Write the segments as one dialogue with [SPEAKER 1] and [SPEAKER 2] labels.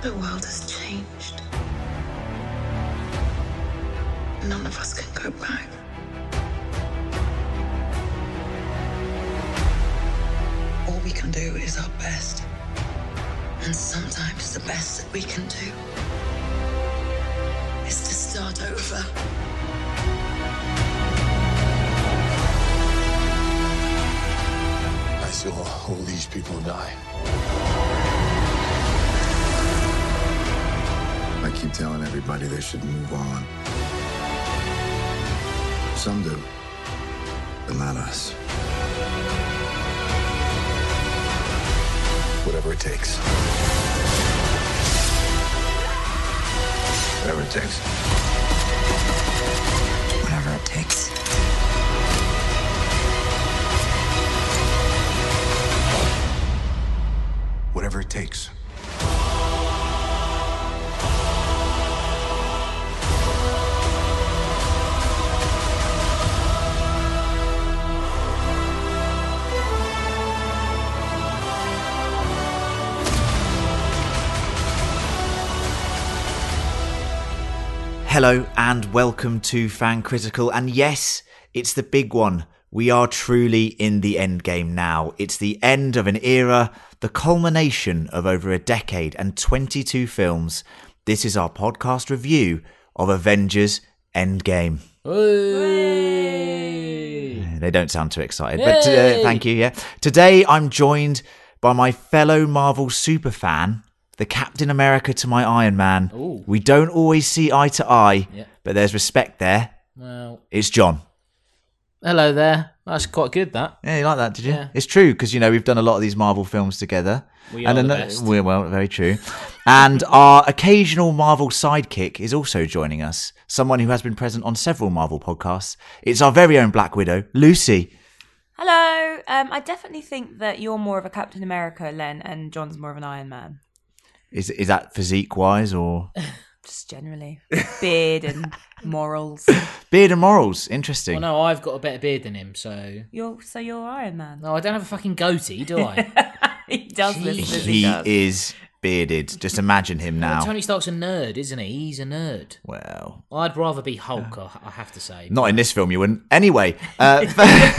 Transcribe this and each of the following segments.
[SPEAKER 1] The world has changed. None of us can go back. All we can do is our best. And sometimes the best that we can do is to start over.
[SPEAKER 2] I saw all these people die. I keep telling everybody they should move on. Some do, but not us. Whatever it takes. Whatever it takes.
[SPEAKER 1] Whatever it takes.
[SPEAKER 2] Whatever it takes.
[SPEAKER 3] Hello and welcome to Fan Critical. And yes, it's the big one. We are truly in the end game now. It's the end of an era, the culmination of over a decade and 22 films. This is our podcast review of Avengers Endgame. They don't sound too excited, but uh, thank you. Yeah. Today I'm joined by my fellow Marvel superfan, the Captain America to my Iron Man.
[SPEAKER 4] Ooh.
[SPEAKER 3] We don't always see eye to eye,
[SPEAKER 4] Yeah.
[SPEAKER 3] but there's respect there.
[SPEAKER 4] Well,
[SPEAKER 3] It's John.
[SPEAKER 4] hello there. That's quite good. That
[SPEAKER 3] Yeah, you like that, did you?
[SPEAKER 4] Yeah.
[SPEAKER 3] It's true because you know we've done a lot of these Marvel films together.
[SPEAKER 4] We
[SPEAKER 3] and
[SPEAKER 4] are the
[SPEAKER 3] ano-
[SPEAKER 4] best.
[SPEAKER 3] We're, well, very true. and our occasional Marvel sidekick is also joining us. Someone who has been present on several Marvel podcasts. It's our very own Black Widow, Lucy.
[SPEAKER 5] Hello. Um, I definitely think that you're more of a Captain America, Len, and John's more of an Iron Man.
[SPEAKER 3] Is is that physique wise or
[SPEAKER 5] Just generally, beard and morals.
[SPEAKER 3] beard and morals? Interesting.
[SPEAKER 4] well, no, I've got a better beard than him, so
[SPEAKER 5] You're so you're Iron Man.
[SPEAKER 4] no, I don't have a fucking goatee, do I?
[SPEAKER 5] He does listen. He,
[SPEAKER 3] he
[SPEAKER 5] does.
[SPEAKER 3] is bearded. Just imagine him now.
[SPEAKER 4] Tony Stark's a nerd, isn't he? He's a nerd.
[SPEAKER 3] well,
[SPEAKER 4] I'd rather be Hulk. I I have to say.
[SPEAKER 3] not in this film, you wouldn't. Anyway, uh,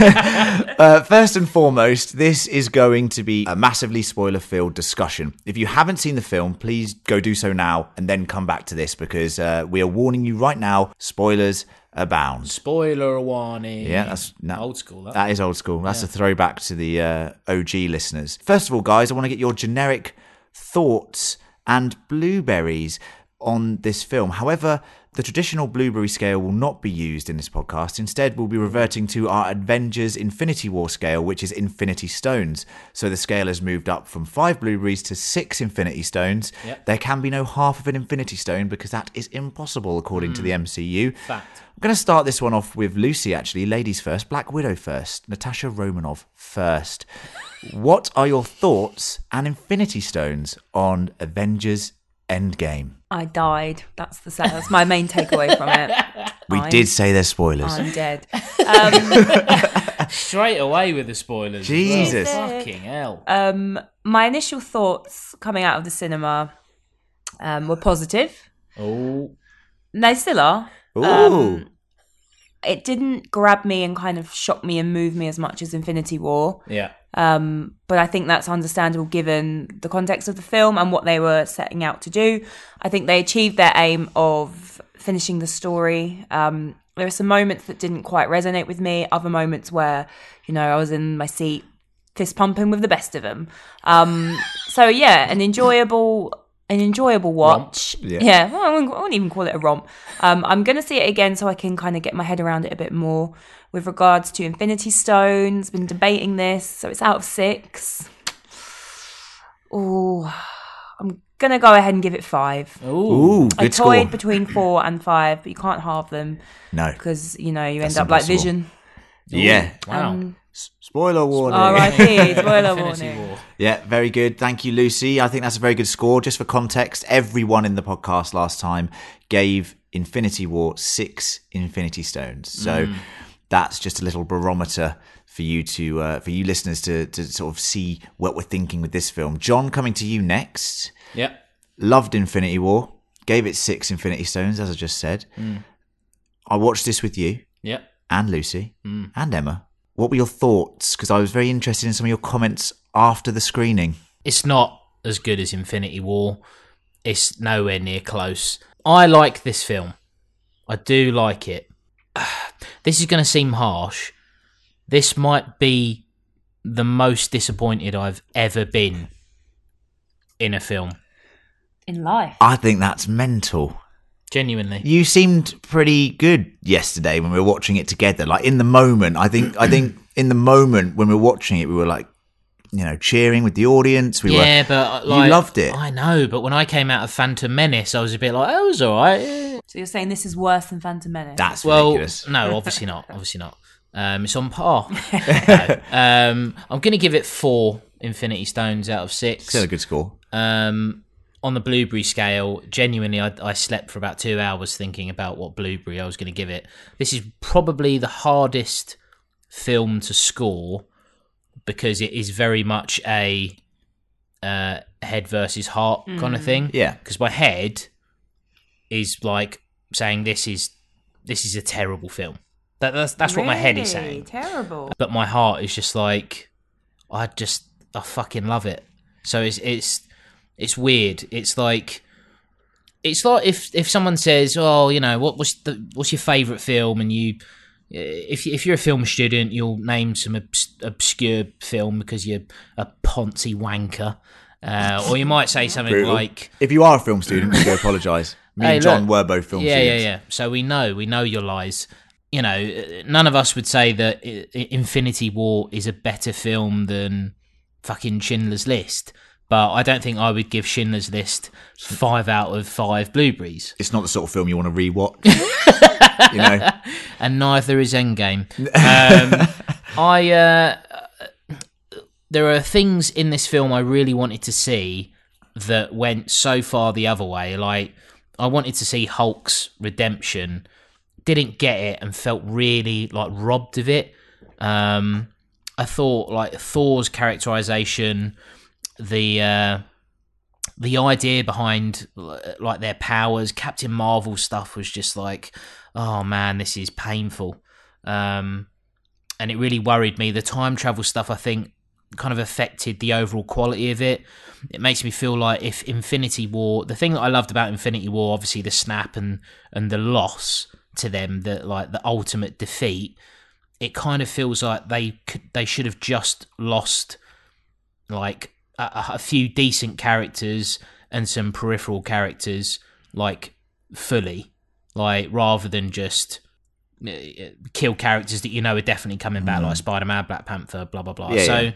[SPEAKER 3] uh, first and foremost, this is going to be a massively spoiler filled discussion. If you haven't seen the film, please go do so now and then come back to this because uh, we are warning you right now spoilers abound.
[SPEAKER 4] Spoiler warning.
[SPEAKER 3] Yeah, that's no,
[SPEAKER 4] old school. That.
[SPEAKER 3] That is old school. That's a throwback to the uh, OG listeners. First of all, guys, I want to get your generic thoughts and blueberries on this film. However, the traditional blueberry scale will not be used in this podcast. Instead, we'll be reverting to our Avengers Infinity War scale, which is Infinity Stones. So the scale has moved up from five blueberries to six Infinity Stones.
[SPEAKER 4] Yep.
[SPEAKER 3] There can be no half of an Infinity Stone because that is impossible according to the MCU.
[SPEAKER 4] Fact.
[SPEAKER 3] I'm going to start this one off with Lucy, actually. Ladies first, Black Widow first, Natasha Romanov first. what are your thoughts and Infinity Stones on Avengers Endgame?
[SPEAKER 5] I died. That's the sa- that's my main takeaway from it.
[SPEAKER 3] We
[SPEAKER 5] I'm-
[SPEAKER 3] did say there's spoilers.
[SPEAKER 5] I'm dead.
[SPEAKER 4] Straight away with the spoilers. as well.
[SPEAKER 3] Jesus. Uh,
[SPEAKER 4] Fucking hell.
[SPEAKER 5] My initial thoughts coming out of the cinema um, were positive.
[SPEAKER 4] oh,
[SPEAKER 5] And They still are.
[SPEAKER 3] Ooh.
[SPEAKER 5] It didn't grab me and kind of shock me and move me as much as Infinity War.
[SPEAKER 4] yeah.
[SPEAKER 5] Um, but I think that's understandable given the context of the film and what they were setting out to do. I think they achieved their aim of finishing the story. Um, there were some moments that didn't quite resonate with me, other moments where, you know, I was in my seat, fist pumping with the best of them. Um, so yeah, an enjoyable. An enjoyable watch, yeah. well, I, wouldn't, I wouldn't even call it a romp. Um, I'm gonna see it again so I can kind of get my head around it a bit more. With regards to Infinity Stones, been debating this, so it's out of six. Oh, I'm gonna go ahead and give it five.
[SPEAKER 4] Oh,
[SPEAKER 3] Ooh,
[SPEAKER 5] I
[SPEAKER 3] good score.
[SPEAKER 5] toyed between four and five, but you can't halve them
[SPEAKER 3] no.
[SPEAKER 5] because you know you
[SPEAKER 3] That's
[SPEAKER 5] end up like
[SPEAKER 3] impossible.
[SPEAKER 5] Vision.
[SPEAKER 3] Yeah.
[SPEAKER 4] Wow.
[SPEAKER 3] S- spoiler warning.
[SPEAKER 5] R.I.P. Spoiler
[SPEAKER 4] Infinity
[SPEAKER 5] warning.
[SPEAKER 4] War.
[SPEAKER 3] Yeah, very good. Thank you, Lucy. I think that's a very good score. Just for context, everyone in the podcast last time gave Infinity War six Infinity Stones. So that's just a little barometer for you to uh, for you listeners to to sort of see what we're thinking with this film. John, coming to you next.
[SPEAKER 4] Yeah.
[SPEAKER 3] Loved Infinity War. Gave it six Infinity Stones, as I just said. I watched this with you
[SPEAKER 4] Yep.
[SPEAKER 3] and Lucy and Emma. What were your thoughts? Because I was very interested in some of your comments after the screening.
[SPEAKER 4] It's not as good as Infinity War. It's nowhere near close. I like this film. I do like it. This is going to seem harsh. This might be the most disappointed I've ever been in a film.
[SPEAKER 5] in life.
[SPEAKER 3] I think that's mental.
[SPEAKER 4] Genuinely.
[SPEAKER 3] You seemed pretty good yesterday when we were watching it together. Like in the moment, I think I think in the moment when we were watching it, we were like, you know, cheering with the audience. We
[SPEAKER 4] yeah,
[SPEAKER 3] were
[SPEAKER 4] but
[SPEAKER 3] you
[SPEAKER 4] like,
[SPEAKER 3] loved it.
[SPEAKER 4] I know, but when I came out of Phantom Menace, I was a bit like, "Oh, it was all right." eh."
[SPEAKER 5] So you're saying this is worse than Phantom Menace?
[SPEAKER 3] that's
[SPEAKER 4] Well, mm.
[SPEAKER 3] ridiculous.
[SPEAKER 4] no, obviously not. Obviously not. Um, it's on par. No. um, I'm going to give it four Infinity Stones out of six.
[SPEAKER 3] Still a good score.
[SPEAKER 4] Um, on the Blueberry scale, genuinely, I, I slept for about two hours thinking about what Blueberry I was going to give it. This is probably the hardest film to score because it is very much a uh, head versus heart kind of thing.
[SPEAKER 3] Yeah.
[SPEAKER 4] because my head is like saying this is this is a terrible film. That, that's that's what my head is
[SPEAKER 5] Really?
[SPEAKER 4] saying
[SPEAKER 5] Terrible.
[SPEAKER 4] but my heart is just like I just I fucking love it. So it's it's it's weird. It's like it's like if if someone says, "Oh, you know, what what's the what's your favorite film?" and you if if you're a film student, you'll name some obs- obscure film because you're a Ponzi wanker. Uh, or you might say something
[SPEAKER 3] Brutal.
[SPEAKER 4] like
[SPEAKER 3] If you are a film student, we do apologise. Me
[SPEAKER 4] Hey,
[SPEAKER 3] and John
[SPEAKER 4] look.
[SPEAKER 3] were both film
[SPEAKER 4] yeah,
[SPEAKER 3] students.
[SPEAKER 4] Yeah, yeah, So we know, we know your lies. You know, uh, none of us would say that I- I- Infinity War is a better film than fucking Schindler's List. But I don't think I would give Schindler's List five out of five blueberries,
[SPEAKER 3] It's not the sort of film you want to rewatch. you know,
[SPEAKER 4] and neither is Endgame. Um, I uh, there are things in this film I really wanted to see that went so far the other way. Like I wanted to see Hulk's redemption, didn't get it, and felt really like robbed of it. Um, I thought like Thor's characterization, the uh, the idea behind l- like their powers, Captain Marvel stuff was just like, oh man, this is painful. Um, and it really worried me. The time travel stuff, I think, kind of affected the overall quality of it. It makes me feel like if Infinity War, the thing that I loved about Infinity War, obviously the snap and and the loss to them, the like the ultimate defeat, it kind of feels like they could, they should have just lost like a- a, a few decent characters and some peripheral characters like fully like rather than just uh, kill characters that you know are definitely coming back like spider-man black panther blah blah blah
[SPEAKER 3] Mm. Yeah,
[SPEAKER 4] so
[SPEAKER 3] yeah.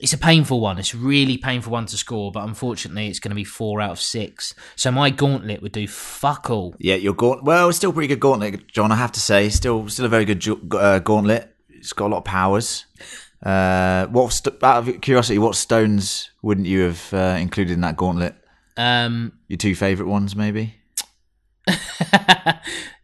[SPEAKER 4] it's a painful one it's a really painful one to score but unfortunately it's going to be four out of six so my gauntlet would do fuck all
[SPEAKER 3] yeah, your gaunt. Well, it's still a pretty good gauntlet, John. I have to say, still, still a very good ju- uh, gauntlet. It's got a lot of powers. Uh, what st- out of curiosity, what stones wouldn't you have uh, included in that gauntlet?
[SPEAKER 4] um
[SPEAKER 3] Your two favourite ones, maybe.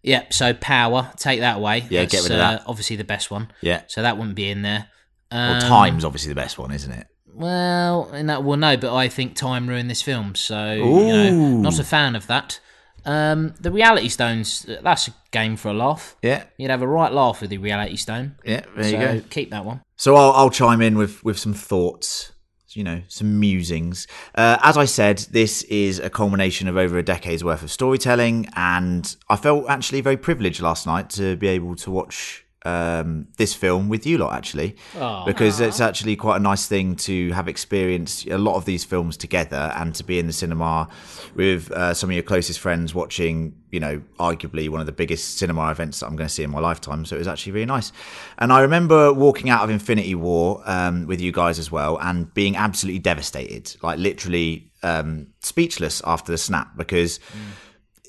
[SPEAKER 4] yep so power take that away uh,
[SPEAKER 3] Yeah, get rid of that.
[SPEAKER 4] obviously the best one
[SPEAKER 3] Yeah.
[SPEAKER 4] so that wouldn't be in there
[SPEAKER 3] Well, time's obviously the best one, isn't it?
[SPEAKER 4] Well, and that well, no, but I think time ruined this film, so you know,
[SPEAKER 3] Ooh.
[SPEAKER 4] not a fan of that. Um, the Reality Stones—that's a game for a laugh.
[SPEAKER 3] Yeah.
[SPEAKER 4] You'd have a right laugh with the Reality Stone.
[SPEAKER 3] Yeah. There
[SPEAKER 4] so
[SPEAKER 3] you go.
[SPEAKER 4] Keep that one.
[SPEAKER 3] So I'll, I'll chime in with with some thoughts, you know, some musings. Uh, as I said, this is a culmination of over a decade's worth of storytelling, and I felt actually very privileged last night to be able to watch um, this film with you lot, actually, because it's actually quite a nice thing to have experienced a lot of these films together and to be in the cinema with uh, some of your closest friends watching, you know, arguably one of the biggest cinema events that I'm going to see in my lifetime. So it was actually really nice. And I remember walking out of Infinity War um, with you guys as well and being absolutely devastated, like literally um, speechless after the snap because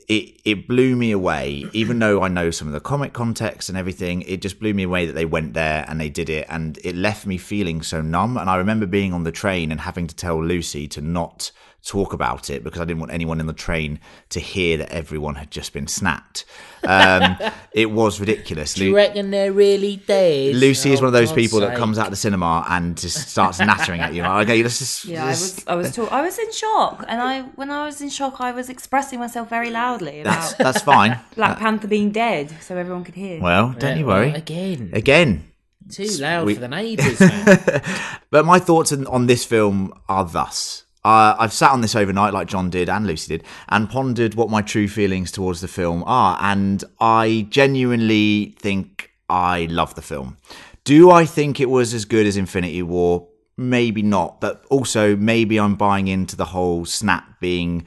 [SPEAKER 3] it it blew me away. Even though I know some of the comic context and everything, it just blew me away that they went there and they did it, and it left me feeling so numb. And I remember being on the train and having to tell Lucy to not talk about it because I didn't want anyone in the train to hear that everyone had just been snapped. Um, it was ridiculous. Lu-
[SPEAKER 4] You reckon they're really dead?
[SPEAKER 3] Lucy is
[SPEAKER 4] Oh,
[SPEAKER 3] one of those
[SPEAKER 4] God's
[SPEAKER 3] people that
[SPEAKER 4] sake.
[SPEAKER 3] comes out of the cinema and just starts nattering at you. Like, okay, let's just.
[SPEAKER 5] Yeah, I
[SPEAKER 3] let's-
[SPEAKER 5] was I was talk- I was in shock, and I when I was in shock, I was expressing myself very loudly
[SPEAKER 3] that's,
[SPEAKER 5] about
[SPEAKER 3] that's fine.
[SPEAKER 5] Black Panther being dead, so everyone could hear.
[SPEAKER 3] Well, don't
[SPEAKER 4] Yeah,
[SPEAKER 3] you worry.
[SPEAKER 4] well, Again,
[SPEAKER 3] Again,
[SPEAKER 4] too loud
[SPEAKER 3] we-
[SPEAKER 4] for the neighbours. man.
[SPEAKER 3] But my thoughts on, on this film are thus. Uh, I've sat on this overnight, like John did and Lucy did, and pondered what my true feelings towards the film are. And I genuinely think I love the film. Do I think it was as good as Infinity War? Maybe not. But also, maybe I'm buying into the whole snap being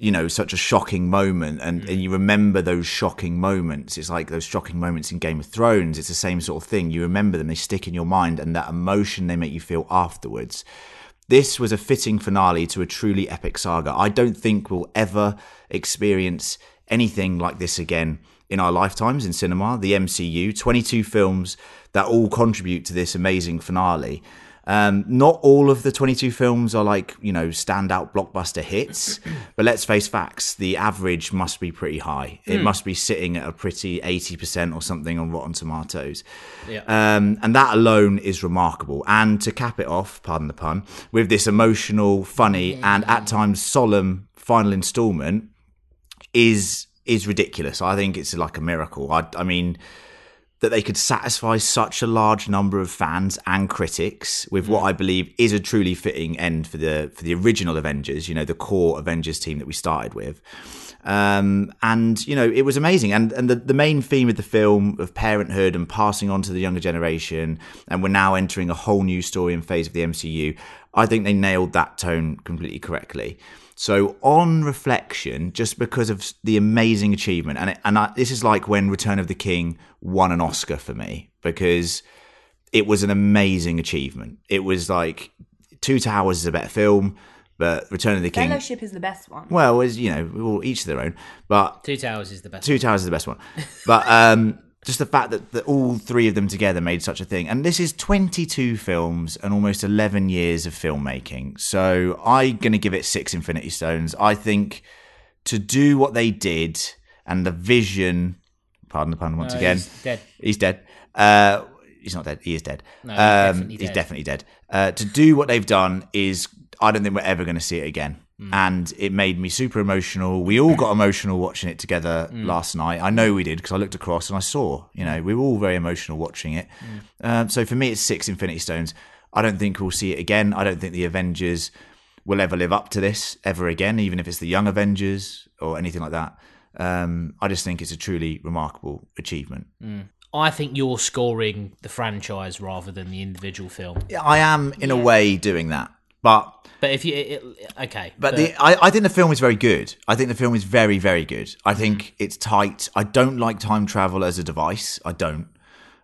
[SPEAKER 3] you know such a shocking moment and, and you remember those shocking moments it's like those shocking moments in game of thrones it's the same sort of thing you remember them they stick in your mind and that emotion they make you feel afterwards this was a fitting finale to a truly epic saga i don't think we'll ever experience anything like this again in our lifetimes in cinema the mcu 22 films that all contribute to this amazing finale um, not all of the 22 films are like, you know, standout blockbuster hits, but let's face facts, the average must be pretty high. It must be sitting at a pretty 80% or something on Rotten Tomatoes. Um, and that alone is remarkable. And to cap it off, pardon the pun, with this emotional, funny, and at times solemn final installment is is ridiculous. I think it's like a miracle. I, I mean, that they could satisfy such a large number of fans and critics with what I believe is a truly fitting end for the for the original Avengers, you know, the core Avengers team that we started with. Um, and you know, it was amazing. And and the, the main theme of the film of parenthood and passing on to the younger generation, and we're now entering a whole new story and phase of the MCU. I think they nailed that tone completely correctly. So on reflection, just because of the amazing achievement, and it, and I, this is like when Return of the King won an Oscar for me because it was an amazing achievement. It was like Two Towers is a better film, but Return of the King.
[SPEAKER 5] Fellowship is the best one.
[SPEAKER 3] Well, is you know, all each to their own, but
[SPEAKER 4] Two Towers is the best.
[SPEAKER 3] Two Towers is the best one. But um, just the fact that the, all three of them together made such a thing. And this is 22 films and almost 11 years of filmmaking. So I'm going to give it six Infinity Stones. I think to do what they did and the vision, pardon the pun once
[SPEAKER 4] No,
[SPEAKER 3] again,
[SPEAKER 4] he's dead.
[SPEAKER 3] He's dead. Uh, he's not dead. He is dead. Um,
[SPEAKER 4] No, he's definitely
[SPEAKER 3] He's
[SPEAKER 4] dead.
[SPEAKER 3] definitely dead. Uh, to do what they've done is, I don't think we're ever going to see it again.
[SPEAKER 4] Hmm.
[SPEAKER 3] And it made me super emotional. We all got emotional watching it together
[SPEAKER 4] Hmm.
[SPEAKER 3] last night. I know we did because I looked across and I saw. You know, we were all very emotional watching it.
[SPEAKER 4] Hmm.
[SPEAKER 3] Um, so for me, it's six Infinity Stones. I don't think we'll see it again. I don't think the Avengers will ever live up to this ever again, even if it's the Young Avengers or anything like that. Um, I just think it's a truly remarkable achievement.
[SPEAKER 4] I think you're scoring the franchise rather than the individual film.
[SPEAKER 3] I am in a way doing that, but
[SPEAKER 4] But if you, it, it- okay,
[SPEAKER 3] but the I, I think the film is very good. I think the film is very very good. I think it's tight. I don't like time travel as a device. I don't.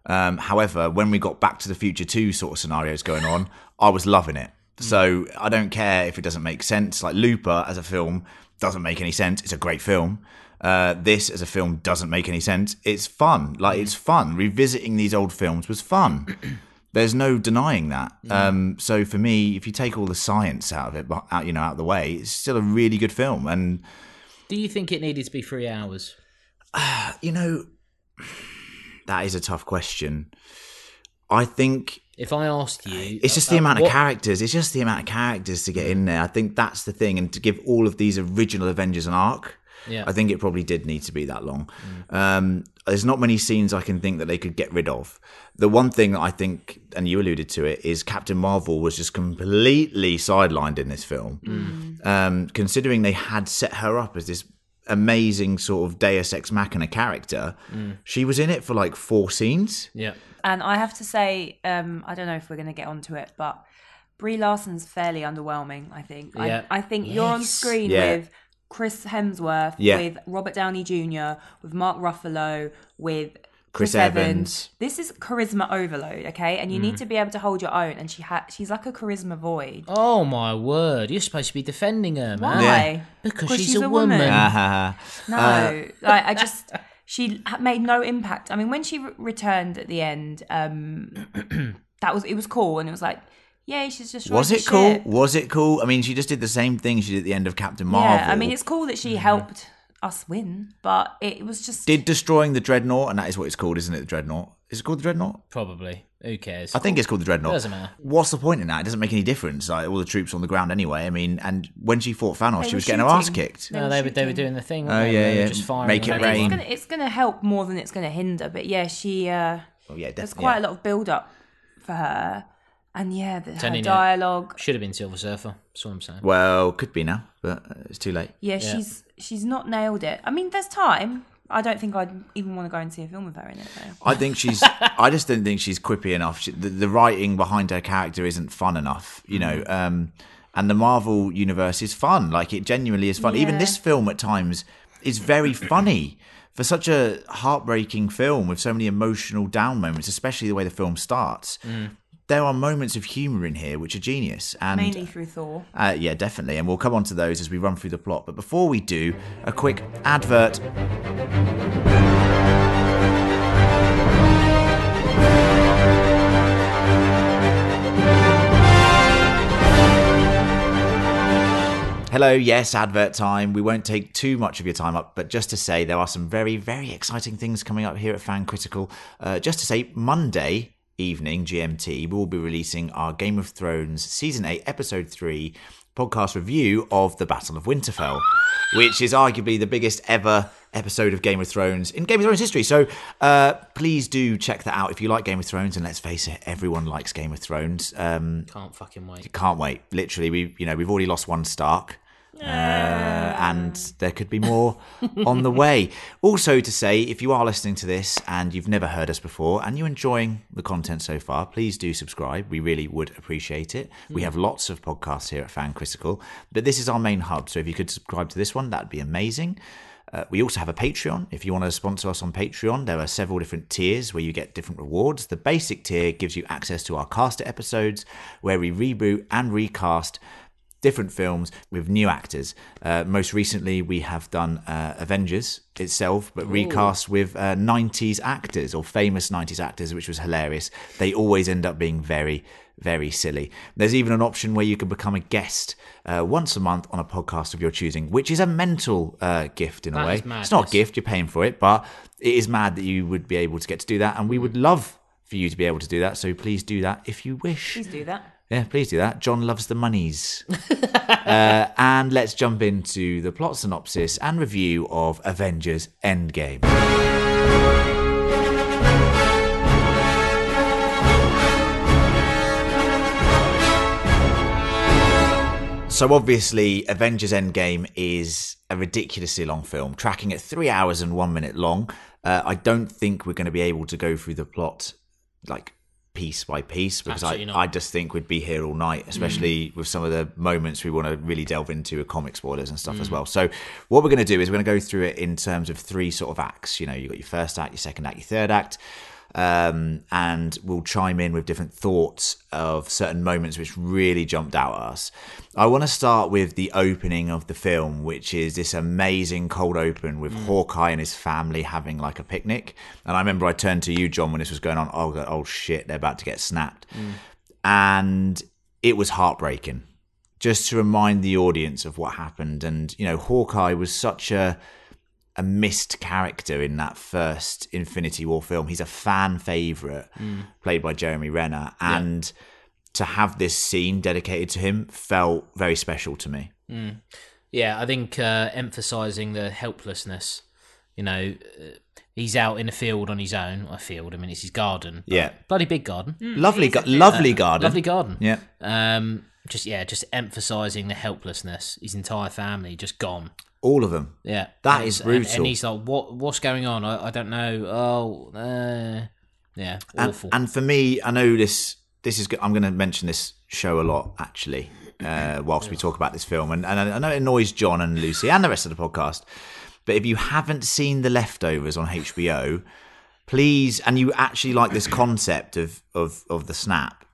[SPEAKER 3] Um, however, when we got Back to the Future two sort of scenarios going on, I was loving it. So I don't care if it doesn't make sense. Like Looper as a film doesn't make any sense. It's a great film. Uh, this as a film doesn't make any sense. It's fun. Like it's fun. Revisiting these old films was fun. There's no denying that. Um, so for me, if you take all the science out of it, but out, you know, out of the way, it's still a really good film. And
[SPEAKER 4] do you think it needed to be three hours?
[SPEAKER 3] you know, that is a tough question. I think
[SPEAKER 4] If I asked you, uh,
[SPEAKER 3] it's just the amount of characters. It's just the amount of characters to get in there. I think that's the thing, and to give all of these original Avengers an arc.
[SPEAKER 4] Yeah.
[SPEAKER 3] I think it probably did need to be that long. Um, there's not many scenes I can think that they could get rid of. The one thing that I think, and you alluded to it, is Captain Marvel was just completely sidelined in this film. Um, considering they had set her up as this amazing sort of Deus Ex Machina character, she was in it for like four scenes.
[SPEAKER 4] yeah,
[SPEAKER 5] And I have to say, um, I don't know if we're going to get onto it, but Brie Larson's fairly underwhelming. I think.
[SPEAKER 4] Yeah.
[SPEAKER 5] I, I think you're on
[SPEAKER 4] Yes.
[SPEAKER 5] screen
[SPEAKER 3] Yeah.
[SPEAKER 5] with Chris Hemsworth,
[SPEAKER 3] Yeah.
[SPEAKER 5] with Robert Downey Jr., with Mark Ruffalo, with
[SPEAKER 3] Chris
[SPEAKER 5] Chris,
[SPEAKER 3] Evans. Mm.
[SPEAKER 5] Evans. This is charisma overload, okay? And you need to be able to hold your own. And she ha- she's like a charisma void.
[SPEAKER 4] Oh my word! You're supposed to be defending her, man.
[SPEAKER 5] Why?
[SPEAKER 4] Because she's a woman.
[SPEAKER 3] Ah,
[SPEAKER 5] No, like, I just she ha- made no impact. I mean, when she re- returned at the end, um, that was it was cool, and it was like yeah, she's just
[SPEAKER 3] Was
[SPEAKER 5] destroyed
[SPEAKER 3] it
[SPEAKER 5] the
[SPEAKER 3] cool?
[SPEAKER 5] ship.
[SPEAKER 3] Was it cool? I mean, she just did the same thing she did at the end of Captain Marvel.
[SPEAKER 5] Yeah, I mean, it's cool that she
[SPEAKER 4] Mm.
[SPEAKER 5] helped us win, but it was just
[SPEAKER 3] did destroying the dreadnought, and that is what it's called, isn't it? The dreadnought. Is it called the dreadnought?
[SPEAKER 4] Probably. Who cares?
[SPEAKER 3] I think it's called the dreadnought.
[SPEAKER 4] Doesn't matter.
[SPEAKER 3] What's the point in that? It doesn't make any difference. Like all the troops on the ground anyway. I mean, and when she fought Thanos,
[SPEAKER 5] They
[SPEAKER 3] she
[SPEAKER 5] were
[SPEAKER 3] was getting her ass
[SPEAKER 5] shooting.
[SPEAKER 3] kicked.
[SPEAKER 5] They
[SPEAKER 4] no,
[SPEAKER 5] were
[SPEAKER 4] they were, they were
[SPEAKER 5] shooting.
[SPEAKER 4] doing the thing.
[SPEAKER 3] Oh,
[SPEAKER 4] weren't they?
[SPEAKER 3] yeah,
[SPEAKER 4] They were
[SPEAKER 3] yeah.
[SPEAKER 4] Just firing
[SPEAKER 3] Make it rain.
[SPEAKER 4] at
[SPEAKER 5] it's
[SPEAKER 4] everyone.
[SPEAKER 5] gonna it's gonna help more than it's gonna hinder. But yeah, she uh,
[SPEAKER 3] Oh yeah,
[SPEAKER 5] there's
[SPEAKER 3] definitely.
[SPEAKER 5] quite
[SPEAKER 3] yeah.
[SPEAKER 5] a lot of build up for her, and yeah, the, her
[SPEAKER 4] Turning it-
[SPEAKER 5] dialogue.
[SPEAKER 4] Should have been Silver Surfer. That's what I'm saying.
[SPEAKER 3] Well, could be now, but uh, it's too late.
[SPEAKER 5] Yeah, she's she's not nailed it. I mean, there's time. I don't think I'd even want to go and see a film with her in it though.
[SPEAKER 3] I think she's. I just don't think she's quippy enough. She, the, the writing behind her character isn't fun enough, you know.
[SPEAKER 5] Mm.
[SPEAKER 3] Um, and the Marvel universe is fun. Like it genuinely is fun. Even
[SPEAKER 5] Yeah.
[SPEAKER 3] this film at times is very funny for such a heartbreaking film with so many emotional down moments, especially the way the film starts.
[SPEAKER 5] Mm.
[SPEAKER 3] There are moments of humor in here which are genius. And
[SPEAKER 5] Mainly through Thor.
[SPEAKER 3] Uh, yeah, definitely. And we'll come on to those as we run through the plot. But before we do, a quick advert. Hello, yes, advert time. We won't take too much of your time up, but just to say there are some very, very exciting things coming up here at Fan Critical. Uh, just to say, Monday evening, GMT, we will be releasing our Game of Thrones Season 8, Episode 3 podcast review of The Battle of Winterfell, which is arguably the biggest ever episode of Game of Thrones in Game of Thrones history. So uh, please do check that out if you like Game of Thrones, and let's face it, everyone likes Game of Thrones. Um,
[SPEAKER 4] Can't fucking wait.
[SPEAKER 3] can't wait. Literally, we you know we've already lost one Stark, uh, and there could be more on the way. Also, to say, if you are listening to this and you've never heard us before and you're enjoying the content so far, please do subscribe. We really would appreciate it. We have lots of podcasts here at Fan Critical, but this is our main hub. So if you could subscribe to this one, that'd be amazing. Uh, we also have a Patreon. If you want to sponsor us on Patreon, there are several different tiers where you get different rewards. The basic tier gives you access to our caster episodes where we reboot and recast different films with new actors. Uh, most recently, we have done uh, Avengers itself, but recast with uh, 90s actors or famous 90s actors, which was hilarious. They always end up being very, very silly. There's even an option where you can become a guest uh, once a month on a podcast of your choosing, which is a mental uh, gift in a
[SPEAKER 4] That
[SPEAKER 3] way.
[SPEAKER 4] is
[SPEAKER 3] It's not a
[SPEAKER 4] madness.
[SPEAKER 3] gift, you're paying for it, but it is mad that you would be able to get to do that. And we
[SPEAKER 4] Mm.
[SPEAKER 3] would love for you to be able to do that. So please do that if you wish.
[SPEAKER 5] Please do that.
[SPEAKER 3] Yeah, please do that. John loves the monies. uh, and let's jump into the plot synopsis and review of Avengers Endgame. So obviously, Avengers Endgame is a ridiculously long film, tracking at three hours and one minute long. Uh, I don't think we're going to be able to go through the plot like piece by piece because I,
[SPEAKER 4] Absolutely not. Mm.
[SPEAKER 3] I just think we'd be here all night, especially with some of the moments we want to really delve into with comic spoilers and
[SPEAKER 4] Mm.
[SPEAKER 3] stuff as well. So what we're going to do is we're going to go through it in terms of three sort of acts. You know, you've got your first act, your second act, your third act um, and we'll chime in with different thoughts of certain moments which really jumped out at us. I want to start with the opening of the film, which is this amazing cold open with Hawkeye and his family having like a picnic. And I remember I turned to you, John, when this was going on. Oh, go- oh shit, they're about to get snapped, and it was heartbreaking. Just to remind the audience of what happened, and you know, Hawkeye was such a a missed character in that first Infinity War film. He's a fan favorite, played by Jeremy Renner, and to have this scene dedicated to him felt very special to me.
[SPEAKER 4] Yeah, I think uh, emphasizing the helplessness. You know, uh, he's out in a field on his own. A field. I mean, it's his garden. but-
[SPEAKER 3] Yeah.
[SPEAKER 4] bloody big garden.
[SPEAKER 3] lovely, ga- lovely garden.
[SPEAKER 4] Lovely garden.
[SPEAKER 3] Yeah,
[SPEAKER 4] Um, just yeah, just emphasizing the helplessness. His entire family just gone.
[SPEAKER 3] all of them.
[SPEAKER 4] Yeah,
[SPEAKER 3] That
[SPEAKER 4] And
[SPEAKER 3] is
[SPEAKER 4] it's- and- And,
[SPEAKER 3] brutal.
[SPEAKER 4] he's like, "What? What's going on? I, I don't know." Oh, uh, yeah, awful.
[SPEAKER 3] And for me, I know this. This is. go- I'm going to mention this show a lot, actually, uh, whilst we talk about this film, and, and I I know it annoys John and Lucy and the rest of the podcast. But if you haven't seen The Leftovers on HBO, please, and you actually like this concept of of of the snap,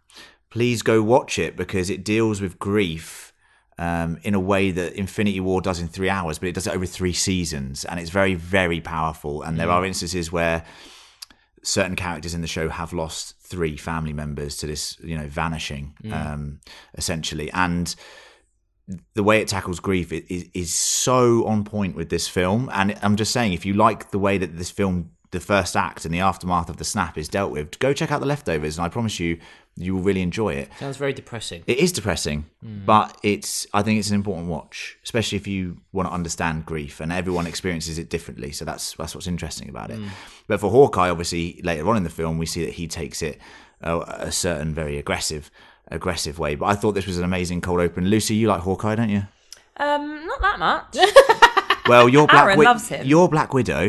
[SPEAKER 3] please go watch it because it deals with grief um, in a way that Infinity War does in three hours, but it does it over three seasons, and it's very very powerful. And there are instances where certain characters in the show have lost three family members to this, you know, vanishing, um, essentially. And the way it tackles grief i- is, is so on point with this film. And I'm just saying, if you like the way that this film, the first act and the aftermath of the snap is dealt with, go check out The Leftovers, and I promise you, you will really enjoy it.
[SPEAKER 4] Sounds very depressing.
[SPEAKER 3] It is depressing,
[SPEAKER 5] Mm.
[SPEAKER 3] but it's. I think it's an important watch, especially if you want to understand grief, and everyone experiences it differently. So that's that's what's interesting about it.
[SPEAKER 5] Mm.
[SPEAKER 3] But for Hawkeye, obviously, later on in the film, we see that he takes it uh, a certain very aggressive, aggressive way. But I thought this was an amazing cold open. Lucy, you like Hawkeye, don't you?
[SPEAKER 5] Um, not that much.
[SPEAKER 3] Well, you're Black
[SPEAKER 5] Aaron
[SPEAKER 3] Wi-
[SPEAKER 5] loves him.
[SPEAKER 3] You're Black Widow.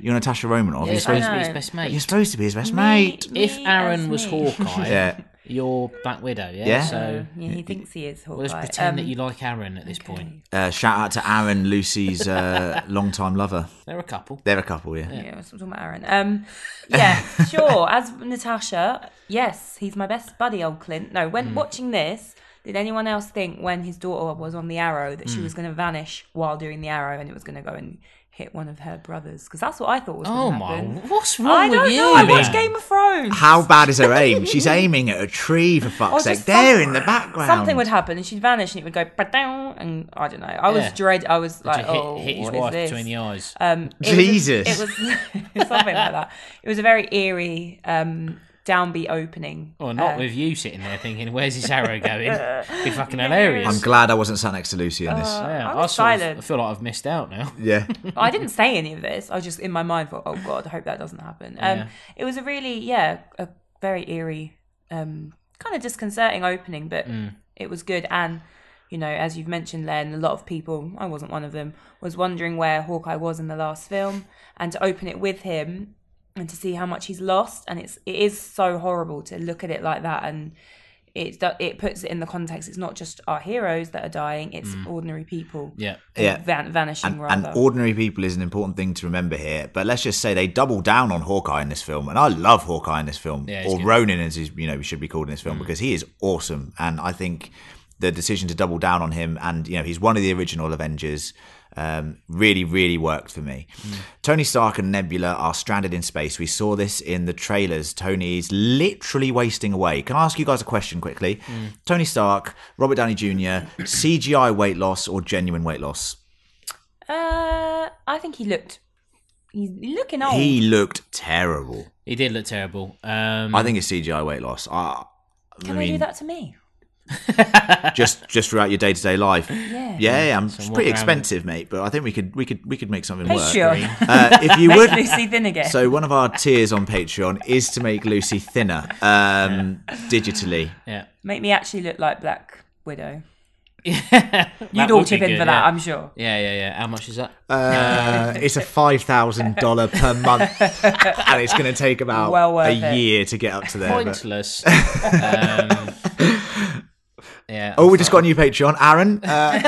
[SPEAKER 3] You're Natasha Romanoff.
[SPEAKER 4] You're
[SPEAKER 3] you're,
[SPEAKER 4] supposed
[SPEAKER 3] supposed,
[SPEAKER 4] to be his
[SPEAKER 5] know.
[SPEAKER 4] best
[SPEAKER 3] you're
[SPEAKER 4] mate.
[SPEAKER 3] supposed to be his best mate.
[SPEAKER 5] Me-
[SPEAKER 4] If
[SPEAKER 5] me
[SPEAKER 4] Aaron
[SPEAKER 5] as
[SPEAKER 4] was
[SPEAKER 5] me.
[SPEAKER 4] Hawkeye,
[SPEAKER 3] Yeah.
[SPEAKER 4] you're Black Widow. Yeah.
[SPEAKER 3] Yeah.
[SPEAKER 4] So
[SPEAKER 5] Yeah, he thinks he is Hawkeye.
[SPEAKER 4] let's pretend
[SPEAKER 5] Um,
[SPEAKER 4] that you like Aaron at this point.
[SPEAKER 3] Uh, shout out to Aaron, Lucy's uh, longtime lover.
[SPEAKER 4] They're a couple.
[SPEAKER 3] They're a couple, yeah.
[SPEAKER 5] Yeah, I'm talking about Aaron. Um, yeah, sure. As Natasha, yes, he's my best buddy, old Clint. No,
[SPEAKER 4] Mm.
[SPEAKER 5] when watching this, did anyone else think when his daughter was on the arrow that she
[SPEAKER 4] Mm.
[SPEAKER 5] was going to vanish while doing the arrow and it was going to go and hit one of her brothers? Because that's what I thought was
[SPEAKER 4] Oh
[SPEAKER 5] going to
[SPEAKER 4] my!
[SPEAKER 5] happen.
[SPEAKER 4] What's wrong
[SPEAKER 5] I
[SPEAKER 4] with
[SPEAKER 5] don't
[SPEAKER 4] you?
[SPEAKER 5] know. I watch
[SPEAKER 4] man?
[SPEAKER 5] Game of Thrones.
[SPEAKER 3] How bad is her aim? She's aiming at a tree for
[SPEAKER 5] Or
[SPEAKER 3] fuck's sake.
[SPEAKER 5] Oh, just
[SPEAKER 3] There
[SPEAKER 5] some-
[SPEAKER 3] in the background.
[SPEAKER 5] Something would happen and she'd vanish and it would go "Ba-down," and I don't know. I was
[SPEAKER 4] Yeah.
[SPEAKER 5] dread. I was
[SPEAKER 4] To
[SPEAKER 5] like, oh,
[SPEAKER 4] hit, hit his
[SPEAKER 5] what is
[SPEAKER 4] wife
[SPEAKER 5] this?
[SPEAKER 4] between the eyes.
[SPEAKER 5] Um, it was a-
[SPEAKER 3] Jesus.
[SPEAKER 5] it was something like that. It was a very eerie, um, downbeat opening.
[SPEAKER 4] well, not
[SPEAKER 5] Uh,
[SPEAKER 4] with you sitting there thinking, "Where's this arrow going?" Be fucking hilarious.
[SPEAKER 3] I'm glad I wasn't sat next to Lucy in this.
[SPEAKER 4] Oh, Yeah,
[SPEAKER 5] I'm
[SPEAKER 4] I sort of-
[SPEAKER 5] silent.
[SPEAKER 4] I feel like I've missed out now.
[SPEAKER 3] yeah.
[SPEAKER 5] I didn't
[SPEAKER 4] Mm-hmm.
[SPEAKER 5] say any of this. I just in my mind thought, oh god, I hope that doesn't happen. Um,
[SPEAKER 4] Oh, Yeah.
[SPEAKER 5] It was a really, yeah, a very eerie, um, kind of disconcerting opening, but
[SPEAKER 4] Mm.
[SPEAKER 5] it was good. And you know, as you've mentioned, Len, a lot of people, I wasn't one of them, was wondering where Hawkeye was in the last film, and to open it with him and to see how much he's lost, and it's it is so horrible to look at it like that and. It, do- it puts it in the context. It's not just our heroes that are dying; it's ordinary people,
[SPEAKER 4] Mm. Yeah.
[SPEAKER 3] Yeah.
[SPEAKER 5] van- vanishing
[SPEAKER 3] And
[SPEAKER 5] rather.
[SPEAKER 3] ordinary people is an important thing to remember here. But let's just say they double down on Hawkeye in this film, and I love Hawkeye in this film,
[SPEAKER 4] Yeah, he's
[SPEAKER 3] or
[SPEAKER 4] good. Mm.
[SPEAKER 3] Ronin as he's, you know he should be called in this film because he is awesome. And I think the decision to double down on him, and you know he's one of the original Avengers, um, really really worked for me.
[SPEAKER 4] Mm.
[SPEAKER 3] Tony Stark and Nebula are stranded in space. We saw this in the trailers. Tony is literally wasting away. Can I ask you guys a question quickly?
[SPEAKER 4] Mm.
[SPEAKER 3] Tony Stark, Robert Downey Jr., CGI weight loss or genuine weight loss?
[SPEAKER 5] Uh, I think he looked. He's looking old.
[SPEAKER 3] He looked terrible.
[SPEAKER 4] He did look terrible. Um,
[SPEAKER 3] I think it's CGI weight loss. I,
[SPEAKER 5] Can
[SPEAKER 3] I
[SPEAKER 5] they do
[SPEAKER 3] mean,
[SPEAKER 5] that to me?
[SPEAKER 3] just just throughout your day to day life.
[SPEAKER 5] Yeah.
[SPEAKER 3] Yeah, yeah, I'm- it's
[SPEAKER 4] walk
[SPEAKER 3] pretty
[SPEAKER 4] around
[SPEAKER 3] expensive, mate. But I think we could we could we could make something
[SPEAKER 5] Hey,
[SPEAKER 3] work.
[SPEAKER 5] sure.
[SPEAKER 3] Uh, if you would,
[SPEAKER 5] Lucy Thin again.
[SPEAKER 3] so one of our tiers on Patreon is to make Lucy thinner um, digitally.
[SPEAKER 4] Yeah.
[SPEAKER 5] Make me actually look like Black Widow.
[SPEAKER 4] You'd
[SPEAKER 5] You'd all chip in for that,
[SPEAKER 4] Yeah.
[SPEAKER 5] I'm sure.
[SPEAKER 4] yeah, yeah, yeah. How much is that?
[SPEAKER 3] Uh, it's a five thousand dollar per month, and it's going to take about
[SPEAKER 5] Well worth
[SPEAKER 3] a
[SPEAKER 5] it.
[SPEAKER 3] year to get up to there. but-
[SPEAKER 4] Pointless. um, yeah.
[SPEAKER 3] Oh, we just got a new Patreon, Aaron. Uh,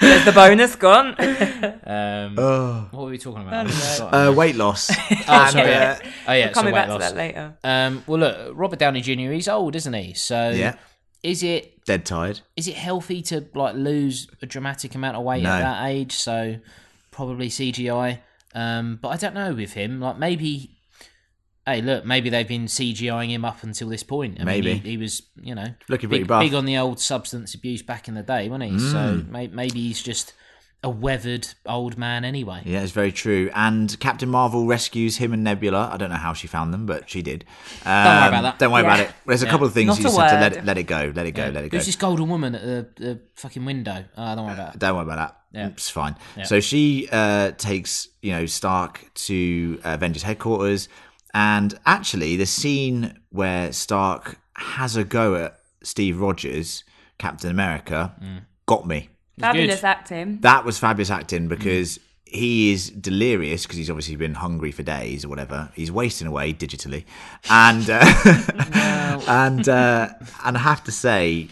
[SPEAKER 5] There's the bonus gone.
[SPEAKER 4] Um, What were we talking about?
[SPEAKER 3] Oh. uh, weight loss.
[SPEAKER 4] oh,
[SPEAKER 3] And,
[SPEAKER 4] sorry.
[SPEAKER 3] uh,
[SPEAKER 4] oh, yeah. So
[SPEAKER 5] Coming
[SPEAKER 4] weight
[SPEAKER 5] back
[SPEAKER 4] loss.
[SPEAKER 5] to that later.
[SPEAKER 4] Um, well, look, Robert Downey Jr. He's old, isn't he? So
[SPEAKER 3] yeah,
[SPEAKER 4] is it
[SPEAKER 3] dead tired.
[SPEAKER 4] is it healthy to like lose a dramatic amount of weight
[SPEAKER 3] No.
[SPEAKER 4] at that age? So probably CGI. Um, but I don't know with him. Like maybe, hey, look, maybe they've been CGIing him up until this point. I
[SPEAKER 3] Maybe.
[SPEAKER 4] mean, he, he was, you know,
[SPEAKER 3] Looking pretty
[SPEAKER 4] big,
[SPEAKER 3] buff. Mm.
[SPEAKER 4] big on the old substance abuse back in the day, wasn't he? So may, maybe he's just a weathered old man anyway.
[SPEAKER 3] Yeah, it's very true. And Captain Marvel rescues him and Nebula. I don't know how she found them, but she did. Um,
[SPEAKER 4] worry about that.
[SPEAKER 3] Don't worry
[SPEAKER 5] Yeah.
[SPEAKER 3] about it. There's a couple of things
[SPEAKER 5] Not
[SPEAKER 3] you
[SPEAKER 5] a
[SPEAKER 3] just have to let
[SPEAKER 5] word.
[SPEAKER 3] it, let it go, let it go, let it go.
[SPEAKER 4] There's this golden woman at the, the fucking window. Oh, don't worry about it.
[SPEAKER 3] Don't worry about that. It's fine. So she uh, takes you know Stark to Avengers headquarters, and actually the scene where Stark has a go at Steve Rogers, Captain America, got me.
[SPEAKER 5] Fabulous acting.
[SPEAKER 3] that was fabulous
[SPEAKER 5] Mm.
[SPEAKER 3] acting because he is delirious because he's obviously been hungry for days or whatever. He's wasting away digitally, and uh, and uh, and I have to say.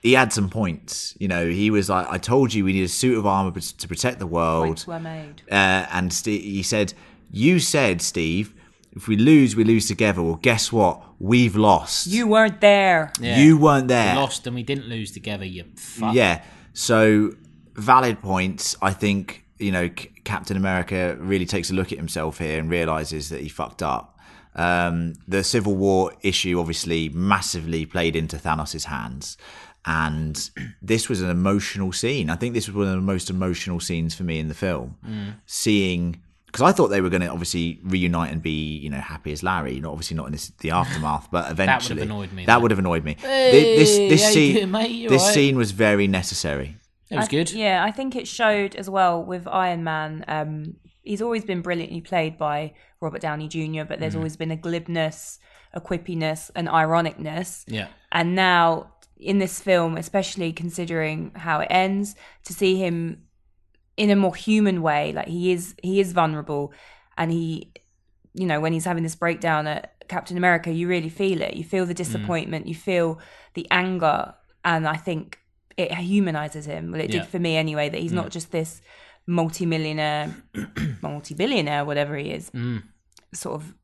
[SPEAKER 3] He had some points, you know. He was like, "I told you we need a suit of armor pr- to protect the world."
[SPEAKER 5] Points were made.
[SPEAKER 3] Uh, and Ste he said, "You said, Steve, if we lose, we lose together." Well, guess what? We've lost.
[SPEAKER 5] You weren't there.
[SPEAKER 3] You weren't there.
[SPEAKER 4] Lost and we didn't lose together, you fuck.
[SPEAKER 3] Yeah. So valid points. I think you know, C- Captain America really takes a look at himself here and realizes that he fucked up. Um, the Civil War issue obviously massively played into Thanos' hands. And this was an emotional scene. I think this was one of the most emotional scenes for me in the film.
[SPEAKER 4] Mm.
[SPEAKER 3] Seeing, because I thought they were going to obviously reunite and be, you know, happy as Larry. Not obviously not in this, the aftermath, but eventually
[SPEAKER 4] annoyed me,
[SPEAKER 3] That
[SPEAKER 4] though.
[SPEAKER 3] would have annoyed me. Thi-
[SPEAKER 4] Hey,
[SPEAKER 3] this
[SPEAKER 4] how
[SPEAKER 3] this
[SPEAKER 4] you
[SPEAKER 3] scene,
[SPEAKER 4] doing, mate? You
[SPEAKER 3] this
[SPEAKER 4] alright?
[SPEAKER 3] scene was very necessary.
[SPEAKER 4] It was
[SPEAKER 5] I-
[SPEAKER 4] good.
[SPEAKER 5] Yeah, I think it showed as well with Iron Man. Um, he's always been brilliantly played by Robert Downey Jr., but there's always been a glibness, a quippiness, an ironicness.
[SPEAKER 4] Yeah.
[SPEAKER 5] And now in this film, especially considering how it ends, to see him in a more human way, like he is he is vulnerable and he you know, when he's having this breakdown at Captain America, you really feel it. You feel the disappointment, you feel the anger, and I think it humanizes him. Well, it
[SPEAKER 4] Yeah.
[SPEAKER 5] did for me anyway, that he's not just this multi-millionaire, multi-billionaire, whatever he is, sort of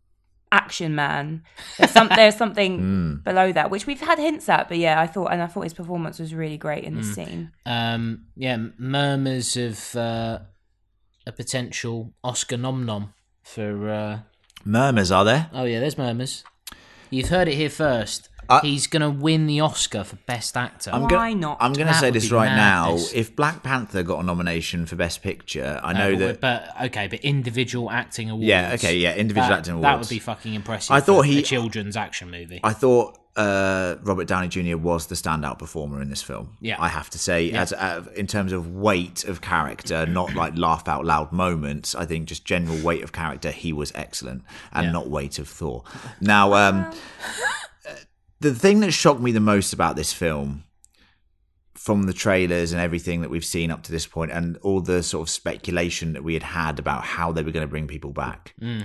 [SPEAKER 5] action man. There's, some, there's something
[SPEAKER 4] Hmm.
[SPEAKER 5] below that, which we've had hints at, but yeah, I thought, and I thought his performance was really great in
[SPEAKER 4] Hmm.
[SPEAKER 5] this scene.
[SPEAKER 4] Um, yeah, murmurs of uh, a potential Oscar nom nom for. Uh,
[SPEAKER 3] Murmurs, are there?
[SPEAKER 4] oh, yeah, there's murmurs. You've heard it here first. He's going to win the Oscar for Best Actor.
[SPEAKER 3] I'm
[SPEAKER 5] Why
[SPEAKER 3] gonna,
[SPEAKER 5] not?
[SPEAKER 3] I'm going to
[SPEAKER 4] That
[SPEAKER 3] say
[SPEAKER 4] would
[SPEAKER 3] this
[SPEAKER 4] be
[SPEAKER 3] right
[SPEAKER 4] madness.
[SPEAKER 3] now. If Black Panther got a nomination for Best Picture, I know that.
[SPEAKER 4] but, but okay, but individual acting awards.
[SPEAKER 3] Yeah, okay, yeah, individual
[SPEAKER 4] That-
[SPEAKER 3] acting
[SPEAKER 4] That
[SPEAKER 3] awards.
[SPEAKER 4] would be fucking impressive.
[SPEAKER 3] I thought
[SPEAKER 4] for
[SPEAKER 3] he-
[SPEAKER 4] a children's action movie.
[SPEAKER 3] I thought uh, Robert Downey Jr. was the standout performer in this film.
[SPEAKER 4] Yeah.
[SPEAKER 3] I have to say, as uh, in terms of weight of character, not like laugh out loud moments. I think just general weight of character, he was excellent, and not weight of Thor. Now, um, the thing that shocked me the most about this film from the trailers and everything that we've seen up to this point and all the sort of speculation that we had had about how they were going to bring people back
[SPEAKER 4] Mm.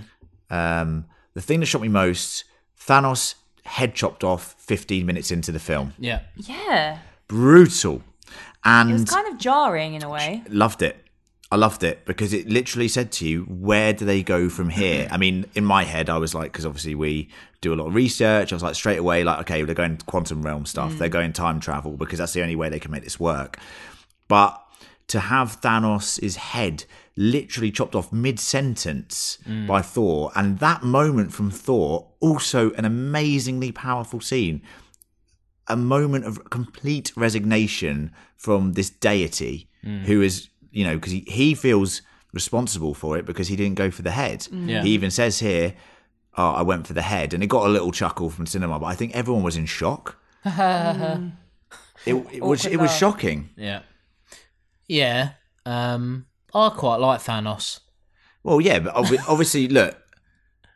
[SPEAKER 3] um, the thing that shocked me most thanos head chopped off 15 minutes into the film
[SPEAKER 4] yeah,
[SPEAKER 5] Yeah,
[SPEAKER 3] brutal
[SPEAKER 5] it was
[SPEAKER 3] and
[SPEAKER 5] kind of jarring in a way.
[SPEAKER 3] loved it i loved it because it literally said to you where do they go from here i mean in my head i was like because obviously we do a lot of research i was like straight away like okay they're going quantum realm stuff they're
[SPEAKER 5] Mm.
[SPEAKER 3] going time travel because that's the only way they can make this work but to have Thanos' head literally chopped off mid sentence
[SPEAKER 5] Mm.
[SPEAKER 3] by Thor, and that moment from Thor, also an amazingly powerful scene, a moment of complete resignation from this deity who is, you know, because he, he feels responsible for it because he didn't go for the head.
[SPEAKER 5] Mm.
[SPEAKER 4] Yeah.
[SPEAKER 3] He even says here, Oh, I went for the head. And it got a little chuckle from cinema, but I think everyone was in shock. It, it was
[SPEAKER 5] Mm. Awkward
[SPEAKER 3] it was
[SPEAKER 5] laugh.
[SPEAKER 3] shocking.
[SPEAKER 4] yeah, yeah. Um, I quite like Thanos.
[SPEAKER 3] Well, yeah, but obvi- obviously, look,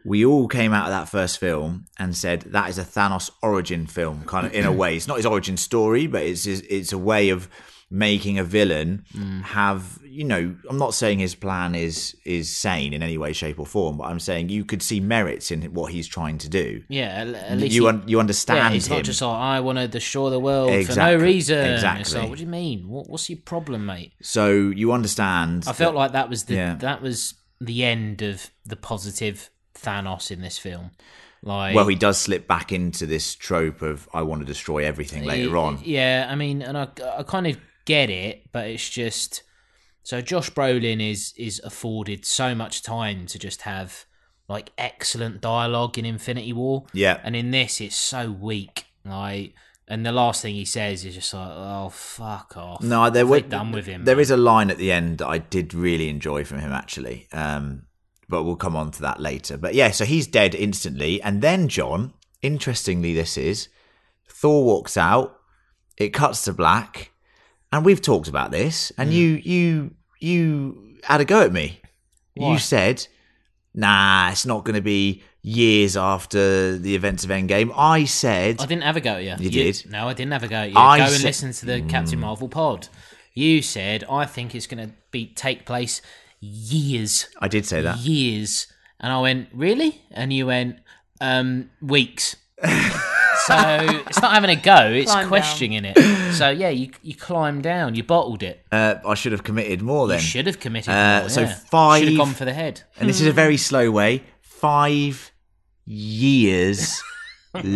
[SPEAKER 3] we all came out of that first film and said that is a Thanos origin film, kind of in a way. It's not his origin story, but it's his, it's a way of making a villain
[SPEAKER 4] Mm.
[SPEAKER 3] have you know. I'm not saying his plan is is sane in any way, shape, or form, but I'm saying you could see merits in what he's trying to do.
[SPEAKER 4] Yeah, at, at least
[SPEAKER 3] you
[SPEAKER 4] he-
[SPEAKER 3] un- you understand
[SPEAKER 4] Yeah, it's
[SPEAKER 3] him.
[SPEAKER 4] not just like I want to destroy the world for
[SPEAKER 3] Exactly,
[SPEAKER 4] no reason. It's
[SPEAKER 3] exactly.
[SPEAKER 4] like, what do you mean? What, what's your problem, mate?
[SPEAKER 3] so you understand.
[SPEAKER 4] I felt like that was the
[SPEAKER 3] Yeah.
[SPEAKER 4] that was the end of the positive Thanos in this film. Like,
[SPEAKER 3] well, he does slip back into this trope of I want to destroy everything later on.
[SPEAKER 4] Yeah, I mean, and I, I kind of get it, but it's just so Josh Brolin is is afforded so much time to just have like excellent dialogue in Infinity War.
[SPEAKER 3] Yeah.
[SPEAKER 4] and in this, it's so weak. Like, and the last thing he says is just like, "Oh fuck off."
[SPEAKER 3] No, there were
[SPEAKER 4] We're done with him.
[SPEAKER 3] There is a line at the end that I did really enjoy from him actually, um, but we'll come on to that later. But yeah, so he's dead instantly, and then John. Interestingly, this is Thor walks out. It cuts to black, and we've talked about this. And
[SPEAKER 4] Mm.
[SPEAKER 3] you, you, you had a go at me.
[SPEAKER 4] Why?
[SPEAKER 3] You said, "Nah, it's not going to be years after the events of Endgame." I said,
[SPEAKER 4] I didn't have a go at you.
[SPEAKER 3] You did.
[SPEAKER 4] No, I didn't have a go at you.
[SPEAKER 3] I Hmm.
[SPEAKER 4] go and
[SPEAKER 3] sa-
[SPEAKER 4] listen to the Captain Marvel pod. You said I think it's going to be take place years
[SPEAKER 3] "I did say that."
[SPEAKER 4] years. And I went, really? And you went, um, weeks. so it's not having a go, it's
[SPEAKER 5] Climb down.
[SPEAKER 4] questioning it. So yeah, you you climbed down, you bottled it.
[SPEAKER 3] Uh, I should have committed more. Then
[SPEAKER 4] you should have committed.
[SPEAKER 3] Uh,
[SPEAKER 4] more,
[SPEAKER 3] so
[SPEAKER 4] yeah.
[SPEAKER 3] five-
[SPEAKER 4] should have gone for the head.
[SPEAKER 3] and this is a very slow way five years later.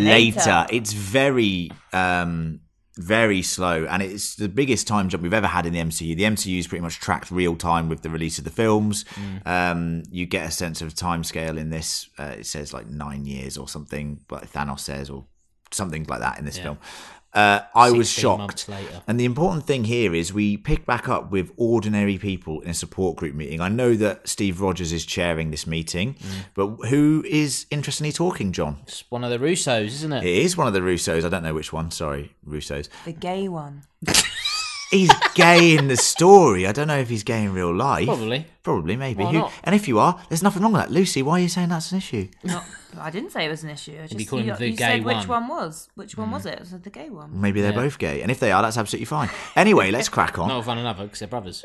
[SPEAKER 5] Later.
[SPEAKER 3] it's very um very slow, and it's the biggest time jump we've ever had in the MCU. The MCU's pretty much tracked real time with the release of the films.
[SPEAKER 4] Mm.
[SPEAKER 3] Um, you get a sense of time scale in this. Uh, it says like nine years or something, but Thanos says or something like that in this film. Uh, I was
[SPEAKER 4] 16
[SPEAKER 3] shocked.
[SPEAKER 4] months later.
[SPEAKER 3] And the important thing here is we pick back up with ordinary people in a support group meeting. I know that Steve Rogers is chairing this meeting,
[SPEAKER 4] Mm.
[SPEAKER 3] but who is interestingly talking, John?
[SPEAKER 4] It's one of the Russos, isn't it?
[SPEAKER 3] It is one of the Russos. I don't know which one. Sorry, Russos.
[SPEAKER 5] The gay one.
[SPEAKER 3] He's gay in the story. I don't know if he's gay in real life.
[SPEAKER 4] Probably.
[SPEAKER 3] Probably, maybe.
[SPEAKER 4] Why
[SPEAKER 3] Who-
[SPEAKER 4] not?
[SPEAKER 3] And if you are, there's nothing wrong with that. Lucy, why are you saying that's an issue?
[SPEAKER 5] Not, I didn't say it was an issue. I just,
[SPEAKER 4] call him
[SPEAKER 5] you,
[SPEAKER 4] the
[SPEAKER 5] you
[SPEAKER 4] gay
[SPEAKER 5] said
[SPEAKER 4] one. Hmm.
[SPEAKER 5] which one was. Which one was it? I said the gay one.
[SPEAKER 3] Maybe they're both gay. And if they are, that's absolutely fine. Anyway, let's crack on.
[SPEAKER 4] Not with one another because they're brothers.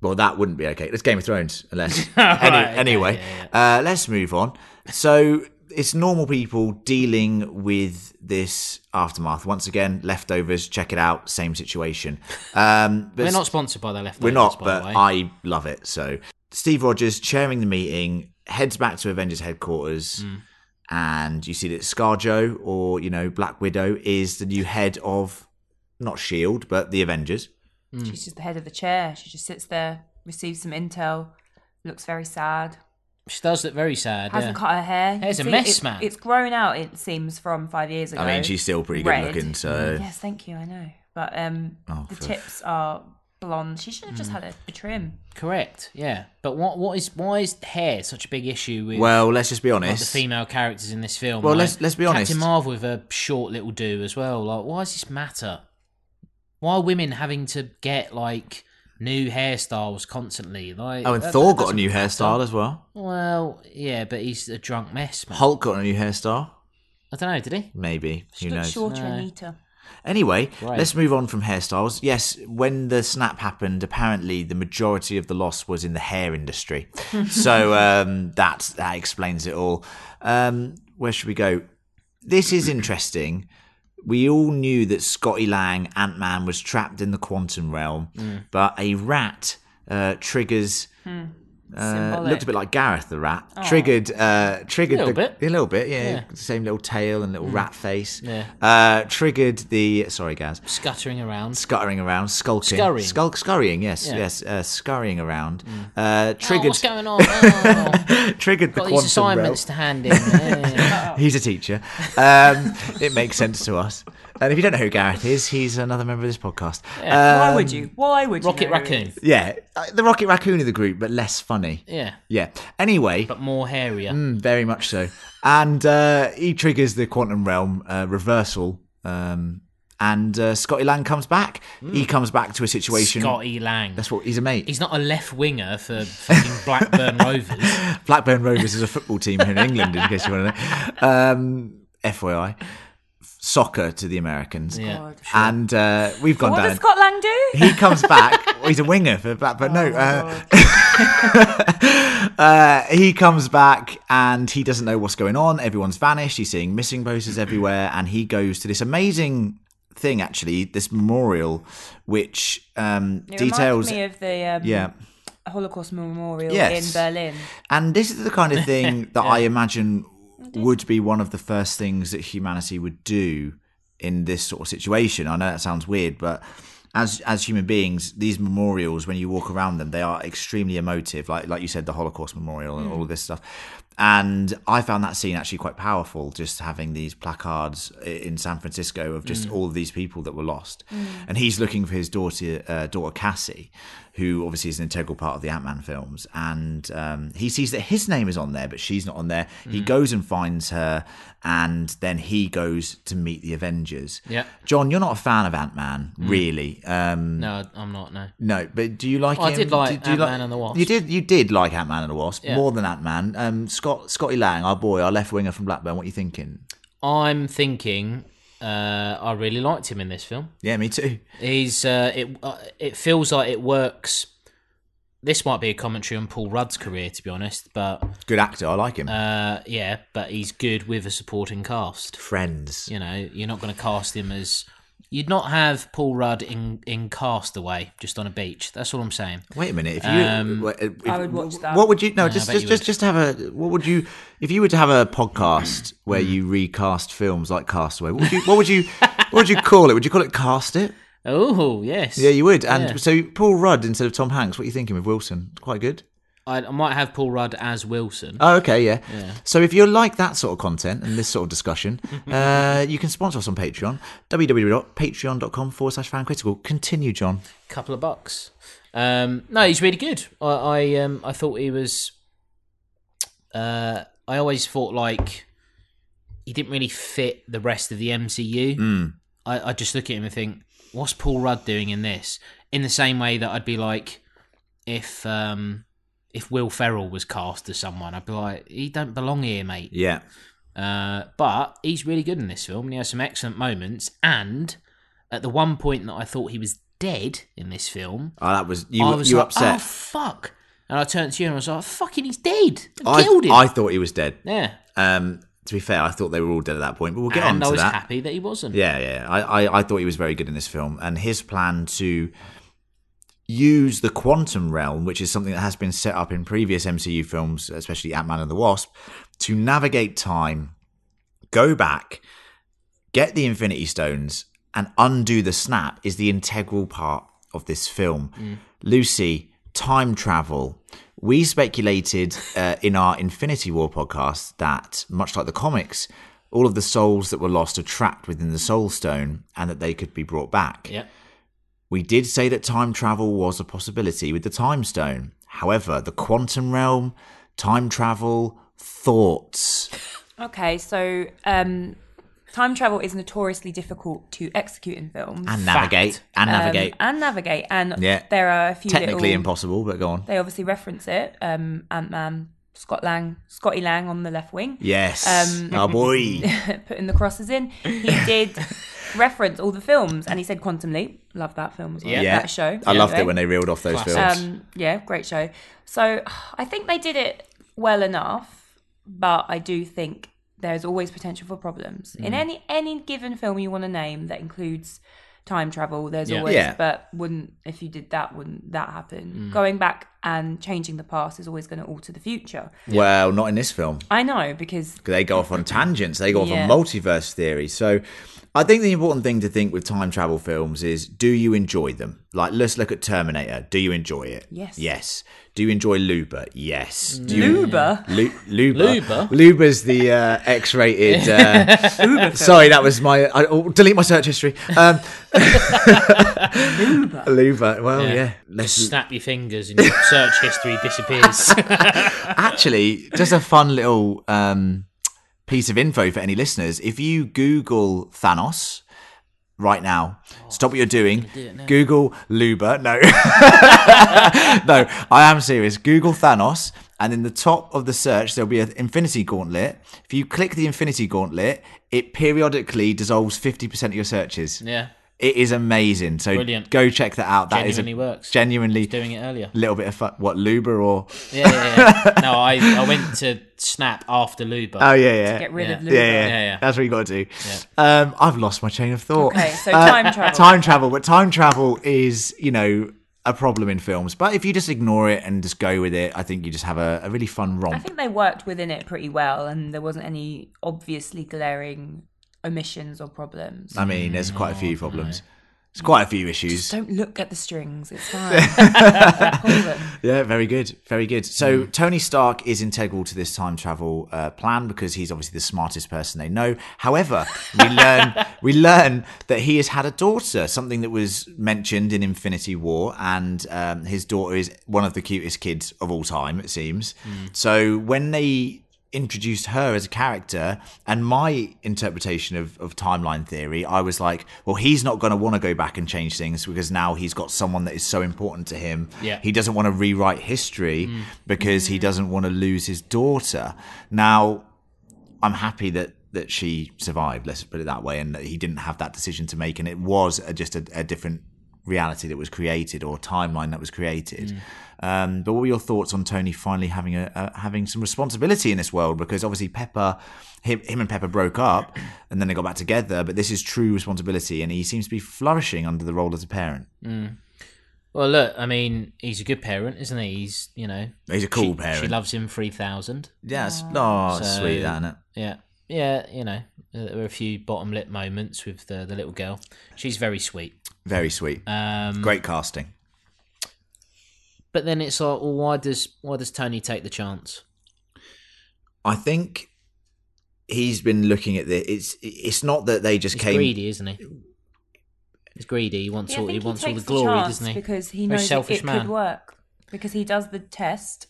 [SPEAKER 3] Well, that wouldn't be okay. It's Game of Thrones, unless. Any-
[SPEAKER 4] Right, okay,
[SPEAKER 3] anyway, Uh, let's move on. So it's normal people dealing with this aftermath. Once again, leftovers. Check it out. Same situation. Um, but
[SPEAKER 4] We're not sponsored by their left.
[SPEAKER 3] We're not,
[SPEAKER 4] by
[SPEAKER 3] but
[SPEAKER 4] the way.
[SPEAKER 3] I love it. So Steve Rogers chairing the meeting heads back to Avengers headquarters.
[SPEAKER 4] Mm.
[SPEAKER 3] And you see that Scarjo, or you know Black Widow, is the new head of not Shield, E but the Avengers.
[SPEAKER 5] She's just the head of the chair. She just sits there, receives some intel, looks very sad.
[SPEAKER 4] she does look very sad.
[SPEAKER 5] Hasn't
[SPEAKER 4] yeah.
[SPEAKER 5] cut her hair. You
[SPEAKER 4] Hair's a
[SPEAKER 5] see,
[SPEAKER 4] mess,
[SPEAKER 5] it,
[SPEAKER 4] man.
[SPEAKER 5] It's grown out. It seems from five years ago.
[SPEAKER 3] I mean, she's still pretty good
[SPEAKER 5] Red. Mm,
[SPEAKER 3] looking. So
[SPEAKER 5] Yes, thank you. I know, but um,
[SPEAKER 3] Oh,
[SPEAKER 5] the
[SPEAKER 3] for-
[SPEAKER 5] tips are blonde. She should have
[SPEAKER 4] Mm.
[SPEAKER 5] just had a, a trim.
[SPEAKER 4] Correct. Yeah. But what what is why is hair such a big issue with
[SPEAKER 3] well, let's just be
[SPEAKER 4] like,
[SPEAKER 3] honest.
[SPEAKER 4] the female characters in this film?
[SPEAKER 3] Well,
[SPEAKER 4] like,
[SPEAKER 3] let's- let's be honest.
[SPEAKER 4] Captain Marvel with a short little do as well. Like, why does this matter? Why are women having to get like new hairstyles constantly? Like,
[SPEAKER 3] Oh, and
[SPEAKER 4] that-
[SPEAKER 3] Thor
[SPEAKER 4] that
[SPEAKER 3] got a new hairstyle as well.
[SPEAKER 4] doesn't- Well, yeah, but he's a drunk mess. Man.
[SPEAKER 3] Hulk got a new hairstyle.
[SPEAKER 4] I don't know. Did he?
[SPEAKER 3] Maybe.
[SPEAKER 5] She
[SPEAKER 3] Who
[SPEAKER 5] looks
[SPEAKER 3] knows?
[SPEAKER 5] shorter
[SPEAKER 4] No.
[SPEAKER 5] and neater.
[SPEAKER 3] Anyway,
[SPEAKER 4] Right.
[SPEAKER 3] let's move on from hairstyles. Yes, when the snap happened, apparently the majority of the loss was in the hair industry. so um, that, that explains it all. Um, where should we go? This is interesting. We all knew that Scotty Lang, Ant Man, was trapped in the quantum realm, but a rat uh, triggers. Uh,
[SPEAKER 5] Symbolic.
[SPEAKER 3] looked a bit like Gareth the rat. Triggered, uh, triggered
[SPEAKER 4] A little
[SPEAKER 3] the-
[SPEAKER 4] bit.
[SPEAKER 3] a little bit, yeah.
[SPEAKER 4] Yeah. Mm.
[SPEAKER 3] Same little tail and little rat face.
[SPEAKER 4] Yeah.
[SPEAKER 3] Uh, triggered the sorry, Gaz.
[SPEAKER 4] Scuttering around.
[SPEAKER 3] Scuttering around, skulking,
[SPEAKER 4] Scurrying.
[SPEAKER 3] Skulk, scurrying. Yes,
[SPEAKER 4] Yeah.
[SPEAKER 3] yes, uh, scurrying around. Uh,
[SPEAKER 4] Oh,
[SPEAKER 3] triggered,
[SPEAKER 4] what's going on? Oh.
[SPEAKER 3] triggered the
[SPEAKER 4] got these
[SPEAKER 3] quantum realm.
[SPEAKER 4] assignments to hand in. Yeah.
[SPEAKER 3] He's a teacher. Um, it makes sense to us. And if you don't know who Gareth is, he's another member of this podcast. Yeah,
[SPEAKER 5] Why would
[SPEAKER 3] Um,
[SPEAKER 5] you? Why would you?
[SPEAKER 4] Rocket
[SPEAKER 5] know who it is?
[SPEAKER 4] Raccoon.
[SPEAKER 3] yeah. uh, the Rocket Raccoon of the group, but less funny.
[SPEAKER 4] Yeah,
[SPEAKER 3] Yeah. Anyway,
[SPEAKER 4] but more hairier.
[SPEAKER 3] Mm, very much so. And uh, he triggers the quantum realm uh, reversal. Um, and uh, Scotty Lang comes back. He comes back to a situation.
[SPEAKER 4] Mm. Scotty Lang.
[SPEAKER 3] That's what he's a mate.
[SPEAKER 4] He's not a left winger for fucking Blackburn Rovers.
[SPEAKER 3] Mm. Blackburn Rovers is a football team here in England, in case you want to know. Um, FYI, soccer to the Americans.
[SPEAKER 4] Yeah.
[SPEAKER 3] And uh, we've gone
[SPEAKER 5] What
[SPEAKER 3] down.
[SPEAKER 5] does Scott Lang do?
[SPEAKER 3] he comes back. well, he's a winger for Blackburn. no, uh,
[SPEAKER 5] Oh.
[SPEAKER 3] uh, he comes back and he doesn't know what's going on. Everyone's vanished. He's seeing missing posters everywhere, and he goes to this amazing thing. Actually, this memorial, which um,
[SPEAKER 5] It
[SPEAKER 3] details.
[SPEAKER 5] reminded me of the um,
[SPEAKER 3] yeah.
[SPEAKER 5] Holocaust Memorial
[SPEAKER 3] Yes.
[SPEAKER 5] in Berlin.
[SPEAKER 3] And this is the kind of thing that I imagine would be one of the first things that humanity would do in this sort of situation. I know that sounds weird, but as as human beings, these memorials, when you walk around them, they are extremely emotive. Like like you said, the Holocaust Memorial and all of this stuff. And I found that scene actually quite powerful, just having these placards i- in San Francisco of just all of these people that were lost. And he's looking for his daughter, uh, daughter Cassie, who obviously is an integral part of the Ant Man films. And um, he sees that his name is on there, but she's not on there. He
[SPEAKER 4] Mm.
[SPEAKER 3] goes and finds her, and then he goes to meet the Avengers.
[SPEAKER 4] Yeah. Mm.
[SPEAKER 3] John, you're not a fan of Ant Man, really. Um,
[SPEAKER 4] No, I'm not. No.
[SPEAKER 3] no, but do you like?
[SPEAKER 4] Well, I
[SPEAKER 3] him?
[SPEAKER 4] did like
[SPEAKER 3] do you
[SPEAKER 4] Ant-Man and the Wasp.
[SPEAKER 3] You did. You did like Ant Man and the Wasp
[SPEAKER 4] Yeah.
[SPEAKER 3] more than Ant Man. Um, Scott Scotty Lang, our boy, our left winger from Blackburn. What are you thinking?
[SPEAKER 4] I'm thinking. Uh, I really liked him in this film.
[SPEAKER 3] Yeah, me too.
[SPEAKER 4] He's. Uh, it. Uh, it feels like it works. This might be a commentary on Paul Rudd's career, to be honest. But
[SPEAKER 3] Good actor. I like him.
[SPEAKER 4] uh, yeah, but he's good with a supporting cast.
[SPEAKER 3] Friends.
[SPEAKER 4] You know, you're not going to cast him as. You'd not have Paul Rudd in in Castaway just on a beach. That's all I'm saying.
[SPEAKER 3] Wait a minute. If you, wait, if-
[SPEAKER 5] I would watch that.
[SPEAKER 3] What would Um, Uh, you? No, just
[SPEAKER 4] bet
[SPEAKER 3] just
[SPEAKER 4] you
[SPEAKER 3] just
[SPEAKER 4] would.
[SPEAKER 3] just have a. What would you? If you were to have a podcast where you recast films like Castaway, what would you? What would you? What would you call it? Would you call it cast it?
[SPEAKER 4] Oh yes.
[SPEAKER 3] Yeah, you would. And
[SPEAKER 4] Yeah.
[SPEAKER 3] so Paul Rudd instead of Tom Hanks. What are you thinking with Wilson? Quite good.
[SPEAKER 4] I, I might have Paul Rudd as Wilson.
[SPEAKER 3] Oh, okay, yeah. So if you like that sort of content and this sort of discussion, uh, you can sponsor us on Patreon. www.patreon.com forward slash fan critical. Continue, John.
[SPEAKER 4] couple of bucks. Um, no, he's really good. I I, um, I thought he was. Uh, I always thought like he didn't really fit the rest of the MCU. I, I just look at him and think, what's Paul Rudd doing in this? In the same way that I'd be like, if um, if Will Ferrell was cast as someone, I'd be like, he don't belong here, mate.
[SPEAKER 3] Yeah.
[SPEAKER 4] Uh, but he's really good in this film, and he has some excellent moments. And at the one point that I thought he was dead in this film,
[SPEAKER 3] Oh, that was you.
[SPEAKER 4] I
[SPEAKER 3] were
[SPEAKER 4] was
[SPEAKER 3] you were
[SPEAKER 4] like,
[SPEAKER 3] upset.
[SPEAKER 4] "Oh fuck!" And I turned to you and I was like, "Fucking, he's dead! I
[SPEAKER 3] I,
[SPEAKER 4] "Oh, killed him!"
[SPEAKER 3] I thought he was dead.
[SPEAKER 4] yeah,
[SPEAKER 3] Um, to be fair, I thought they were all dead at that point, but we'll get
[SPEAKER 4] and
[SPEAKER 3] on
[SPEAKER 4] I
[SPEAKER 3] to
[SPEAKER 4] was
[SPEAKER 3] that.
[SPEAKER 4] happy that he wasn't.
[SPEAKER 3] Yeah, yeah. I, I, I thought he was very good in this film, and his plan to use the quantum realm, which is something that has been set up in previous MCU films, especially Ant Man and the Wasp, to navigate time, go back, get the Infinity Stones, and undo the snap is the integral part of this film. Lucy, time travel. We speculated uh, in our Infinity War podcast that, much like the comics, all of the souls that were lost are trapped within the Soul Stone and that they could be brought back.
[SPEAKER 4] yeah.
[SPEAKER 3] We did say that time travel was a possibility with the Time Stone. However, the quantum realm, time travel, thoughts.
[SPEAKER 5] Okay, so um, time travel is notoriously difficult to execute in films.
[SPEAKER 3] And navigate. And
[SPEAKER 5] Um,
[SPEAKER 3] navigate.
[SPEAKER 5] and navigate. And
[SPEAKER 3] Yeah.
[SPEAKER 5] there are a few
[SPEAKER 3] Technically
[SPEAKER 5] little,
[SPEAKER 3] impossible, but go on.
[SPEAKER 5] They obviously reference it. Um, Ant Man, Scott Lang, Scotty Lang on the left wing.
[SPEAKER 3] Yes.
[SPEAKER 5] Um,
[SPEAKER 3] oh boy.
[SPEAKER 5] putting the crosses in. He did reference all the films, and he said Quantum Leap. Love that film as well.
[SPEAKER 4] Yeah.
[SPEAKER 5] that show.
[SPEAKER 3] I loved it when
[SPEAKER 5] Anyway.
[SPEAKER 3] they reeled off those
[SPEAKER 4] Classic.
[SPEAKER 3] films.
[SPEAKER 5] Um, yeah, great show. So I think they did it well enough, but I do think there's always potential for problems
[SPEAKER 3] Mm.
[SPEAKER 5] in any any given film you want to name that includes time travel. There's
[SPEAKER 4] Yeah.
[SPEAKER 5] always,
[SPEAKER 3] Yeah.
[SPEAKER 5] but wouldn't if you did that, wouldn't that happen? Going back and changing the past is always going to alter the future.
[SPEAKER 3] well, not in this film.
[SPEAKER 5] I know because
[SPEAKER 3] 'cause They go off on tangents. They go off
[SPEAKER 5] Yeah.
[SPEAKER 3] on multiverse theory. So, I think the important thing to think with time travel films is: Do you enjoy them? Like, let's look at Terminator. Do you enjoy it?
[SPEAKER 5] Yes.
[SPEAKER 3] Yes. Do you enjoy Luba? Yes. Do you
[SPEAKER 5] Luba.
[SPEAKER 3] Lu- Luba.
[SPEAKER 4] Luba?
[SPEAKER 3] Luba's the uh, X-rated. Uh, sorry, that was my. I, oh, delete my search history. Um, Luba. Well, yeah. Let's-
[SPEAKER 4] Just snap your fingers and your search history disappears.
[SPEAKER 3] actually, just a fun little um, piece of info for any listeners. If you Google Thanos right now, stop what you're doing. Google Luba. No, no, I am serious. Google Thanos, and in the top of the search, there'll be an infinity gauntlet. If you click the infinity gauntlet, it periodically dissolves 50% of your searches.
[SPEAKER 4] yeah,
[SPEAKER 3] It is amazing. So
[SPEAKER 4] Brilliant.
[SPEAKER 3] go check that out. That is
[SPEAKER 4] Genuinely works.
[SPEAKER 3] Genuinely
[SPEAKER 4] doing it earlier.
[SPEAKER 3] little bit of fun. What, Luba or.
[SPEAKER 4] Yeah, yeah, yeah. no, I, I went to snap after Luba.
[SPEAKER 3] Oh, yeah, yeah.
[SPEAKER 5] get rid of
[SPEAKER 4] Yeah.
[SPEAKER 5] Luba.
[SPEAKER 3] yeah, yeah,
[SPEAKER 4] Yeah, yeah.
[SPEAKER 3] That's what you got to do. Um, I've lost my chain of thought. Uh,
[SPEAKER 5] Okay, so time travel.
[SPEAKER 3] Time travel, but time travel is, you know, a problem in films. But if you just ignore it and just go with it, I think you just have a, a really fun
[SPEAKER 5] I
[SPEAKER 3] romp.
[SPEAKER 5] think they worked within it pretty well, and there wasn't any obviously glaring omissions or problems.
[SPEAKER 3] I mean, there's quite a few
[SPEAKER 4] Mm,
[SPEAKER 3] problems. There's quite a few issues.
[SPEAKER 5] Don't look at the strings; it's fine. Pull them.
[SPEAKER 3] Yeah, very good, very good. So Tony Stark is integral to this time travel uh, plan because he's obviously the smartest person they know. However, we learn we learn that he has had a daughter, something that was mentioned in Infinity War, and um, his daughter is one of the cutest kids of all time, it seems. So when they introduced her as a character and my interpretation of, of timeline theory i was like well he's not going to want to go back and change things because now he's got someone that is so important to him
[SPEAKER 4] Yeah.
[SPEAKER 3] he doesn't want to rewrite history because he doesn't want to lose his daughter now i'm happy that that she survived let's put it that way and that he didn't have that decision to make and it was a, just a, a different reality that was created or timeline that was created
[SPEAKER 4] Mm.
[SPEAKER 3] um, but what were your thoughts on Tony finally having a, a having some responsibility in this world? Because obviously Pepper, him, him and Pepper broke up, and then they got back together. But this is true responsibility, and he seems to be flourishing under the role as a parent.
[SPEAKER 4] Well, look, I mean, he's a good parent, isn't he? He's you know,
[SPEAKER 3] He's a cool
[SPEAKER 4] she,
[SPEAKER 3] parent.
[SPEAKER 4] She loves him three thousand.
[SPEAKER 3] yes, oh, it's
[SPEAKER 4] So-
[SPEAKER 3] sweet, that, isn't it?
[SPEAKER 4] Yeah. yeah, you know, there were a few bottom lip moments with the the little girl. She's very sweet.
[SPEAKER 3] Very sweet.
[SPEAKER 4] Um,
[SPEAKER 3] Great casting.
[SPEAKER 4] but then it's like, well, why does why does Tony take the chance?
[SPEAKER 3] I think he's been looking at this. It's it's not that they just
[SPEAKER 4] He's
[SPEAKER 3] came.
[SPEAKER 4] greedy, isn't he? He's greedy. He wants
[SPEAKER 5] Yeah, I
[SPEAKER 4] all he
[SPEAKER 5] think
[SPEAKER 4] wants all the
[SPEAKER 5] takes
[SPEAKER 4] glory,
[SPEAKER 5] chance
[SPEAKER 4] doesn't he?
[SPEAKER 5] Because he
[SPEAKER 4] Very
[SPEAKER 5] knows it,
[SPEAKER 4] selfish
[SPEAKER 5] it
[SPEAKER 4] man.
[SPEAKER 5] could work. Because he does the test.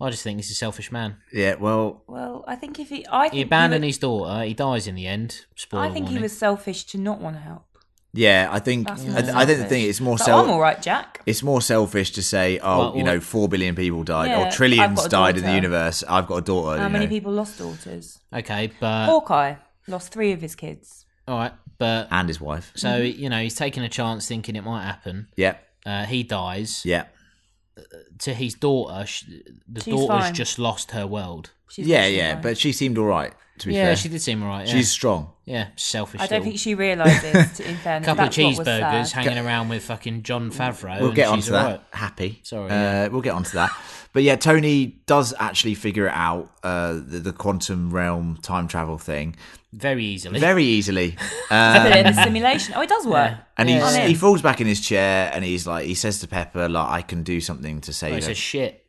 [SPEAKER 4] I just think he's a selfish man.
[SPEAKER 3] Yeah, well,
[SPEAKER 5] Well, I think if he, I think
[SPEAKER 4] He abandoned
[SPEAKER 5] he
[SPEAKER 4] his daughter. He dies in the end. Spoiler
[SPEAKER 5] was, I think he
[SPEAKER 4] warning.
[SPEAKER 5] was selfish to not want to help.
[SPEAKER 3] yeah. I think I,
[SPEAKER 5] That's more
[SPEAKER 3] I think the
[SPEAKER 5] selfish.
[SPEAKER 3] thing is more
[SPEAKER 5] But
[SPEAKER 3] self.
[SPEAKER 5] I'm all right, Jack.
[SPEAKER 3] It's more selfish to say, oh,
[SPEAKER 4] Well,
[SPEAKER 3] you
[SPEAKER 4] well-
[SPEAKER 3] know, four billion people died,
[SPEAKER 5] Yeah,
[SPEAKER 3] or
[SPEAKER 5] I've
[SPEAKER 3] trillions
[SPEAKER 5] got a
[SPEAKER 3] died in the
[SPEAKER 5] daughter.
[SPEAKER 3] universe. I've got a daughter.
[SPEAKER 5] How
[SPEAKER 3] you
[SPEAKER 5] many
[SPEAKER 3] know.
[SPEAKER 5] people lost daughters?
[SPEAKER 4] okay, but
[SPEAKER 5] Hawkeye lost three of his kids.
[SPEAKER 4] all right, but
[SPEAKER 3] and his wife.
[SPEAKER 4] so you know he's taking a chance, thinking it might happen.
[SPEAKER 3] Yeah,
[SPEAKER 4] Uh, he dies
[SPEAKER 3] yeah,
[SPEAKER 4] to his daughter. Sh the
[SPEAKER 5] She's
[SPEAKER 4] daughter's
[SPEAKER 5] fine.
[SPEAKER 4] just lost her world.
[SPEAKER 5] She's
[SPEAKER 3] yeah,
[SPEAKER 5] lost her
[SPEAKER 3] yeah.
[SPEAKER 5] mind.
[SPEAKER 3] But she seemed all right. To be
[SPEAKER 4] yeah,
[SPEAKER 3] fair,
[SPEAKER 4] she did seem alright. Yeah.
[SPEAKER 3] she's strong.
[SPEAKER 4] yeah, selfish.
[SPEAKER 5] I don't
[SPEAKER 4] little-
[SPEAKER 5] think she realises. in fairness,
[SPEAKER 4] couple
[SPEAKER 5] that's
[SPEAKER 4] of
[SPEAKER 5] what was uh, Mm.
[SPEAKER 4] cheeseburgers
[SPEAKER 5] sad.
[SPEAKER 4] hanging around with fucking John Favreau.
[SPEAKER 3] We'll
[SPEAKER 4] and
[SPEAKER 3] get
[SPEAKER 4] Um, she's
[SPEAKER 3] onto that.
[SPEAKER 4] alright.
[SPEAKER 3] Happy.
[SPEAKER 4] Sorry,
[SPEAKER 3] Uh,
[SPEAKER 4] yeah.
[SPEAKER 3] We'll get onto that. But yeah, Tony does actually figure it out uh, the, the quantum realm time travel thing
[SPEAKER 4] very easily.
[SPEAKER 3] very easily.
[SPEAKER 5] Put it in the simulation. Oh, it does work.
[SPEAKER 3] And
[SPEAKER 4] Yeah.
[SPEAKER 3] he's,
[SPEAKER 5] I'm in.
[SPEAKER 3] he falls back in his chair and he's like, he says to Pepper, like, I can do something to
[SPEAKER 4] Oh,
[SPEAKER 3] save
[SPEAKER 4] it's
[SPEAKER 3] her.
[SPEAKER 4] a shit.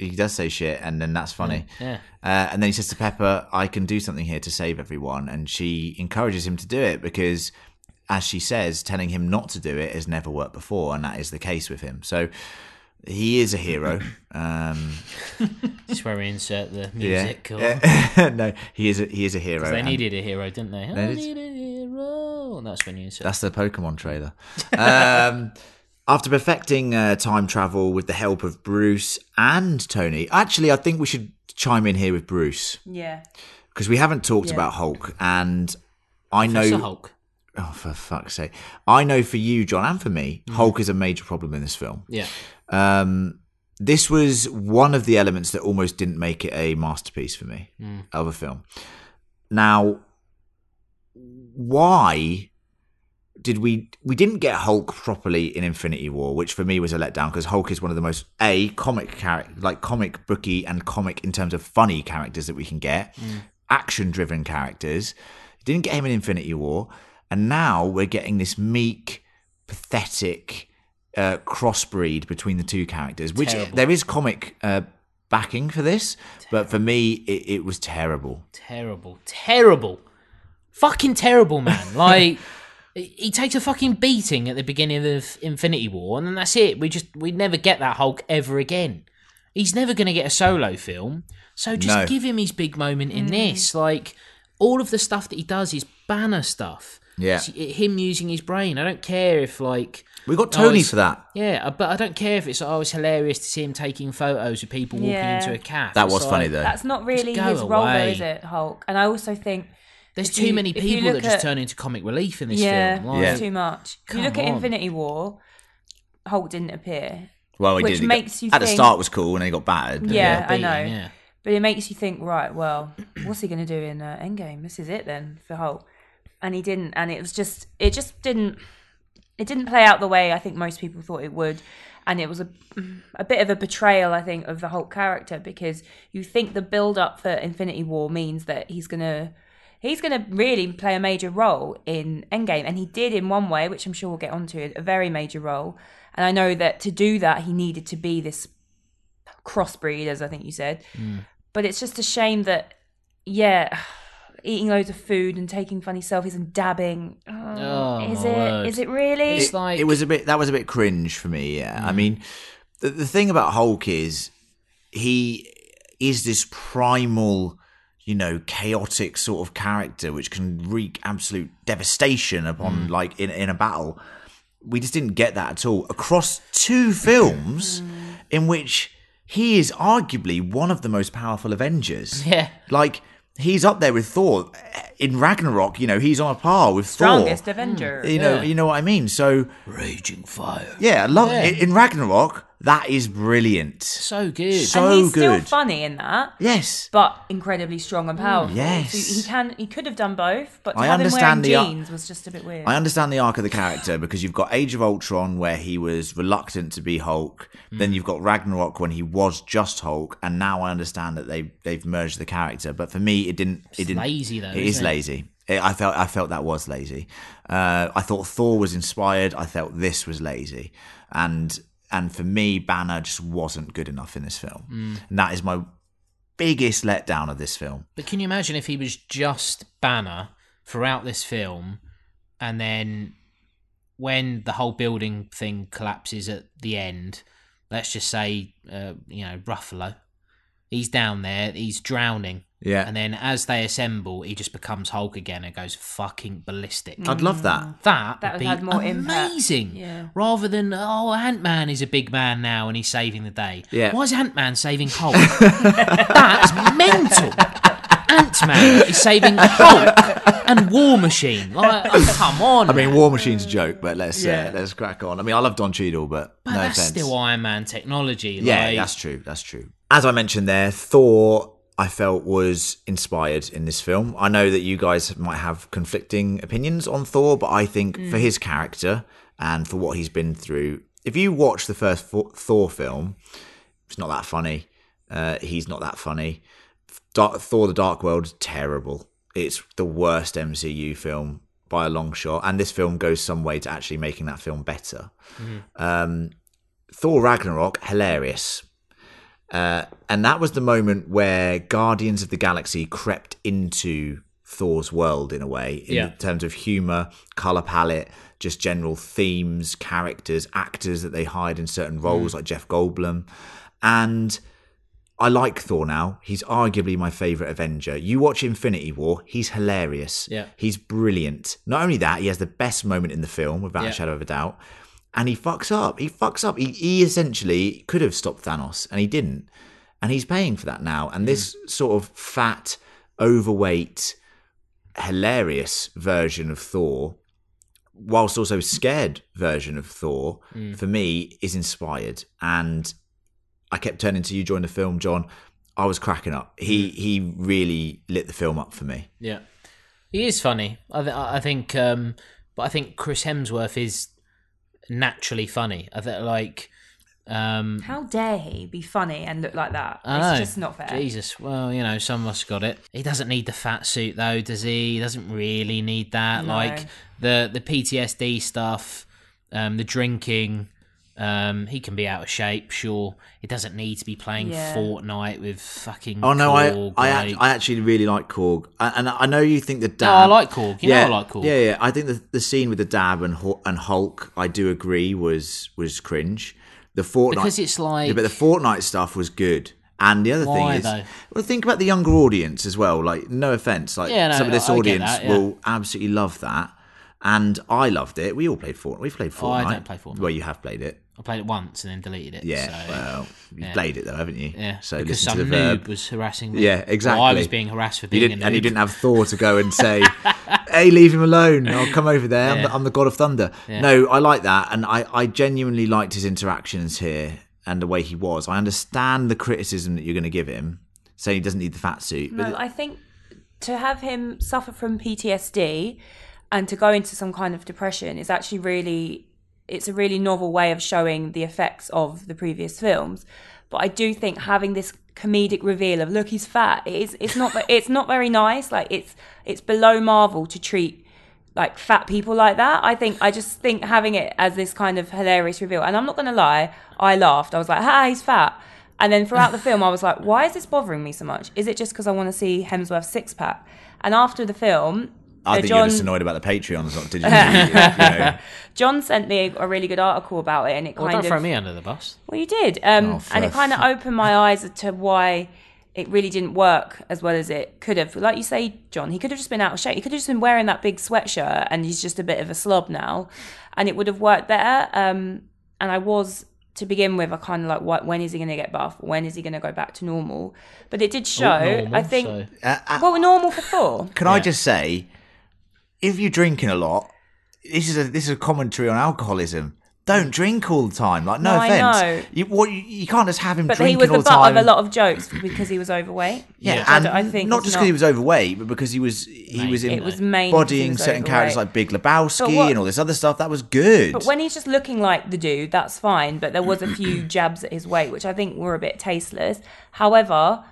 [SPEAKER 3] he does say shit, and then that's funny.
[SPEAKER 4] Yeah.
[SPEAKER 3] Uh, and then he says to Pepper, I can do something here to save everyone. And she encourages him to do it because, as she says, telling him not to do it has never worked before. And that is the case with him. So he is a hero. Um,
[SPEAKER 4] That's where we insert the
[SPEAKER 3] yeah.
[SPEAKER 4] music. Or,
[SPEAKER 3] no, he is a, he is a hero.
[SPEAKER 4] They
[SPEAKER 3] and
[SPEAKER 4] needed a hero, didn't they? I
[SPEAKER 3] did.
[SPEAKER 4] need a hero. And that's when you insert.
[SPEAKER 3] That's the Pokemon trailer. um, after perfecting uh, time travel with the help of Bruce and Tony, actually, I think we should chime in here with Bruce
[SPEAKER 5] Yeah.
[SPEAKER 3] because we haven't talked
[SPEAKER 5] Yeah.
[SPEAKER 3] about Hulk, and I
[SPEAKER 4] That's a
[SPEAKER 3] know.
[SPEAKER 4] Hulk.
[SPEAKER 3] Oh, for fuck's sake! I know for you, John, and for me, Hulk is a major problem in this film.
[SPEAKER 4] Yeah.
[SPEAKER 3] Um, this was one of the elements that almost didn't make it a masterpiece for me of a film. Now, why did we we didn't get Hulk properly in Infinity War, which for me was a letdown because Hulk is one of the most a comic character, like comic booky and comic in terms of funny characters that we can get, action driven characters. Didn't get him in Infinity War, and now we're getting this meek, pathetic uh, crossbreed between the two characters, which
[SPEAKER 4] Terrible.
[SPEAKER 3] there is comic uh, backing for this, but for me it, it was terrible.
[SPEAKER 4] Terrible. Terrible. Fucking terrible, man. Like. He takes a fucking beating at the beginning of Infinity War, and then that's it. We just we never get that Hulk ever again. He's never going to get a solo film, so just
[SPEAKER 3] No.
[SPEAKER 4] give him his big moment in this. Like all of the stuff that he does is banner stuff.
[SPEAKER 3] Yeah.
[SPEAKER 4] It's him using his brain. I don't care if like
[SPEAKER 3] We got
[SPEAKER 4] Oh,
[SPEAKER 3] Tony
[SPEAKER 4] it's-
[SPEAKER 3] for that.
[SPEAKER 4] Yeah, I- but I don't care if it's oh, it's hilarious to see him taking photos of people walking
[SPEAKER 5] Yeah.
[SPEAKER 4] into a cafe.
[SPEAKER 3] That
[SPEAKER 4] It's
[SPEAKER 3] was
[SPEAKER 4] like,
[SPEAKER 3] funny though.
[SPEAKER 5] That's not really
[SPEAKER 4] go
[SPEAKER 5] his role, though,
[SPEAKER 4] away.
[SPEAKER 5] is it, Hulk? And I also think
[SPEAKER 4] There's
[SPEAKER 5] If
[SPEAKER 4] too
[SPEAKER 5] you-
[SPEAKER 4] many
[SPEAKER 5] if you
[SPEAKER 4] people that
[SPEAKER 5] look
[SPEAKER 4] just
[SPEAKER 5] at-
[SPEAKER 4] turn into comic relief in this
[SPEAKER 5] yeah,
[SPEAKER 4] film. Like,
[SPEAKER 3] Yeah.
[SPEAKER 5] it's too much. If you
[SPEAKER 4] Come
[SPEAKER 5] look at
[SPEAKER 4] on.
[SPEAKER 5] Infinity War, Hulk didn't appear,
[SPEAKER 3] Well, he
[SPEAKER 5] Which
[SPEAKER 3] did. He
[SPEAKER 5] makes you
[SPEAKER 3] at the
[SPEAKER 5] think-
[SPEAKER 3] start was cool, and then he got battered. but
[SPEAKER 5] Yeah. I
[SPEAKER 4] beating,
[SPEAKER 5] know.
[SPEAKER 4] Yeah.
[SPEAKER 5] but it makes you think, right? Well, what's he going to do in uh, Endgame? This is it then for Hulk, and he didn't. And it was just, it just didn't, it didn't play out the way I think most people thought it would, and it was a, a bit of a betrayal, I think, of the Hulk character because you think the build up for Infinity War means that he's going to. He's going to really play a major role in Endgame, and he did in one way, which I'm sure we'll get onto, a very major role. And I know that to do that, he needed to be this crossbreed, as I think you said.
[SPEAKER 4] Mm.
[SPEAKER 5] But it's just a shame that, yeah, eating loads of food and taking funny selfies and dabbing. um,
[SPEAKER 4] Oh,
[SPEAKER 5] is
[SPEAKER 4] my
[SPEAKER 5] it?
[SPEAKER 4] word.
[SPEAKER 5] Is it really?
[SPEAKER 4] It's like Mm.
[SPEAKER 3] it was a bit. That was a bit cringe for me. Yeah. I mean, the, the thing about Hulk is he is this primal, you know, chaotic sort of character which can wreak absolute devastation upon,
[SPEAKER 4] Mm.
[SPEAKER 3] like, in in a battle. We just didn't get that at all across two
[SPEAKER 4] Mm.
[SPEAKER 3] films, in which he is arguably one of the most powerful Avengers.
[SPEAKER 4] yeah.
[SPEAKER 3] Like he's up there with Thor in Ragnarok. You know, he's on a par with
[SPEAKER 5] strongest
[SPEAKER 3] Thor.
[SPEAKER 4] Mm.
[SPEAKER 5] Avenger.
[SPEAKER 3] You know,
[SPEAKER 4] yeah.
[SPEAKER 3] you know what I mean. So
[SPEAKER 4] Raging fire.
[SPEAKER 3] yeah, I love
[SPEAKER 4] Yeah.
[SPEAKER 3] in- in Ragnarok. That is brilliant.
[SPEAKER 4] So good.
[SPEAKER 3] So
[SPEAKER 5] and he's still
[SPEAKER 3] good.
[SPEAKER 5] funny in that,
[SPEAKER 3] Yes.
[SPEAKER 5] but incredibly strong and powerful.
[SPEAKER 3] Mm. yes.
[SPEAKER 5] So he can. He could have done both, but to
[SPEAKER 3] I
[SPEAKER 5] have
[SPEAKER 3] understand
[SPEAKER 5] him
[SPEAKER 3] the ar-
[SPEAKER 5] wearing jeans was just a bit weird.
[SPEAKER 3] I understand the arc of the character because you've got Age of Ultron where he was reluctant to be Hulk,
[SPEAKER 5] Hmm.
[SPEAKER 3] then you've got Ragnarok when he was just Hulk, and now I understand that they they've merged the character. But for me, it didn't. It didn't.
[SPEAKER 4] lazy, though,
[SPEAKER 3] It is
[SPEAKER 4] isn't it?
[SPEAKER 3] lazy. It, I felt I felt that was lazy. Uh, I thought Thor was inspired. I felt this was lazy, and and for me, Banner just wasn't good enough in this film,
[SPEAKER 4] Mm.
[SPEAKER 3] and that is my biggest letdown of this film.
[SPEAKER 4] But can you imagine if he was just Banner throughout this film, and then when the whole building thing collapses at the end, let's just say, uh, you know, Ruffalo, he's down there, he's drowning,
[SPEAKER 3] Yeah,
[SPEAKER 4] and then as they assemble, he just becomes Hulk again and goes fucking ballistic.
[SPEAKER 3] I'd love that.
[SPEAKER 4] That,
[SPEAKER 5] That
[SPEAKER 4] would
[SPEAKER 5] would
[SPEAKER 4] be
[SPEAKER 5] have had more impact.
[SPEAKER 4] amazing.
[SPEAKER 5] Yeah.
[SPEAKER 4] Rather than oh, Ant Man is a big man now and he's saving the day.
[SPEAKER 3] Yeah.
[SPEAKER 4] Why is Ant Man saving Hulk? That's mental. Ant Man is saving Hulk and War Machine. Like, oh, come on.
[SPEAKER 3] I mean, War Machine's a joke, but let's
[SPEAKER 4] Yeah.
[SPEAKER 3] uh, let's crack on. I mean, I love Don Cheadle, but,
[SPEAKER 4] but
[SPEAKER 3] no
[SPEAKER 4] that's
[SPEAKER 3] offense.
[SPEAKER 4] still Iron Man technology.
[SPEAKER 3] yeah,
[SPEAKER 4] like,
[SPEAKER 3] that's true. That's true. As I mentioned there, Thor, I felt was inspired in this film. I know that you guys might have conflicting opinions on Thor, but I think for his character and for what he's been through, if you watch the first Fo- Thor film, it's not that funny. Uh, he's not that funny. Dark, Thor: The Dark World is terrible. It's the worst MCU film by a long shot, and this film goes some way to actually making that film better. Um, Thor: Ragnarok, hilarious. Uh, and that was the moment where Guardians of the Galaxy crept into Thor's world in a way, in
[SPEAKER 4] Yeah.
[SPEAKER 3] terms of humor, color palette, just general themes, characters, actors that they hired in certain
[SPEAKER 4] Mm.
[SPEAKER 3] roles, like Jeff Goldblum. And I like Thor now. He's arguably my favorite Avenger. You watch Infinity War, he's hilarious.
[SPEAKER 4] Yeah.
[SPEAKER 3] He's brilliant. Not only that, he has the best moment in the film, without
[SPEAKER 4] Yeah.
[SPEAKER 3] a shadow of a doubt. And he fucks up. He fucks up. He, he essentially could have stopped Thanos, and he didn't. And he's paying for that now. And this sort of fat, overweight, hilarious version of Thor, whilst also scared version of Thor, for me is inspired. And I kept turning to you during the film, John. I was cracking up. He he really lit the film up for me.
[SPEAKER 4] Yeah, he is funny. I, th- I think, um, but I think Chris Hemsworth is naturally funny. I think like. Um,
[SPEAKER 5] How dare he be funny and look like that?
[SPEAKER 4] I
[SPEAKER 5] It's
[SPEAKER 4] know.
[SPEAKER 5] just not fair.
[SPEAKER 4] Oh, Jesus. Well, you know, some of us got it. He doesn't need the fat suit though, does he? He doesn't really need that.
[SPEAKER 5] No.
[SPEAKER 4] Like the the PTSD stuff, um, the drinking. Um, he can be out of shape, sure. He doesn't need to be playing
[SPEAKER 5] Yeah.
[SPEAKER 4] Fortnite with fucking.
[SPEAKER 3] Oh no,
[SPEAKER 4] Korg,
[SPEAKER 3] I I,
[SPEAKER 4] like-
[SPEAKER 3] I actually really like Korg, I, and I know you think the dab.
[SPEAKER 4] No, I like Korg. You
[SPEAKER 3] yeah,
[SPEAKER 4] know I like Korg.
[SPEAKER 3] Yeah, yeah. I think the, the scene with the dab and Hul- and Hulk, I do agree, was was cringe. The Fortnite
[SPEAKER 4] Because it's like-
[SPEAKER 3] yeah, but the Fortnite stuff was good. And the other
[SPEAKER 4] Why,
[SPEAKER 3] thing is,
[SPEAKER 4] though?
[SPEAKER 3] well, think about the younger audience as well. Like, no offense, like
[SPEAKER 4] Yeah, no,
[SPEAKER 3] some of this
[SPEAKER 4] I- I get
[SPEAKER 3] audience
[SPEAKER 4] that, yeah.
[SPEAKER 3] will absolutely love that, and I loved it. We all played Fortnite. We've played
[SPEAKER 4] Oh,
[SPEAKER 3] Fortnite.
[SPEAKER 4] I don't play Fortnite.
[SPEAKER 3] Well, you have played it.
[SPEAKER 4] I played it once and then deleted it.
[SPEAKER 3] Yeah.
[SPEAKER 4] so-
[SPEAKER 3] well, you have played it though, haven't you?
[SPEAKER 4] yeah.
[SPEAKER 3] So
[SPEAKER 4] because
[SPEAKER 3] listen
[SPEAKER 4] some
[SPEAKER 3] to the
[SPEAKER 4] noob
[SPEAKER 3] verb.
[SPEAKER 4] was harassing me.
[SPEAKER 3] Yeah,
[SPEAKER 4] Or I
[SPEAKER 3] exactly.
[SPEAKER 4] was being harassed for
[SPEAKER 3] You
[SPEAKER 4] being
[SPEAKER 3] didn't,
[SPEAKER 4] a noob.
[SPEAKER 3] and you didn't have Thor to go and say, "Hey, leave him alone. I'll come over there. I'm, the, I'm the god of thunder." No, I like that, and I, I genuinely liked his interactions here and the way he was. I understand the criticism that you're going to give him, saying he doesn't need the fat suit, but
[SPEAKER 5] No, I think to have him suffer from PTSD and to go into some kind of depression is actually really it's a really novel way of showing the effects of the previous films. But I do think having this comedic reveal of look he's fat it is it's not it's not very nice. Like it's it's below Marvel to treat like fat people like that. I think I just think having it as this kind of hilarious reveal. And I'm not gonna lie, I laughed. I was like, "Ha, he's fat." And then throughout the film, I was like, "Why is this bothering me so much? Is it just because I want to see Hemsworth's six pack?" And after the film,
[SPEAKER 3] I
[SPEAKER 5] uh,
[SPEAKER 3] think
[SPEAKER 5] John
[SPEAKER 3] you're just annoyed about the Patreons, not did you? You know.
[SPEAKER 5] John sent me a, a really good article about it, and it
[SPEAKER 4] Well,
[SPEAKER 5] kind
[SPEAKER 4] don't
[SPEAKER 5] of
[SPEAKER 4] throw me under the bus.
[SPEAKER 5] well, you did, um,
[SPEAKER 3] Oh, for
[SPEAKER 5] and it
[SPEAKER 3] a
[SPEAKER 5] kind of
[SPEAKER 3] fu-
[SPEAKER 5] opened my eyes to why it really didn't work as well as it could have. Like you say, John, he could have just been out of shape. He could have just been wearing that big sweatshirt, and he's just a bit of a slob now, and it would have worked better. Um, and I was to begin with, I kind of like, what? When is he going to get buff? When is he going to go back to normal? But it did show.
[SPEAKER 4] normal,
[SPEAKER 5] I think.
[SPEAKER 4] so-
[SPEAKER 5] Well, normal for Thor.
[SPEAKER 3] Can I just say, if you're drinking a lot, this is a this is a commentary on alcoholism. don't drink all the time. Like, no,
[SPEAKER 5] No, I
[SPEAKER 3] offense,
[SPEAKER 5] know.
[SPEAKER 3] you, what, you, you can't just have him
[SPEAKER 5] But he
[SPEAKER 3] drinking
[SPEAKER 5] was the
[SPEAKER 3] all the
[SPEAKER 5] butt
[SPEAKER 3] time.
[SPEAKER 5] of a lot of jokes because he was overweight.
[SPEAKER 3] Yeah,
[SPEAKER 5] Which
[SPEAKER 3] and
[SPEAKER 5] I, d- I think
[SPEAKER 3] not
[SPEAKER 5] is
[SPEAKER 3] just because he was overweight, but because he was he was in
[SPEAKER 5] It was mainly 'cause he
[SPEAKER 3] bodying
[SPEAKER 5] was
[SPEAKER 3] certain characters like
[SPEAKER 5] overweight.
[SPEAKER 3] Big Lebowski
[SPEAKER 5] But what-
[SPEAKER 3] and all this other stuff. That was good.
[SPEAKER 5] But when he's just looking like the dude, that's fine. But there was a few jabs at his weight, which I think were a bit tasteless. However,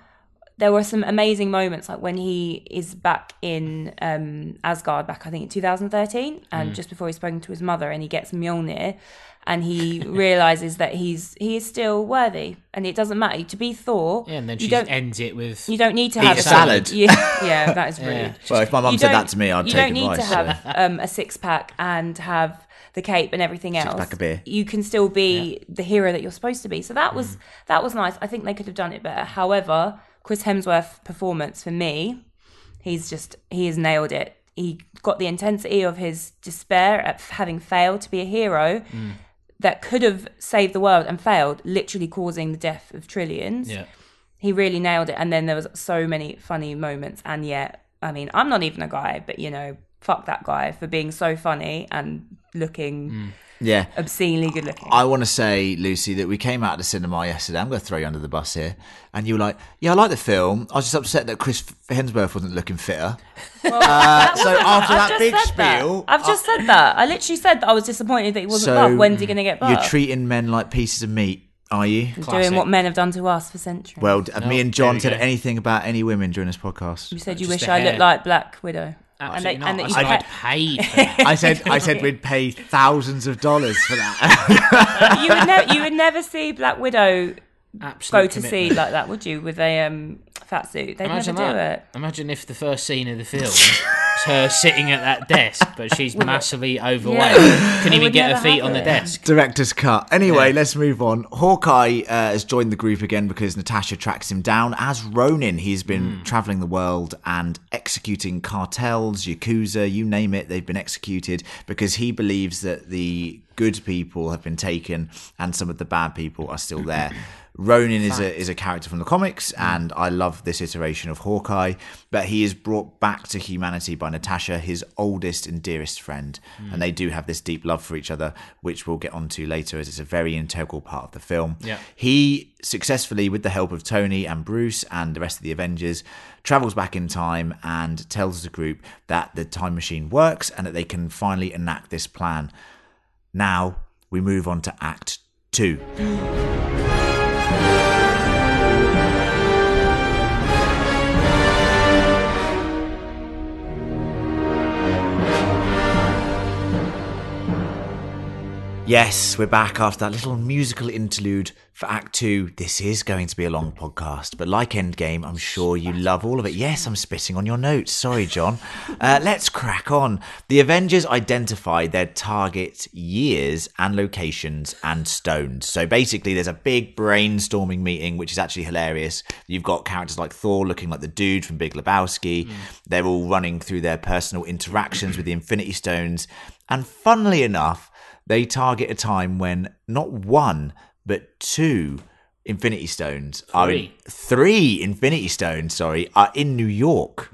[SPEAKER 5] there were some amazing moments, like when he is back in um, Asgard, back I think in 2013,
[SPEAKER 4] Mm.
[SPEAKER 5] and just before he's spoken to his mother, and he gets Mjolnir, and he realizes that he's he is still worthy, and it doesn't matter to be Thor.
[SPEAKER 4] Yeah, and then
[SPEAKER 5] you
[SPEAKER 4] she
[SPEAKER 5] don't
[SPEAKER 4] ends it with
[SPEAKER 5] you don't need to have
[SPEAKER 3] a salad.
[SPEAKER 5] Yeah, yeah, that is rude.
[SPEAKER 3] well, if my mum
[SPEAKER 5] You
[SPEAKER 3] said
[SPEAKER 5] don't-
[SPEAKER 3] that to me, I'd
[SPEAKER 5] you
[SPEAKER 3] take
[SPEAKER 5] don't
[SPEAKER 3] advice.
[SPEAKER 5] need to
[SPEAKER 3] so.
[SPEAKER 5] have um, a six pack and have the cape and everything else.
[SPEAKER 3] Six-pack of beer. Mm.
[SPEAKER 5] You can still be the hero that you're supposed to be. So that was that was nice. I think they could have done it better. However, Chris Hemsworth performance for me, he's just he has nailed it. He got the intensity of his despair at f- having failed to be a hero.
[SPEAKER 3] Mm.
[SPEAKER 5] That could have saved the world and failed, literally causing the death of trillions
[SPEAKER 4] yeah.
[SPEAKER 5] he really nailed it and then there was so many funny moments and yet i mean i'm not even a guy but you know fuck that guy for being so funny and looking
[SPEAKER 4] Mm.
[SPEAKER 3] yeah,
[SPEAKER 5] obscenely good looking
[SPEAKER 3] I want to say, Lucy, that we came out of the cinema yesterday. I'm going to throw you under the bus here, and you were like, "Yeah, I like the film. I was just upset that Chris Hemsworth wasn't looking fitter." uh, so after that big
[SPEAKER 5] said that.
[SPEAKER 3] spiel,
[SPEAKER 5] I've just said that. I literally said that I was disappointed that he wasn't
[SPEAKER 3] so
[SPEAKER 5] buff. When's he going to get buff?
[SPEAKER 3] You're treating men like pieces of meat, are you?
[SPEAKER 5] Doing what men have done to us for centuries.
[SPEAKER 3] Well, d- me and John
[SPEAKER 4] we
[SPEAKER 3] said
[SPEAKER 4] go.
[SPEAKER 3] anything about any women during this podcast.
[SPEAKER 5] you said you
[SPEAKER 4] Just
[SPEAKER 5] wish
[SPEAKER 4] the
[SPEAKER 5] I looked
[SPEAKER 4] hair.
[SPEAKER 5] like Black Widow. And
[SPEAKER 4] Absolutely
[SPEAKER 5] that, and that
[SPEAKER 4] not.
[SPEAKER 5] you
[SPEAKER 4] I
[SPEAKER 5] pay-
[SPEAKER 4] said I'd paid for that.
[SPEAKER 3] I said I said we'd pay thousands of dollars for that.
[SPEAKER 5] you, would never, you would never see Black Widow
[SPEAKER 4] Absolute
[SPEAKER 5] go to sea
[SPEAKER 4] commitment.
[SPEAKER 5] like that, would you? With a um, fat suit. They'd
[SPEAKER 4] Imagine
[SPEAKER 5] never do
[SPEAKER 4] that.
[SPEAKER 5] it.
[SPEAKER 4] Imagine if the first scene of the film is her sitting at that desk, but she's massively overweight.
[SPEAKER 5] Yeah.
[SPEAKER 4] Can
[SPEAKER 5] It
[SPEAKER 4] even
[SPEAKER 5] would
[SPEAKER 4] get her
[SPEAKER 5] never
[SPEAKER 4] feet on the
[SPEAKER 5] happen.
[SPEAKER 4] desk.
[SPEAKER 3] Director's cut. Anyway, let's move on. Hawkeye uh, has joined the group again because Natasha tracks him down. As Ronin, he's been traveling the world and executing cartels, Yakuza, you name it, they've been executed because he believes that the good people have been taken and some of the bad people are still there. Ronin is a is a character from the comics, and I love this iteration of Hawkeye. But he is brought back to humanity by Natasha, his oldest and dearest friend, and they do have this deep love for each other, which we'll get onto later, as it's a very integral part of the film.
[SPEAKER 4] Yeah.
[SPEAKER 3] He successfully, with the help of Tony and Bruce and the rest of the Avengers, travels back in time and tells the group that the time machine works and that they can finally enact this plan. Now we move on to Act Two. Yes, we're back after that little musical interlude for Act Two. This is going to be a long podcast, but like Endgame, I'm sure you love all of it. Yes, I'm spitting on your notes. Sorry, John. Uh, let's crack on. The Avengers identify their target years and locations and stones. So basically, there's a big brainstorming meeting, which is actually hilarious. You've got characters like Thor looking like the dude from Big Lebowski. They're all running through their personal interactions with the Infinity Stones. And funnily enough, they target a time when not one but two infinity stones are in,
[SPEAKER 4] Three. Hmm.
[SPEAKER 3] three infinity stones sorry are in new york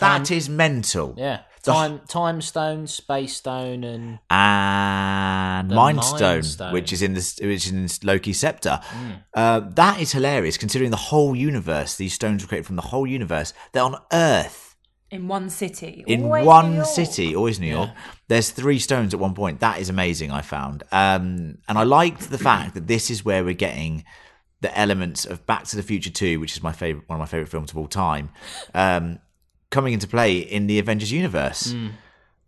[SPEAKER 3] that is mental
[SPEAKER 4] Yeah.
[SPEAKER 3] The-
[SPEAKER 4] Time, time stone, space stone, and
[SPEAKER 3] and
[SPEAKER 4] The
[SPEAKER 3] Mind
[SPEAKER 4] Mind
[SPEAKER 3] Stone,
[SPEAKER 4] Stone. Hmm.
[SPEAKER 3] which is in this, which is in Loki's scepter. Uh, that is hilarious, considering the whole universe. These stones were created from the whole universe. They're on Earth
[SPEAKER 5] In one city.
[SPEAKER 3] in
[SPEAKER 5] Always New
[SPEAKER 3] one
[SPEAKER 5] York.
[SPEAKER 3] city, always New York. There's three stones at one point. That is amazing. I found, um, and I liked the fact that this is where we're getting the elements of Back to the Future Two, which is my favorite, one of my favorite films of all time, um, coming into play in the Avengers universe.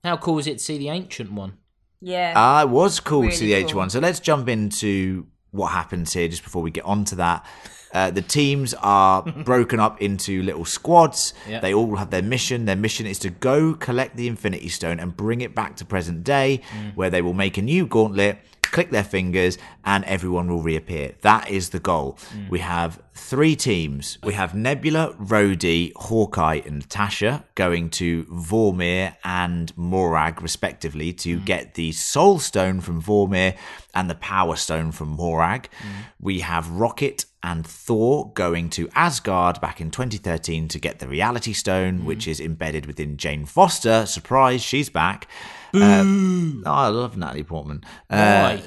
[SPEAKER 4] how cool is it to see the ancient one?
[SPEAKER 5] Yeah.
[SPEAKER 3] I was cool to the
[SPEAKER 5] Really
[SPEAKER 3] H1.
[SPEAKER 5] cool.
[SPEAKER 3] So let's jump into what happens here just before we get on to that. Uh, the teams are broken up into little squads.
[SPEAKER 4] Yeah.
[SPEAKER 3] They all have their mission. Their mission is to go collect the Infinity Stone and bring it back to present day,
[SPEAKER 5] Mm.
[SPEAKER 3] where they will make a new gauntlet, click their fingers, and everyone will reappear. That is the goal.
[SPEAKER 5] Mm.
[SPEAKER 3] We have three teams. We have Nebula, Rhodey, Hawkeye, and Natasha going to Vormir and Morag, respectively, to get the Soul Stone from Vormir and the Power Stone from Morag. We have Rocket and Thor going to Asgard back in 2013 to get the Reality Stone, which is embedded within Jane Foster. Surprise, she's back. Uh, oh, I love Natalie Portman. Uh,
[SPEAKER 4] Why?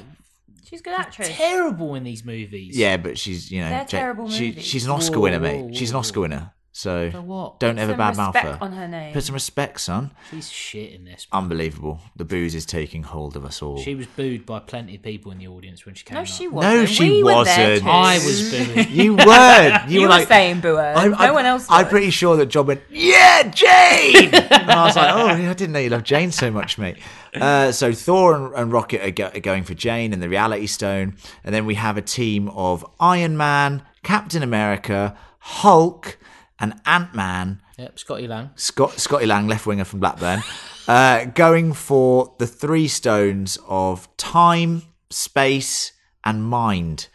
[SPEAKER 5] She's a good actress.
[SPEAKER 4] terrible in these movies.
[SPEAKER 3] yeah, but she's you know
[SPEAKER 5] They're
[SPEAKER 3] Ja-
[SPEAKER 5] terrible
[SPEAKER 3] she,
[SPEAKER 5] movies.
[SPEAKER 3] she's an Oscar
[SPEAKER 4] Whoa,
[SPEAKER 3] winner,
[SPEAKER 4] whoa,
[SPEAKER 3] mate. She's an
[SPEAKER 4] whoa,
[SPEAKER 3] Oscar winner. So
[SPEAKER 4] For what?
[SPEAKER 3] don't ever
[SPEAKER 5] Some
[SPEAKER 3] bad mouth her.
[SPEAKER 5] respect on her name.
[SPEAKER 3] Put some respect, son.
[SPEAKER 4] She's shit in this.
[SPEAKER 3] Unbelievable. The booze is taking hold of us all.
[SPEAKER 4] She was booed by plenty of people in the audience when she came.
[SPEAKER 5] No,
[SPEAKER 4] up.
[SPEAKER 5] she wasn't.
[SPEAKER 3] she
[SPEAKER 5] we Were there
[SPEAKER 3] wasn't.
[SPEAKER 5] too.
[SPEAKER 4] I was booed.
[SPEAKER 3] you weren't. You,
[SPEAKER 5] You
[SPEAKER 3] were
[SPEAKER 5] were
[SPEAKER 3] like,
[SPEAKER 5] saying boo her.
[SPEAKER 3] I'm-
[SPEAKER 5] No
[SPEAKER 3] I'm-
[SPEAKER 5] one else.
[SPEAKER 3] I'm
[SPEAKER 5] was.
[SPEAKER 3] pretty sure that John went, yeah, Jane! and I was like, oh, I didn't know you loved Jane so much, mate. Uh, so Thor and, and Rocket are, go- are going for Jane and the Reality Stone. And then we have a team of Iron Man, Captain America, Hulk, and Ant Man.
[SPEAKER 4] yep, Scotty Lang.
[SPEAKER 3] Scott, Scotty Lang, left winger from Blackburn, uh, going for the three stones of time, space, and mind,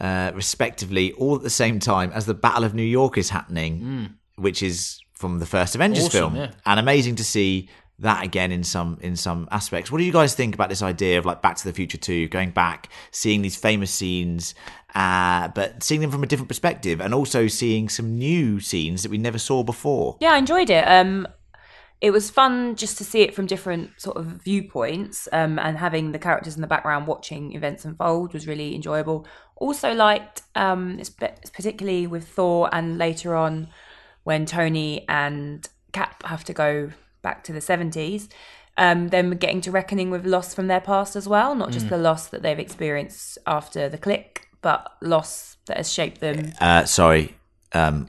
[SPEAKER 3] uh, respectively, all at the same time as the Battle of New York is happening, which is from the first Avengers
[SPEAKER 4] Hmm. Awesome,
[SPEAKER 3] film,
[SPEAKER 4] yeah.
[SPEAKER 3] and amazing to see that again in some in some aspects. What do you guys think about this idea of like Back to the Future Two, going back, seeing these famous scenes? Uh, but seeing them from a different perspective and also seeing some new scenes that we never saw before.
[SPEAKER 5] Yeah, I enjoyed it. Um, it was fun just to see it from different sort of viewpoints, um, and having the characters in the background watching events unfold was really enjoyable. Also liked, um, it's bit- it's particularly with Thor, and later on when Tony and Cap have to go back to the seventies. Um, them getting to reckoning with loss from their past as well, not just the loss that they've experienced after the click, but loss that has shaped them.
[SPEAKER 3] Uh, sorry, um,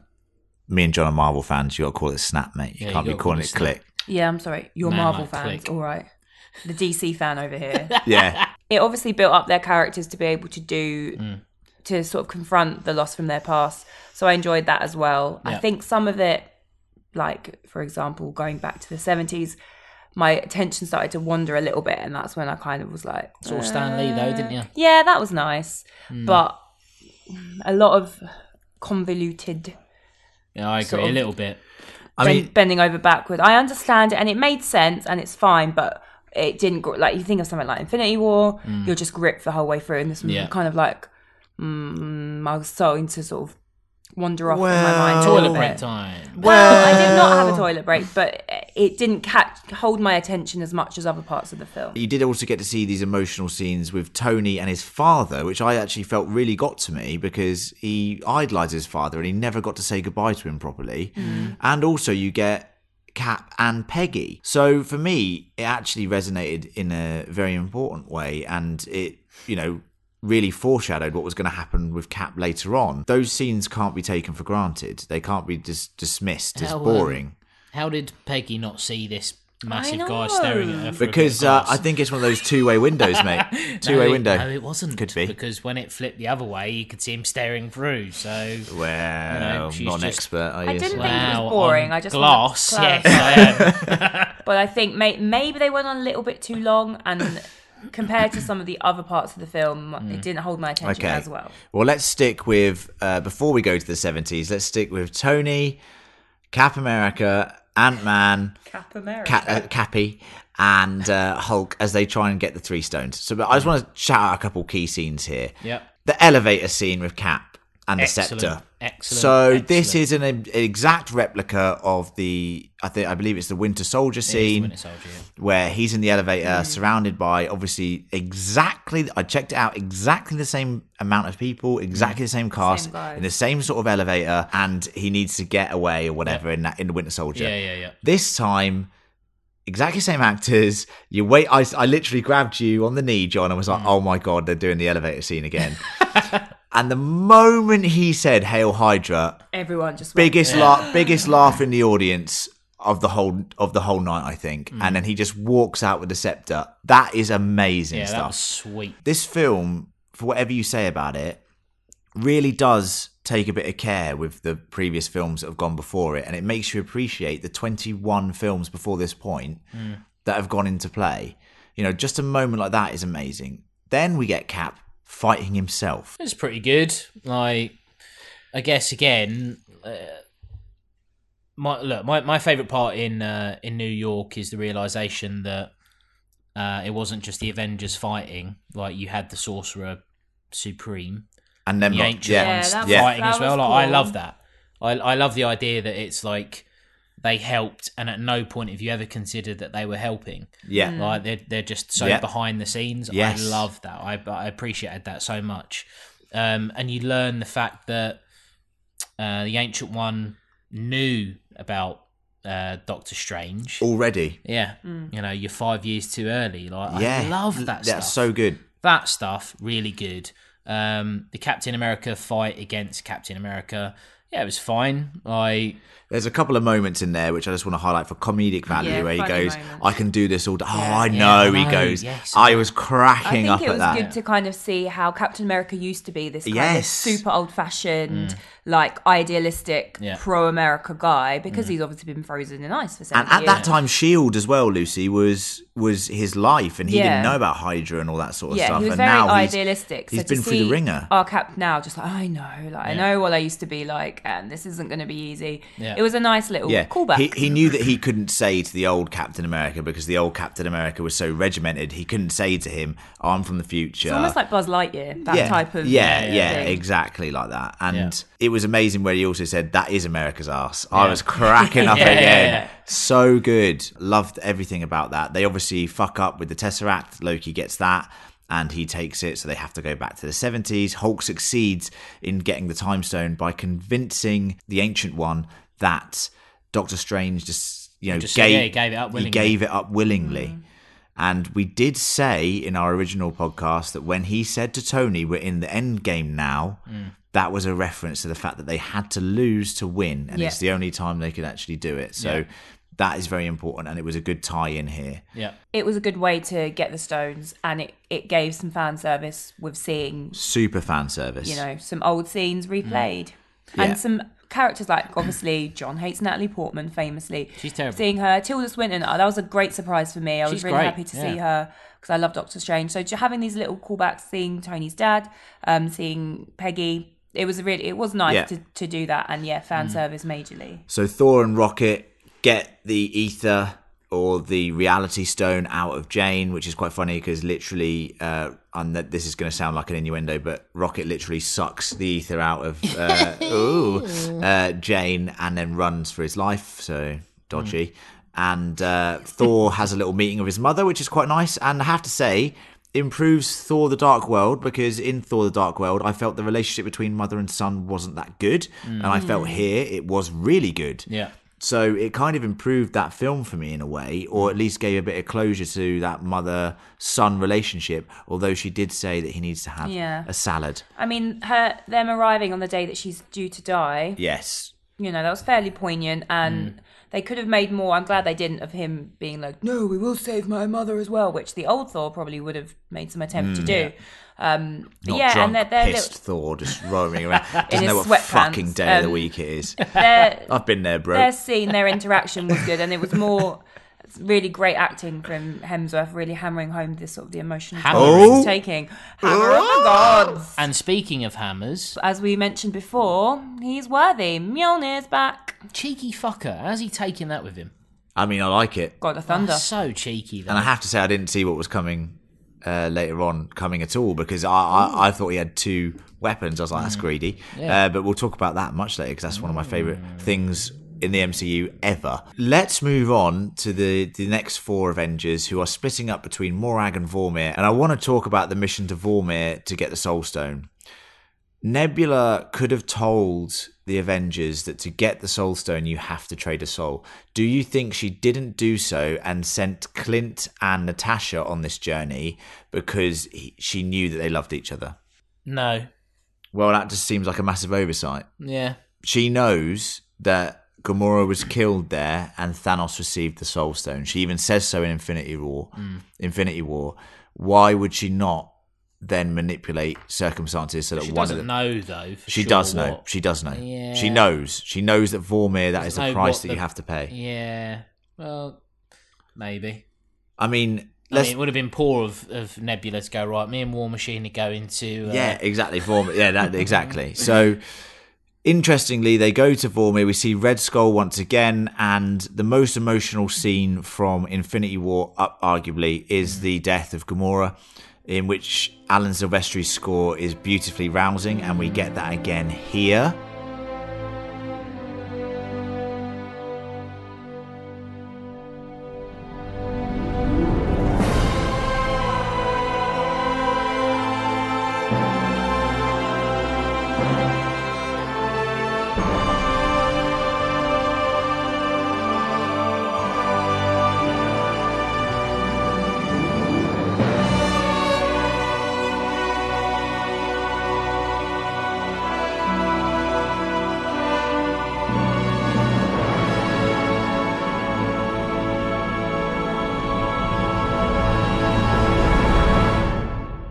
[SPEAKER 3] me and John are Marvel fans. You got to call it snap, mate. You
[SPEAKER 4] Yeah,
[SPEAKER 3] can't
[SPEAKER 4] you
[SPEAKER 3] be
[SPEAKER 4] gotta
[SPEAKER 3] calling
[SPEAKER 4] call
[SPEAKER 3] it
[SPEAKER 4] it snap.
[SPEAKER 3] click.
[SPEAKER 5] Yeah, I'm sorry. You're
[SPEAKER 4] Man
[SPEAKER 5] Marvel
[SPEAKER 4] like
[SPEAKER 5] fans,
[SPEAKER 4] Click.
[SPEAKER 5] all right. The DC fan over here.
[SPEAKER 3] Yeah,
[SPEAKER 5] it obviously built up their characters to be able to do
[SPEAKER 4] Mm.
[SPEAKER 5] to sort of confront the loss from their past. So I enjoyed that as well. I
[SPEAKER 4] Yeah.
[SPEAKER 5] think some of it, like for example, going back to the seventies, my attention started to wander a little bit, and that's when I kind of was like,
[SPEAKER 4] Sort of Stan Lee though, didn't you?
[SPEAKER 5] yeah, that was nice,
[SPEAKER 4] Mm.
[SPEAKER 5] but a lot of convoluted
[SPEAKER 4] Yeah, I agree
[SPEAKER 5] Sort of-
[SPEAKER 4] a little bit.
[SPEAKER 3] I
[SPEAKER 5] ben-
[SPEAKER 3] mean,
[SPEAKER 5] bending over backward. I understand it, and it made sense, and it's fine, but it didn't gr- like you think of something like Infinity War. You're just gripped the whole way through, and this
[SPEAKER 4] Yeah.
[SPEAKER 5] kind of like mm, I was starting to sort of wander off in my mind. a
[SPEAKER 4] Toilet
[SPEAKER 5] little
[SPEAKER 4] break
[SPEAKER 5] bit.
[SPEAKER 4] time.
[SPEAKER 5] Well, I did not have a toilet break, but it didn't catch hold my attention as much as other parts of the film.
[SPEAKER 3] you did also get to see these emotional scenes with Tony and his father, which I actually felt really got to me because he idolizes his father and he never got to say goodbye to him properly. And also, you get Cap and Peggy. So for me, it actually resonated in a very important way, and it, you know. Really foreshadowed what was going to happen with Cap later on. Those scenes can't be taken for granted. They can't be dis- dismissed as
[SPEAKER 4] Hell, um,
[SPEAKER 3] boring.
[SPEAKER 4] How did Peggy not see this massive
[SPEAKER 5] I
[SPEAKER 4] guy
[SPEAKER 5] know.
[SPEAKER 4] staring at her? For
[SPEAKER 3] Because uh, I think it's one of those two-way windows, mate. Two-way
[SPEAKER 4] it,
[SPEAKER 3] window.
[SPEAKER 4] No, it wasn't.
[SPEAKER 3] Could be.
[SPEAKER 4] because when it flipped the other way, you could see him staring through. So
[SPEAKER 3] Well,
[SPEAKER 4] No, she's
[SPEAKER 3] not an
[SPEAKER 4] just-
[SPEAKER 3] expert, are you?
[SPEAKER 5] I didn't
[SPEAKER 3] sir?
[SPEAKER 5] think it
[SPEAKER 4] Wow,
[SPEAKER 5] was boring.
[SPEAKER 4] on
[SPEAKER 5] I just wanted to
[SPEAKER 4] glass. Yes,
[SPEAKER 5] clarify.
[SPEAKER 4] I am.
[SPEAKER 5] But I think may- maybe they went on a little bit too long, and compared to some of the other parts of the film, it didn't hold my attention
[SPEAKER 3] Okay.
[SPEAKER 5] as well.
[SPEAKER 3] Well, let's stick with uh, before we go to the seventies. Let's stick with Tony, Cap America, Ant Man,
[SPEAKER 5] Cap America.
[SPEAKER 3] Ca- uh, Cappy, and uh, Hulk as they try and get the three stones. So, but I just want to shout out a couple key scenes here.
[SPEAKER 4] Mm. Yep.
[SPEAKER 3] The elevator scene with Cap and
[SPEAKER 4] Excellent,
[SPEAKER 3] the scepter.
[SPEAKER 4] excellent,
[SPEAKER 3] So this
[SPEAKER 4] excellent.
[SPEAKER 3] is an, an exact replica of the I think I believe it's the Winter Soldier scene.
[SPEAKER 4] Winter Soldier, yeah.
[SPEAKER 3] where he's in the elevator
[SPEAKER 4] Mm.
[SPEAKER 3] surrounded by obviously exactly I checked it out exactly the same amount of people exactly the
[SPEAKER 4] Mm.
[SPEAKER 3] same cast
[SPEAKER 5] Same vibe.
[SPEAKER 3] in the same sort of elevator and he needs to get away or whatever in that in the Winter Soldier
[SPEAKER 4] Yeah, yeah, yeah.
[SPEAKER 3] this time exactly same actors you wait I, I literally grabbed you on the knee John and was
[SPEAKER 4] Mm.
[SPEAKER 3] like oh my god they're doing the elevator scene again and the moment he said Hail Hydra
[SPEAKER 5] Everyone just went,
[SPEAKER 3] biggest laugh biggest laugh in the audience of the whole of the whole night i think
[SPEAKER 4] Mm.
[SPEAKER 3] and then he just walks out with the scepter that is amazing
[SPEAKER 4] Yeah, that
[SPEAKER 3] stuff
[SPEAKER 4] was sweet.
[SPEAKER 3] this film for whatever you say about it really does take a bit of care with the previous films that have gone before it and it makes you appreciate the 21 films before this point
[SPEAKER 4] Mm.
[SPEAKER 3] that have gone into play you know just a moment like that is amazing then we get cap fighting himself
[SPEAKER 4] It's pretty good. Like, I guess again, uh, my look, my, my favorite part in uh, in New York is the realization that uh, it wasn't just the Avengers fighting. Like, you had the Sorcerer Supreme,
[SPEAKER 3] and Nemrod.
[SPEAKER 4] the ancient
[SPEAKER 3] yeah,
[SPEAKER 4] ones
[SPEAKER 5] Yeah, that
[SPEAKER 3] yeah.
[SPEAKER 5] was-
[SPEAKER 4] fighting as well.
[SPEAKER 5] was
[SPEAKER 4] Like, I
[SPEAKER 5] cool.
[SPEAKER 4] love that. I, I love the idea that it's like they helped, and at no point have you ever considered that they were helping.
[SPEAKER 3] yeah.
[SPEAKER 4] Like they're they're just so
[SPEAKER 3] Mm. Yeah.
[SPEAKER 4] behind the scenes.
[SPEAKER 3] Yes.
[SPEAKER 4] I love that. I I appreciated that so much. Um, and you learn the fact that uh, the ancient one knew about uh, Doctor Strange.
[SPEAKER 3] Already,
[SPEAKER 4] Yeah, you know, you're five years too early. Like
[SPEAKER 3] yeah,
[SPEAKER 4] I love that.
[SPEAKER 3] That's
[SPEAKER 4] stuff
[SPEAKER 3] so good.
[SPEAKER 4] that stuff really good. Um, the Captain America fight against Captain America, yeah, it was fine. I
[SPEAKER 3] There's a couple of moments in there which I just want to highlight for comedic value,
[SPEAKER 5] Yeah,
[SPEAKER 3] where he
[SPEAKER 5] funny
[SPEAKER 3] goes,
[SPEAKER 5] moments.
[SPEAKER 3] "I can do this all day." Oh,
[SPEAKER 5] Yeah.
[SPEAKER 3] I
[SPEAKER 4] Yeah,
[SPEAKER 3] know.
[SPEAKER 4] I
[SPEAKER 3] he
[SPEAKER 4] know.
[SPEAKER 3] goes,
[SPEAKER 4] Yes.
[SPEAKER 3] "I was
[SPEAKER 5] I
[SPEAKER 3] cracking
[SPEAKER 5] think
[SPEAKER 3] up
[SPEAKER 5] it
[SPEAKER 3] at
[SPEAKER 5] was
[SPEAKER 3] that."
[SPEAKER 5] good to kind of see how Captain America used to be this kind
[SPEAKER 3] Yes. Mm.
[SPEAKER 5] of super old fashioned, like idealistic
[SPEAKER 4] Yeah.
[SPEAKER 5] pro America guy because he's obviously been frozen in ice for
[SPEAKER 3] Mm.
[SPEAKER 5] seven
[SPEAKER 3] And at
[SPEAKER 5] years.
[SPEAKER 3] that time, Shield E as well, Lucy was was his life, and he
[SPEAKER 5] Yeah.
[SPEAKER 3] didn't know about Hydra and all that sort of
[SPEAKER 5] yeah,
[SPEAKER 3] stuff.
[SPEAKER 5] he was
[SPEAKER 3] and
[SPEAKER 5] very
[SPEAKER 3] now he's-
[SPEAKER 5] idealistic.
[SPEAKER 3] he's
[SPEAKER 5] so to
[SPEAKER 3] been through the
[SPEAKER 5] see oh,
[SPEAKER 3] ringer.
[SPEAKER 5] Our cap now, just like I know, like I know what I used to be like, and this isn't going to be easy.
[SPEAKER 4] Yeah.
[SPEAKER 5] It was a nice little
[SPEAKER 3] yeah,
[SPEAKER 5] callback.
[SPEAKER 3] He, he knew that he couldn't say to the old Captain America because the old Captain America was so regimented. He couldn't say to him, "I'm from the future."
[SPEAKER 5] it's almost like Buzz Lightyear, that
[SPEAKER 3] uh, yeah,
[SPEAKER 5] type of
[SPEAKER 3] yeah,
[SPEAKER 5] thing.
[SPEAKER 3] yeah, exactly like that. And
[SPEAKER 4] Yeah.
[SPEAKER 3] it was amazing where he also said, "That is America's ass." I
[SPEAKER 4] Yeah.
[SPEAKER 3] was cracking up
[SPEAKER 4] Yeah, yeah,
[SPEAKER 3] again.
[SPEAKER 4] yeah.
[SPEAKER 3] So good. Loved everything about that. They obviously fuck up with the Tesseract. Loki gets that. And he takes it, so they have to go back to the 70s. Hulk succeeds in getting the time stone by convincing the ancient one that Doctor Strange just, you know,
[SPEAKER 4] Just-
[SPEAKER 3] gave,
[SPEAKER 4] yeah, he gave it up willingly.
[SPEAKER 3] He gave it up willingly.
[SPEAKER 5] Mm.
[SPEAKER 3] And we did say in our original podcast that when he said to Tony, "We're in the end game now,"
[SPEAKER 5] Mm.
[SPEAKER 3] that was a reference to the fact that they had to lose to win, and it's the
[SPEAKER 5] Yeah.
[SPEAKER 3] only time they could actually do it. So that is very important, and it was a good tie-in here.
[SPEAKER 4] yeah,
[SPEAKER 5] It was a good way to get the stones, and it, it gave some fan service with seeing
[SPEAKER 3] Super fan service.
[SPEAKER 5] you know some old scenes
[SPEAKER 4] Mm.
[SPEAKER 5] replayed
[SPEAKER 3] Yeah.
[SPEAKER 5] and some characters like obviously john hates natalie portman famously
[SPEAKER 4] She's terrible.
[SPEAKER 5] seeing her tilda swinton oh, that was a great surprise for me i
[SPEAKER 4] She's
[SPEAKER 5] was really
[SPEAKER 4] great,
[SPEAKER 5] happy to see
[SPEAKER 4] yeah.
[SPEAKER 5] her because i love doctor strange so ju- having these little callbacks seeing tony's dad um seeing peggy it was really it was nice
[SPEAKER 3] Yeah.
[SPEAKER 5] to, to do that and yeah fan
[SPEAKER 4] Mm.
[SPEAKER 5] service majorly
[SPEAKER 3] So Thor and Rocket get the ether or the reality stone out of Jane, which is quite funny because literally, uh, and that this is going to sound like an innuendo, but Rocket literally sucks the ether out of uh, ooh, uh, Jane and then runs for his life. So dodgy. And uh, Thor has a little meeting with his mother, which is quite nice. And I have to say, improves Thor the Dark World because in Thor the Dark World, I felt the relationship between mother and son wasn't that good. And I felt here it was really good.
[SPEAKER 4] yeah.
[SPEAKER 3] So it kind of improved that film for me in a way, or at least gave a bit of closure to that mother son relationship. Although she did say that he needs to have
[SPEAKER 5] Yeah.
[SPEAKER 3] a salad.
[SPEAKER 5] i mean her them arriving on the day that she's due to die
[SPEAKER 3] Yes.
[SPEAKER 5] you know that was fairly poignant
[SPEAKER 3] Mm.
[SPEAKER 5] and they could have made more i'm glad they didn't of him being like no we will save my mother as well which the old thor probably would have made some attempt to do um but
[SPEAKER 3] Mm, Not
[SPEAKER 5] yeah
[SPEAKER 3] drunk,
[SPEAKER 5] and they're, they're,
[SPEAKER 3] pissed Thor just roaming around.
[SPEAKER 5] In
[SPEAKER 3] Doesn't know
[SPEAKER 5] his
[SPEAKER 3] what
[SPEAKER 5] sweatpants.
[SPEAKER 3] fucking day of the
[SPEAKER 5] Um,
[SPEAKER 3] week it is.
[SPEAKER 5] their,
[SPEAKER 3] I've been there, bro.
[SPEAKER 5] their scene their interaction was good and it was more it's really great acting from hemsworth really hammering home this sort of the emotional
[SPEAKER 4] Hammer.
[SPEAKER 5] toll that
[SPEAKER 3] Oh.
[SPEAKER 5] he's taking hammer of the gods
[SPEAKER 4] And speaking of hammers,
[SPEAKER 5] as we mentioned before he's worthy mjolnir's back
[SPEAKER 4] cheeky fucker, how's he taking that with him?
[SPEAKER 3] I mean, I like it.
[SPEAKER 5] god of thunder
[SPEAKER 4] So cheeky.
[SPEAKER 3] And I
[SPEAKER 4] Though.
[SPEAKER 3] have to say, I didn't see what was coming uh, later on coming at all because I, I, I thought he had two weapons. I was like,
[SPEAKER 5] Mm.
[SPEAKER 3] that's greedy.
[SPEAKER 4] Yeah.
[SPEAKER 3] Uh, but we'll talk about that much later because that's one of my favorite things in the MCU ever. Let's move on to the, the next four Avengers who are splitting up between Morag and Vormir. And I want to talk about the mission to Vormir to get the Soul Stone. Nebula could have told the Avengers that to get the Soul Stone, you have to trade a soul. Do you think she didn't do so and sent Clint and Natasha on this journey because he, she knew that they loved each other?
[SPEAKER 4] No,
[SPEAKER 3] Well, that just seems like a massive oversight.
[SPEAKER 4] yeah,
[SPEAKER 3] She knows that Gamora was killed there and Thanos received the Soul Stone. She even says so in Infinity War.
[SPEAKER 4] Mm.
[SPEAKER 3] Infinity War. Why would she not then manipulate circumstances so that
[SPEAKER 4] she
[SPEAKER 3] one of
[SPEAKER 4] doesn't
[SPEAKER 3] them?
[SPEAKER 4] know though. for
[SPEAKER 3] She
[SPEAKER 4] sure
[SPEAKER 3] does know.
[SPEAKER 4] what-
[SPEAKER 3] She does know.
[SPEAKER 4] Yeah.
[SPEAKER 3] She knows. She knows that Vormir, that is
[SPEAKER 4] Doesn't
[SPEAKER 3] the
[SPEAKER 4] know
[SPEAKER 3] price
[SPEAKER 4] what
[SPEAKER 3] that
[SPEAKER 4] the-
[SPEAKER 3] you have to pay.
[SPEAKER 4] yeah, well, maybe.
[SPEAKER 3] I mean,
[SPEAKER 4] I
[SPEAKER 3] let's.
[SPEAKER 4] mean, it would have been poor of, of Nebula to go right. Me and War Machine are going to uh,
[SPEAKER 3] yeah, exactly. Vormir. Yeah, that exactly. So, interestingly, they go to Vormir. We see Red Skull once again, and the most
[SPEAKER 4] Mm.
[SPEAKER 3] emotional scene from Infinity War, up arguably, is the death of Gamora. in which Alan Silvestri's score is beautifully rousing, and we get that again here.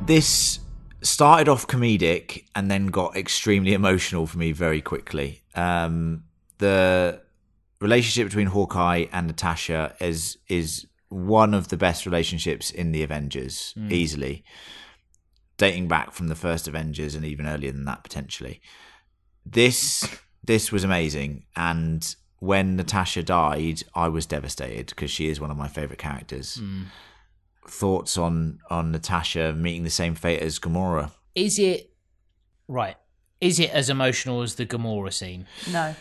[SPEAKER 3] this started off comedic and then got extremely emotional for me very quickly. Um, the relationship between Hawkeye and Natasha is is one of the best relationships in the Avengers, easily, dating back from the first Avengers and even earlier than that potentially. This this was amazing, and when Natasha died, I was devastated because she is one of my favorite characters thoughts on on Natasha meeting the same fate as Gamora.
[SPEAKER 4] Is it right? Is it as emotional as the Gamora scene?
[SPEAKER 5] No,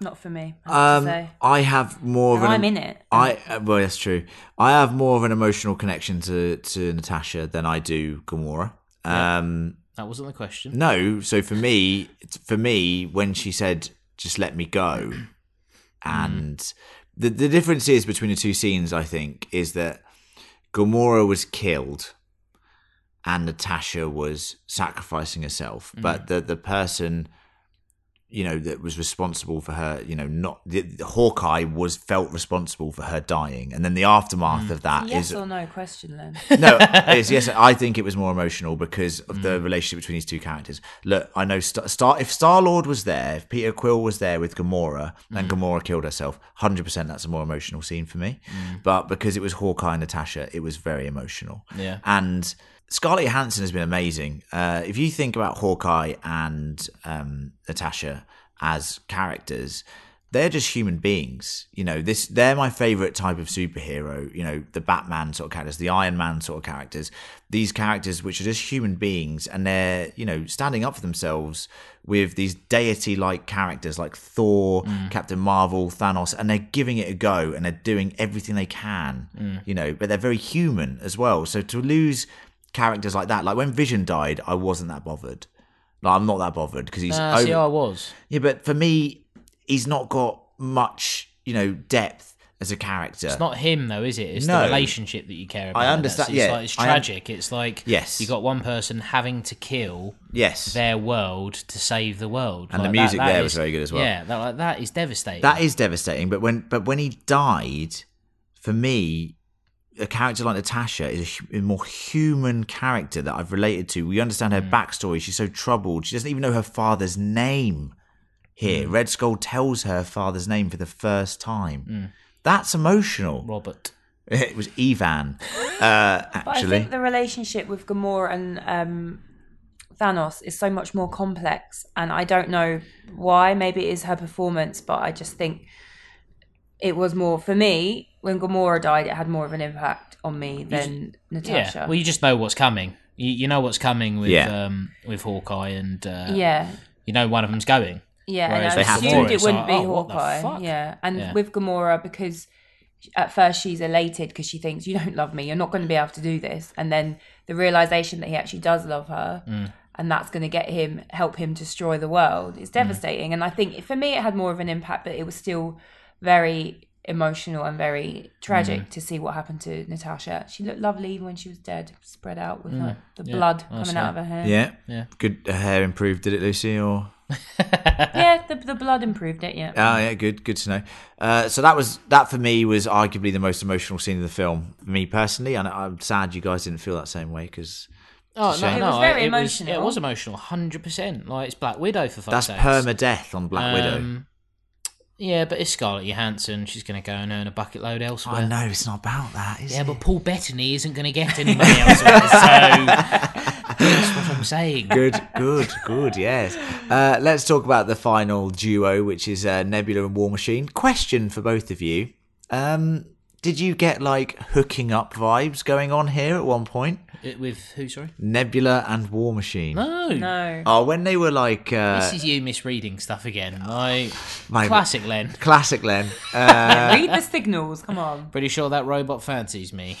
[SPEAKER 5] not for me. I have to
[SPEAKER 3] Um,
[SPEAKER 5] say.
[SPEAKER 3] I have more of
[SPEAKER 5] No,
[SPEAKER 3] an.
[SPEAKER 5] I'm in it.
[SPEAKER 3] I uh, well, that's true. I have more of an emotional connection to to Natasha than I do Gamora. Um,
[SPEAKER 4] That wasn't the question.
[SPEAKER 3] no, so for me, it's- for me, when she said "just let me go," and the the difference is between the two scenes, I think, is that Gamora was killed and Natasha was sacrificing herself, but the the person you know that was responsible for her you know not the, the hawkeye was felt responsible for her dying and then the aftermath of that is
[SPEAKER 5] Yes or no question, Len.
[SPEAKER 3] no, it's, yes, I think it was more emotional because of the relationship between these two characters. Look, I know Star, Star if Star Lord was there, if Peter Quill was there with Gamora, and Gamora killed herself, hundred percent, that's a more emotional scene for me. But because it was Hawkeye and Natasha, it was very emotional.
[SPEAKER 4] Yeah.
[SPEAKER 3] and Scarlett Johansson has been amazing. Uh, if you think about Hawkeye and um, Natasha as characters, they're just human beings. You know, this they're my favorite type of superhero. You know, the Batman sort of characters, the Iron Man sort of characters. These characters, which are just human beings, and they're you know standing up for themselves with these deity-like characters like Thor, Captain Marvel, Thanos, and they're giving it a go and they're doing everything they can. You know, but they're very human as well. So to lose characters like that, like when Vision died, I wasn't that bothered. Like I'm not that bothered because he's
[SPEAKER 4] Uh, see,
[SPEAKER 3] over-
[SPEAKER 4] I was.
[SPEAKER 3] yeah, but for me, he's not got much, you know, depth as a character.
[SPEAKER 4] It's not him though, is it? It's
[SPEAKER 3] No.
[SPEAKER 4] the relationship that you care about.
[SPEAKER 3] I
[SPEAKER 4] That's-
[SPEAKER 3] understand-
[SPEAKER 4] It's
[SPEAKER 3] yeah,
[SPEAKER 4] like, it's
[SPEAKER 3] I un-
[SPEAKER 4] tragic. it's like
[SPEAKER 3] Yes.
[SPEAKER 4] you got one person having to kill
[SPEAKER 3] yes,
[SPEAKER 4] their world to save the world,
[SPEAKER 3] And the
[SPEAKER 4] Like,
[SPEAKER 3] music there was very good as well.
[SPEAKER 4] Yeah, that, like, that is devastating.
[SPEAKER 3] that is devastating. But when but when he died, for me, a character like Natasha is a, hu- a more human character that I've related to. We understand her backstory. She's so troubled. She doesn't even know her father's name. Here, Red Skull tells her father's name for the first time. That's emotional.
[SPEAKER 4] Robert.
[SPEAKER 3] It was Ivan, uh,
[SPEAKER 5] But
[SPEAKER 3] actually.
[SPEAKER 5] I think the relationship with Gamora and um, Thanos is so much more complex, and I don't know why. Maybe it is her performance, but I just think it was more for me when Gamora died. It had more of an impact on me than Natasha.
[SPEAKER 4] Yeah. Well, you just know what's coming. You, you know what's coming with
[SPEAKER 3] Yeah.
[SPEAKER 4] um, with Hawkeye, and uh,
[SPEAKER 5] yeah,
[SPEAKER 4] you know one of them's going.
[SPEAKER 5] yeah.
[SPEAKER 4] Whereas
[SPEAKER 5] and I
[SPEAKER 3] with Gamora,
[SPEAKER 5] assumed it
[SPEAKER 4] it's like,
[SPEAKER 5] wouldn't be
[SPEAKER 4] oh, what the
[SPEAKER 5] Hawkeye.
[SPEAKER 4] fuck?
[SPEAKER 5] Yeah, and
[SPEAKER 4] Yeah.
[SPEAKER 5] with Gamora because at first she's elated because she thinks you don't love me, you're not going to be able to do this, and then the realization that he actually does love her,
[SPEAKER 4] Mm.
[SPEAKER 5] and that's going to get him help him destroy the world
[SPEAKER 4] Mm.
[SPEAKER 5] is devastating. And I think for me it had more of an impact, but it was still very emotional and very tragic
[SPEAKER 4] Mm.
[SPEAKER 5] to see what happened to Natasha. She looked lovely when she was dead, spread out
[SPEAKER 4] Mm.
[SPEAKER 5] with her, the
[SPEAKER 4] Oh,
[SPEAKER 5] blood coming out of her hair.
[SPEAKER 3] Yeah. Yeah. Good her hair improved, did it, Lucy? Or
[SPEAKER 5] Yeah, the, the blood improved it. Yeah.
[SPEAKER 3] oh yeah, good, good to know. Uh, so that was that for me was arguably the most emotional scene of the film, for me personally, and I'm sad you guys didn't feel that same way because
[SPEAKER 4] Oh no,
[SPEAKER 3] shame.
[SPEAKER 4] no,
[SPEAKER 5] It was very
[SPEAKER 4] I- yeah, it
[SPEAKER 5] emotional.
[SPEAKER 4] was emotional, hundred percent. Like it's Black Widow for
[SPEAKER 3] that's
[SPEAKER 4] fuck's sake.
[SPEAKER 3] perma death on Black
[SPEAKER 4] Um,
[SPEAKER 3] Widow.
[SPEAKER 4] Yeah, but it's Scarlett Johansson. She's going to go and earn a bucket load elsewhere.
[SPEAKER 3] I know it's not about that, is
[SPEAKER 4] Yeah,
[SPEAKER 3] it?
[SPEAKER 4] but Paul Bettany isn't going to get any money elsewhere, so that's what I'm saying.
[SPEAKER 3] Good, good, good. Yes. Uh, let's talk about the final duo, which is uh, Nebula and War Machine. Question for both of you: um, Did you get like hooking up vibes going on here at one point?
[SPEAKER 4] It- Uh, With who? Sorry.
[SPEAKER 3] Nebula and War Machine.
[SPEAKER 4] No.
[SPEAKER 5] No.
[SPEAKER 3] Oh, when they were like uh,
[SPEAKER 4] This is you misreading stuff again. Like
[SPEAKER 3] my-
[SPEAKER 4] classic Len.
[SPEAKER 3] classic Len.
[SPEAKER 5] Read the signals. Come on.
[SPEAKER 4] Pretty sure that robot fancies me.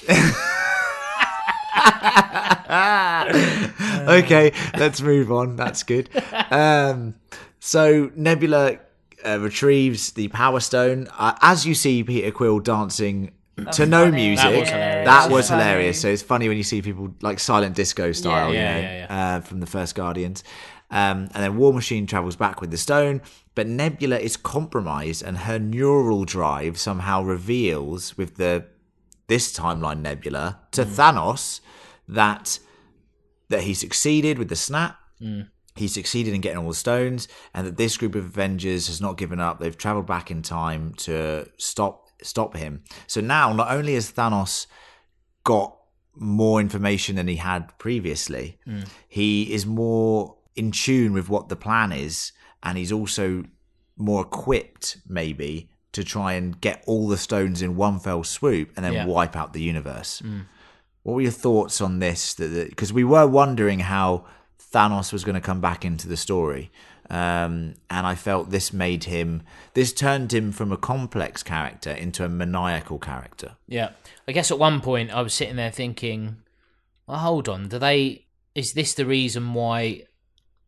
[SPEAKER 3] okay, let's move on. That's good. Um, so Nebula uh, retrieves the Power Stone. Uh, as you see Peter Quill dancing to no
[SPEAKER 5] funny.
[SPEAKER 3] music,
[SPEAKER 4] That was hilarious.
[SPEAKER 3] That was
[SPEAKER 5] Yeah.
[SPEAKER 3] hilarious. So it's funny when you see people like silent disco style,
[SPEAKER 4] Yeah,
[SPEAKER 3] you know,
[SPEAKER 4] yeah,
[SPEAKER 3] Uh, from the first Guardians. Um, and then War Machine travels back with the stone, but Nebula is compromised, and her neural drive somehow reveals with the this timeline Nebula
[SPEAKER 4] Mm.
[SPEAKER 3] to Thanos that that he succeeded with the snap.
[SPEAKER 4] Mm.
[SPEAKER 3] He succeeded in getting all the stones, and that this group of Avengers has not given up. They've traveled back in time to stop stop him. So now, not only has Thanos got more information than he had previously,
[SPEAKER 4] Mm.
[SPEAKER 3] he is more in tune with what the plan is, and he's also more equipped, maybe, to try and get all the stones in one fell swoop and then
[SPEAKER 4] Yeah. Mm.
[SPEAKER 3] wipe out the universe. What were your thoughts on this? Because we were wondering how Thanos was going to come back into the story. Um, and I felt this made him, this turned him from a complex character into a maniacal character.
[SPEAKER 4] Yeah. I guess at one point I was sitting there thinking, well, hold on, do they is this the reason why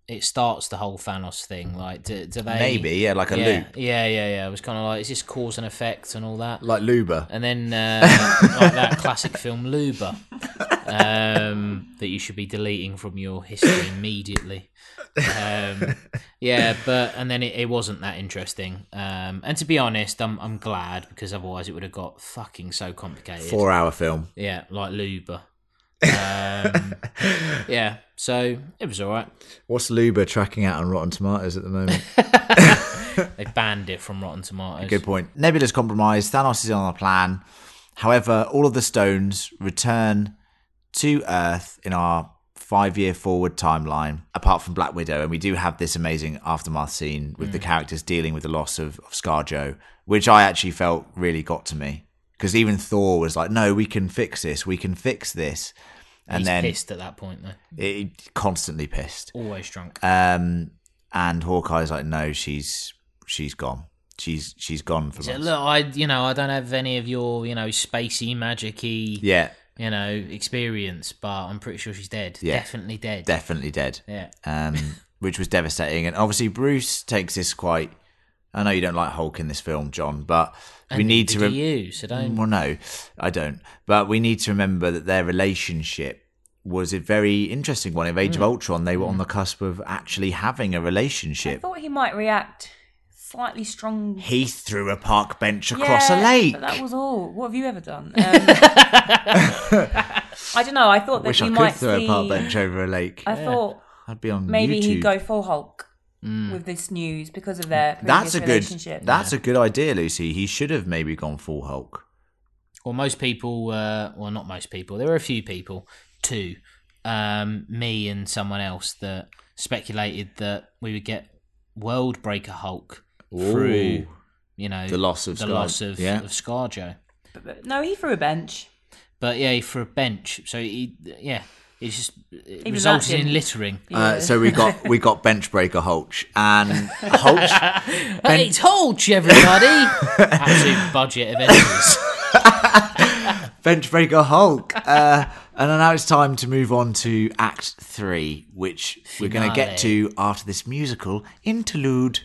[SPEAKER 4] it starts the whole Thanos thing? Like do, do they
[SPEAKER 3] Maybe, yeah, like a
[SPEAKER 4] yeah,
[SPEAKER 3] loop.
[SPEAKER 4] Yeah, yeah, yeah. It was kinda like, is this cause and effect and all that?
[SPEAKER 3] Like Luba.
[SPEAKER 4] and then uh, like that classic film Luba um, that you should be deleting from your history immediately. Um, yeah, but and then it, it wasn't that interesting. Um, and to be honest, I'm I'm glad because otherwise it would have got fucking so complicated.
[SPEAKER 3] Four hour film.
[SPEAKER 4] Yeah, like Luba. Um, yeah, so it was all right.
[SPEAKER 3] What's Luba tracking out on Rotten Tomatoes at the moment?
[SPEAKER 4] They banned it from Rotten Tomatoes.
[SPEAKER 3] Good point. Nebula's compromised. Thanos is on the plan. However, all of the stones return to Earth in our five year forward timeline, apart from Black Widow. And we do have this amazing aftermath scene with
[SPEAKER 4] Mm.
[SPEAKER 3] the characters dealing with the loss of, of Scarjo, which I actually felt really got to me. Because even Thor was like, no, we can fix this. We can fix this. And
[SPEAKER 4] He's
[SPEAKER 3] then
[SPEAKER 4] pissed at that point though.
[SPEAKER 3] It, constantly pissed.
[SPEAKER 4] Always drunk.
[SPEAKER 3] Um, and Hawkeye's like, no, she's she's gone. She's she's gone from
[SPEAKER 4] So,
[SPEAKER 3] us.
[SPEAKER 4] look, I you know I don't have any of your you know spacey magicy
[SPEAKER 3] Yeah,
[SPEAKER 4] you know, experience, but I'm pretty sure she's dead.
[SPEAKER 3] Yeah.
[SPEAKER 4] Definitely dead.
[SPEAKER 3] definitely dead.
[SPEAKER 4] yeah.
[SPEAKER 3] Um, which was devastating. And obviously, Bruce takes this quite. I know you don't like Hulk in this film, John, but we need to. Mm.
[SPEAKER 4] Did
[SPEAKER 3] re-
[SPEAKER 4] you, E so don't.
[SPEAKER 3] well, no, I don't. But we need to remember that their relationship was a very interesting one. In Age
[SPEAKER 4] Hmm.
[SPEAKER 3] of Ultron, they were on the cusp of actually having a
[SPEAKER 5] I
[SPEAKER 3] relationship.
[SPEAKER 5] thought he might react slightly strong.
[SPEAKER 3] He threw a park bench across a
[SPEAKER 5] Yeah,
[SPEAKER 3] lake.
[SPEAKER 5] But that was all. What have you ever done? Um, I don't know. I thought that
[SPEAKER 3] Wish
[SPEAKER 5] you
[SPEAKER 3] I could
[SPEAKER 5] might
[SPEAKER 3] throw
[SPEAKER 5] see.
[SPEAKER 3] a park bench over a lake.
[SPEAKER 5] I thought
[SPEAKER 3] I'd be on
[SPEAKER 5] maybe
[SPEAKER 3] YouTube. Mm.
[SPEAKER 5] he'd go full Hulk with this news because of their previous
[SPEAKER 3] that's a good.
[SPEAKER 5] relationship.
[SPEAKER 3] That's a good idea, Lucy. He should have maybe gone full Hulk.
[SPEAKER 4] Well, most people, uh, well, not most people. There were a few people, two, um, me and someone else that speculated that we would get World Breaker Hulk through,
[SPEAKER 3] Ooh.
[SPEAKER 4] you know,
[SPEAKER 3] The loss of
[SPEAKER 4] the
[SPEAKER 3] Scar-
[SPEAKER 4] loss of,
[SPEAKER 3] yeah.
[SPEAKER 4] of Scarjo.
[SPEAKER 5] But- but no, he threw a bench.
[SPEAKER 4] But yeah, for a bench. So he, yeah, it just it
[SPEAKER 5] that
[SPEAKER 4] resulted in
[SPEAKER 5] didn't-
[SPEAKER 4] littering.
[SPEAKER 3] Uh, so we got we got bench breaker Hulk and Hulk.
[SPEAKER 4] Hey, it's Hulk, everybody! Absolute budget of entries.
[SPEAKER 3] bench breaker Hulk. Uh, and now it's time to move on to Act Three, which we're going to get to after this musical interlude.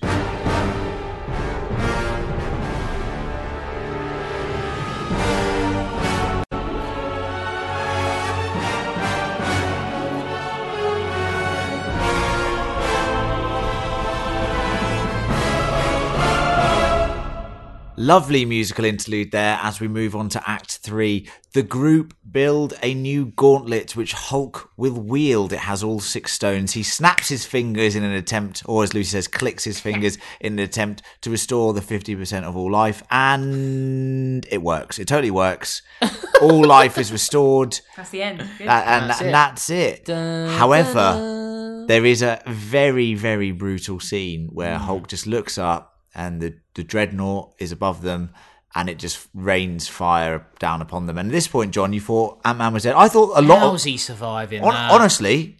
[SPEAKER 3] Lovely musical interlude there as we move on to Act 3. The group build a new gauntlet which Hulk will wield. It has all six stones. He snaps his fingers in an attempt, or as Lucy says, clicks his fingers in an attempt to restore the 50% of all life. And it works. It totally works. all life is restored.
[SPEAKER 5] That's the end. Good.
[SPEAKER 3] A- and that's and it. That's it. However, there is a very, very Mm. brutal scene where Hulk just looks up and the, the dreadnought is above them and it just rains fire down upon them. And at this point, John, you thought Ant Man was dead. I thought a lot. of-
[SPEAKER 4] How's he surviving?
[SPEAKER 3] Hon-
[SPEAKER 4] that?
[SPEAKER 3] honestly,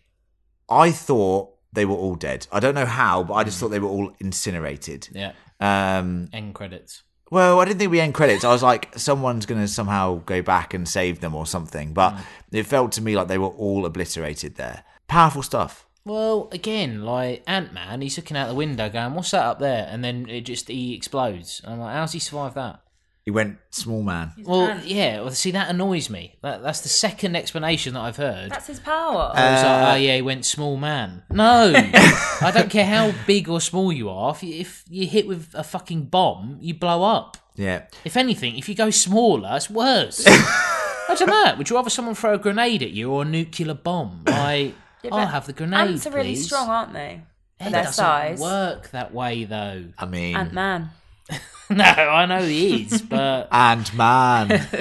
[SPEAKER 3] I thought they were all dead. I don't know how, but I just thought they were all incinerated.
[SPEAKER 4] yeah.
[SPEAKER 3] Um,
[SPEAKER 4] End credits.
[SPEAKER 3] well, I didn't think we end credits. I was like, someone's going to somehow go back and save them or something. But
[SPEAKER 4] Mm.
[SPEAKER 3] it felt to me like they were all obliterated there. Powerful stuff.
[SPEAKER 4] Well, again, like Ant Man, he's looking out the window, going, "What's that up there?" And then it just he explodes. And I'm like, "How's he survived that?"
[SPEAKER 3] He went small man.
[SPEAKER 4] well, yeah. Well, see, that annoys me. That, that's the second explanation that I've heard.
[SPEAKER 5] That's his power.
[SPEAKER 3] Uh,
[SPEAKER 4] I was like, oh yeah, he went small man. No, I don't care how big or small you are. If you, if you hit with a fucking bomb, you blow up.
[SPEAKER 3] Yeah.
[SPEAKER 4] If anything, if you go smaller, it's worse. Imagine that. Would you rather someone throw a grenade at you or a nuclear bomb? Like, I'll have the grenade.
[SPEAKER 5] Ants are really
[SPEAKER 4] please.
[SPEAKER 5] strong, aren't they? For
[SPEAKER 4] It
[SPEAKER 5] their
[SPEAKER 4] doesn't
[SPEAKER 5] size.
[SPEAKER 4] work that way though.
[SPEAKER 3] I mean,
[SPEAKER 5] Ant Man.
[SPEAKER 4] no, I know he is, but
[SPEAKER 3] and man.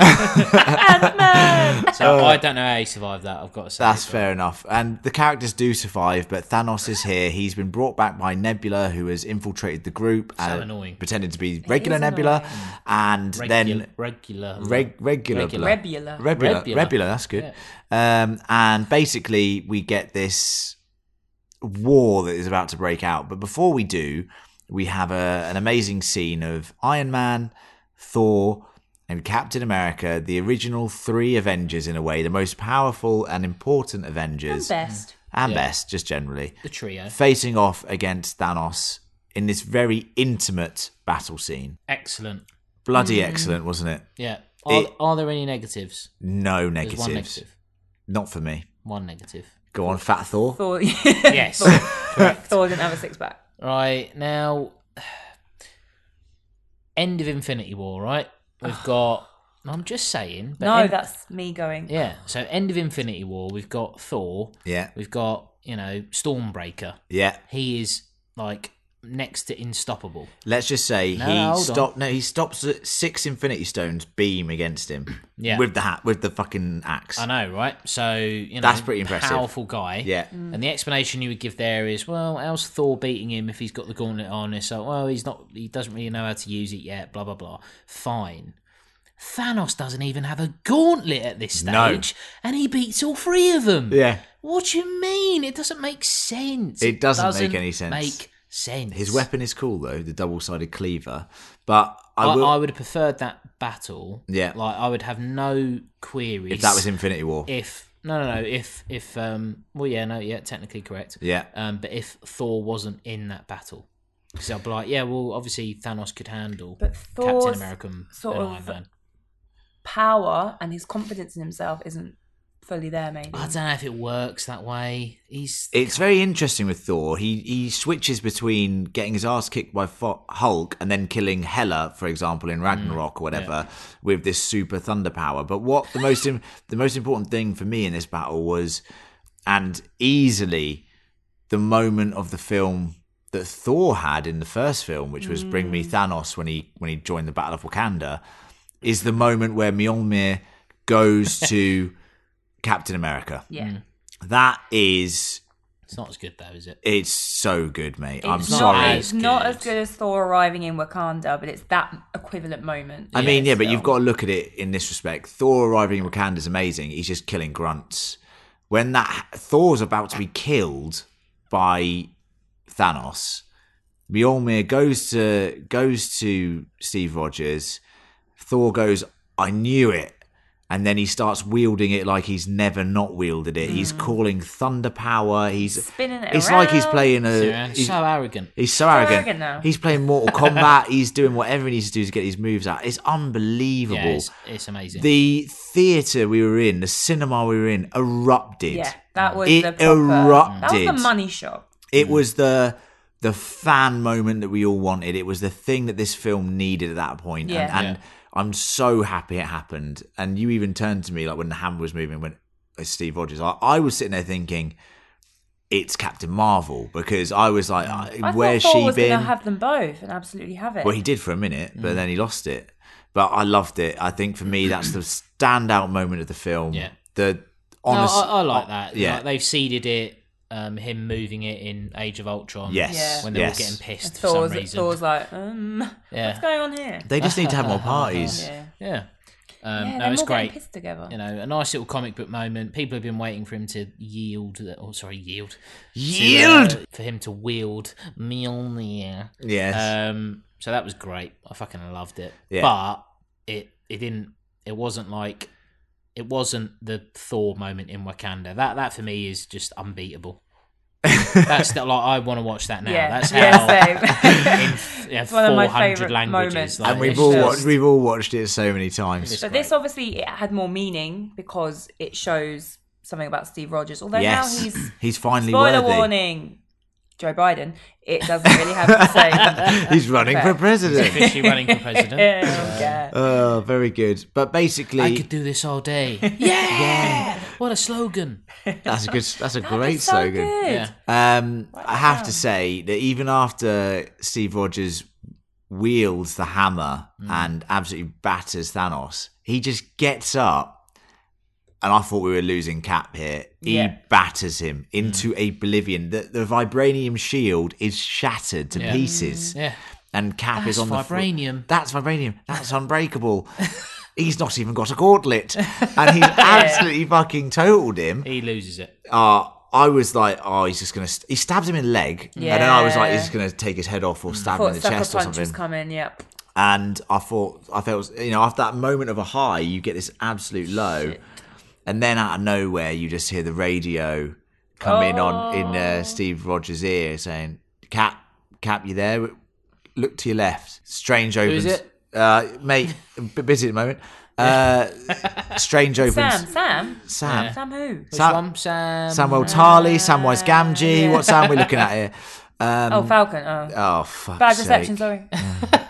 [SPEAKER 4] so
[SPEAKER 3] Oh.
[SPEAKER 4] I don't know how he survived that. I've got to say
[SPEAKER 3] That's
[SPEAKER 4] but-
[SPEAKER 3] fair enough. And the characters do survive, but Thanos is here. He's been brought back by Nebula, who has infiltrated the group and
[SPEAKER 4] annoying.
[SPEAKER 3] pretended to be regular
[SPEAKER 5] is
[SPEAKER 3] Nebula. And
[SPEAKER 4] Regular,
[SPEAKER 3] then
[SPEAKER 4] regular,
[SPEAKER 3] reg- regular, Bla-
[SPEAKER 4] Regular.
[SPEAKER 5] Rebula.
[SPEAKER 3] Rebula.
[SPEAKER 4] Rebula.
[SPEAKER 3] Rebula, that's good. Um, and basically, we get this war that is about to break out. But before we do, we have a, an amazing scene of Iron Man, Thor, and Captain America, the original three Avengers, in a way, the most powerful and important Avengers
[SPEAKER 5] Best.
[SPEAKER 3] and best, just generally,
[SPEAKER 4] the trio.
[SPEAKER 3] facing off against Thanos in this very intimate battle scene.
[SPEAKER 4] Excellent.
[SPEAKER 3] Bloody excellent, wasn't it?
[SPEAKER 4] Yeah. Are,
[SPEAKER 3] It-
[SPEAKER 4] are there any negatives?
[SPEAKER 3] No
[SPEAKER 4] There's
[SPEAKER 3] negatives.
[SPEAKER 4] one negative.
[SPEAKER 3] Not for me.
[SPEAKER 4] One negative.
[SPEAKER 3] Go on, Fat Thor.
[SPEAKER 5] Thor.
[SPEAKER 4] Yes.
[SPEAKER 5] Thor didn't have a six pack.
[SPEAKER 4] right now, end of Infinity War. Right, we've got. I'm just saying. But
[SPEAKER 5] No,
[SPEAKER 4] end-
[SPEAKER 5] that's me going.
[SPEAKER 4] yeah. So end of Infinity War. We've got Thor.
[SPEAKER 3] Yeah,
[SPEAKER 4] We've got you know Stormbreaker.
[SPEAKER 3] yeah.
[SPEAKER 4] He is like next to unstoppable.
[SPEAKER 3] Let's just say
[SPEAKER 4] No, hold
[SPEAKER 3] he
[SPEAKER 4] on.
[SPEAKER 3] stopped. No, he stops at six Infinity Stones beam against him.
[SPEAKER 4] Yeah.
[SPEAKER 3] with the hat, with the fucking axe.
[SPEAKER 4] I know, right? So you know
[SPEAKER 3] That's pretty impressive.
[SPEAKER 4] Powerful guy.
[SPEAKER 3] Yeah.
[SPEAKER 4] And the explanation you would give there is, well, how's Thor beating him if he's got the gauntlet on? It's like, well, he's not. He doesn't really know how to use it yet. Blah blah blah. Fine. Thanos doesn't even have a gauntlet at this stage,
[SPEAKER 3] No.
[SPEAKER 4] and he beats all three of them.
[SPEAKER 3] Yeah.
[SPEAKER 4] What do you mean? It doesn't make sense.
[SPEAKER 3] It doesn't make any sense.
[SPEAKER 4] Make sense.
[SPEAKER 3] His weapon is cool though, the double-sided cleaver. But I,
[SPEAKER 4] I,
[SPEAKER 3] will.
[SPEAKER 4] I would have preferred that battle.
[SPEAKER 3] Yeah.
[SPEAKER 4] Like I would have no queries
[SPEAKER 3] if that was Infinity War,
[SPEAKER 4] if no no no if if um well yeah no yeah technically correct
[SPEAKER 3] Yeah.
[SPEAKER 4] um but if Thor wasn't in that battle because I'll be like yeah well obviously Thanos could handle
[SPEAKER 5] But
[SPEAKER 4] Captain
[SPEAKER 5] Thor's
[SPEAKER 4] America and
[SPEAKER 5] sort
[SPEAKER 4] and
[SPEAKER 5] of-
[SPEAKER 4] Iron Man
[SPEAKER 5] Power and his confidence in himself isn't fully there, maybe.
[SPEAKER 4] I don't know if it works that way he's
[SPEAKER 3] It's very interesting with Thor. He he switches between getting his ass kicked by Fo- Hulk and then killing Hela, for example, in Ragnarok or whatever, with this super thunder power. But what the most im- the most important thing for me in this battle was, and easily, the moment of the film that Thor had in the first film, which was "Bring Me Thanos" when he when he joined the Battle of Wakanda, is the moment where Mjolnir goes to Captain America.
[SPEAKER 5] Yeah.
[SPEAKER 3] That is
[SPEAKER 4] it's not as good though is it
[SPEAKER 3] it's so good, mate. I'm
[SPEAKER 5] It's
[SPEAKER 3] sorry.
[SPEAKER 5] Not, it's not
[SPEAKER 4] good.
[SPEAKER 5] as good as Thor arriving in Wakanda, but it's that equivalent moment.
[SPEAKER 3] I mean, yeah, but
[SPEAKER 5] still.
[SPEAKER 3] you've got to look at it in this respect. Thor arriving in Wakanda is amazing. He's just killing grunts. When that Thor's about to be killed by Thanos, Mjolnir goes to goes to Steve Rogers. Thor goes, "I knew it," and then he starts wielding it like he's never not wielded it. He's calling thunder power. He's
[SPEAKER 5] Mm. Spinning it
[SPEAKER 3] It's like he's
[SPEAKER 5] around.
[SPEAKER 3] playing a.
[SPEAKER 4] yeah
[SPEAKER 3] Uh, he's-
[SPEAKER 4] so arrogant
[SPEAKER 3] He's so arrogant.
[SPEAKER 5] arrogant now.
[SPEAKER 3] He's playing Mortal Kombat. He's doing whatever he needs to do to get these moves out. It's unbelievable.
[SPEAKER 4] yeah it's, it's amazing
[SPEAKER 3] the theatre we were in, the cinema we were in, erupted.
[SPEAKER 5] Yeah, that was
[SPEAKER 3] It
[SPEAKER 5] the proper, That was
[SPEAKER 3] erupted.
[SPEAKER 5] the money shot.
[SPEAKER 3] It
[SPEAKER 4] Mm.
[SPEAKER 3] was the the fan moment that we all wanted. It was the thing that this film needed at that point.
[SPEAKER 5] Yeah.
[SPEAKER 3] And, and I'm so happy it happened. And you even turned to me like when the hammer was moving, when it's Steve Rogers. I, I was sitting there thinking, it's Captain Marvel because I was like,
[SPEAKER 5] Mm.
[SPEAKER 3] uh,
[SPEAKER 5] I
[SPEAKER 3] where's
[SPEAKER 5] thought Thor
[SPEAKER 3] she
[SPEAKER 5] was
[SPEAKER 3] been?
[SPEAKER 5] going to have them both and absolutely have it.
[SPEAKER 3] Well, he did for a minute,
[SPEAKER 4] Mm.
[SPEAKER 3] but then he lost it. But I loved it. I think for me, that's the standout moment of the film.
[SPEAKER 4] Yeah.
[SPEAKER 3] The
[SPEAKER 4] no,
[SPEAKER 3] honest.
[SPEAKER 4] I, I like that
[SPEAKER 3] Yeah.
[SPEAKER 4] Like, they've seeded it um, him moving it in Age of Ultron.
[SPEAKER 3] Yes.
[SPEAKER 5] Yeah.
[SPEAKER 4] When they're
[SPEAKER 3] yes.
[SPEAKER 4] all getting pissed for some
[SPEAKER 5] Thor's,
[SPEAKER 4] reason.
[SPEAKER 5] Thor's like, um, what's
[SPEAKER 4] yeah.
[SPEAKER 5] going on here?
[SPEAKER 3] They just need to have more parties.
[SPEAKER 4] uh,
[SPEAKER 5] Yeah,
[SPEAKER 4] Yeah. Um,
[SPEAKER 5] yeah,
[SPEAKER 4] no,
[SPEAKER 5] they're
[SPEAKER 4] it's
[SPEAKER 5] all getting
[SPEAKER 4] great.
[SPEAKER 5] pissed together.
[SPEAKER 4] You know, a nice little comic book moment. People have been waiting for him to yield. The, oh, sorry, yield. To, uh,
[SPEAKER 3] Yield.
[SPEAKER 4] for him to wield Mjolnir.
[SPEAKER 3] Yes.
[SPEAKER 4] Um, so that was great. I fucking loved it.
[SPEAKER 3] Yeah.
[SPEAKER 4] But it it didn't. It wasn't like it wasn't the Thor moment in Wakanda. That that for me is just unbeatable. That's the, like I want to watch that now.
[SPEAKER 5] yeah,
[SPEAKER 4] That's how
[SPEAKER 5] yeah, same.
[SPEAKER 4] in yeah,
[SPEAKER 5] one of my
[SPEAKER 4] four hundred
[SPEAKER 5] favourite
[SPEAKER 4] languages.
[SPEAKER 5] moments.
[SPEAKER 4] Like,
[SPEAKER 3] and we've
[SPEAKER 4] it's
[SPEAKER 3] all
[SPEAKER 4] just-
[SPEAKER 3] watched, we've all watched it so many times.
[SPEAKER 4] It's
[SPEAKER 5] But
[SPEAKER 4] great.
[SPEAKER 5] this obviously it had more meaning because it shows something about Steve Rogers. Although
[SPEAKER 3] yes,
[SPEAKER 5] now he's
[SPEAKER 3] he's finally
[SPEAKER 5] spoiler
[SPEAKER 3] worthy.
[SPEAKER 5] warning, Joe Biden. It doesn't really have the same.
[SPEAKER 3] He's running for
[SPEAKER 5] Correct.
[SPEAKER 3] president.
[SPEAKER 4] officially running for president.
[SPEAKER 5] yeah.
[SPEAKER 3] oh, very good. But
[SPEAKER 4] I
[SPEAKER 3] basically,
[SPEAKER 4] could do this all day. yeah! What a slogan.
[SPEAKER 3] that's a good. That's a great
[SPEAKER 5] so
[SPEAKER 3] slogan.
[SPEAKER 5] good.
[SPEAKER 4] Yeah.
[SPEAKER 3] Um, I have to say that even after Steve Rogers wields the hammer
[SPEAKER 4] Hmm.
[SPEAKER 3] and absolutely batters Thanos, he just gets up. And I thought we were losing cap here. He
[SPEAKER 5] Yeah.
[SPEAKER 3] batters him
[SPEAKER 4] Hmm.
[SPEAKER 3] into oblivion. The, the vibranium shield is shattered to
[SPEAKER 4] Yeah. Hmm.
[SPEAKER 3] pieces.
[SPEAKER 4] Yeah.
[SPEAKER 3] And Cap
[SPEAKER 4] That's
[SPEAKER 3] is on the fl-
[SPEAKER 4] vibranium.
[SPEAKER 3] That's vibranium. That's unbreakable. he's not even got a gauntlet, and he's absolutely fucking totaled him
[SPEAKER 4] He loses it.
[SPEAKER 3] uh, I was like, oh, he's just gonna. St-. He stabs him in the leg, and then I was like,
[SPEAKER 5] Yeah.
[SPEAKER 3] he's just gonna take his head off or stab him in
[SPEAKER 5] Thought
[SPEAKER 3] the
[SPEAKER 5] sucker
[SPEAKER 3] chest or
[SPEAKER 5] punch was
[SPEAKER 3] something.
[SPEAKER 5] coming. Yep.
[SPEAKER 3] And I thought, I felt, you know, after that moment of a high, you get this absolute low, and then out of nowhere, you just hear the radio come in on in
[SPEAKER 5] Oh.
[SPEAKER 3] uh, Steve Rogers' ear saying, "Cap, Cap, you there? Look to your left." Strange opens.
[SPEAKER 4] is it?
[SPEAKER 3] Uh, mate, a bit busy at the moment. Uh, strange opens.
[SPEAKER 5] Sam, Sam,
[SPEAKER 3] Sam.
[SPEAKER 5] Sam, who?
[SPEAKER 4] Which
[SPEAKER 3] Sam-
[SPEAKER 4] one? Sam.
[SPEAKER 3] Samuel Tarly, Samwise Gamgee. What Sam we looking at here? Um,
[SPEAKER 5] Oh, Falcon. Oh.
[SPEAKER 3] oh, fuck.
[SPEAKER 5] Bad reception, sorry.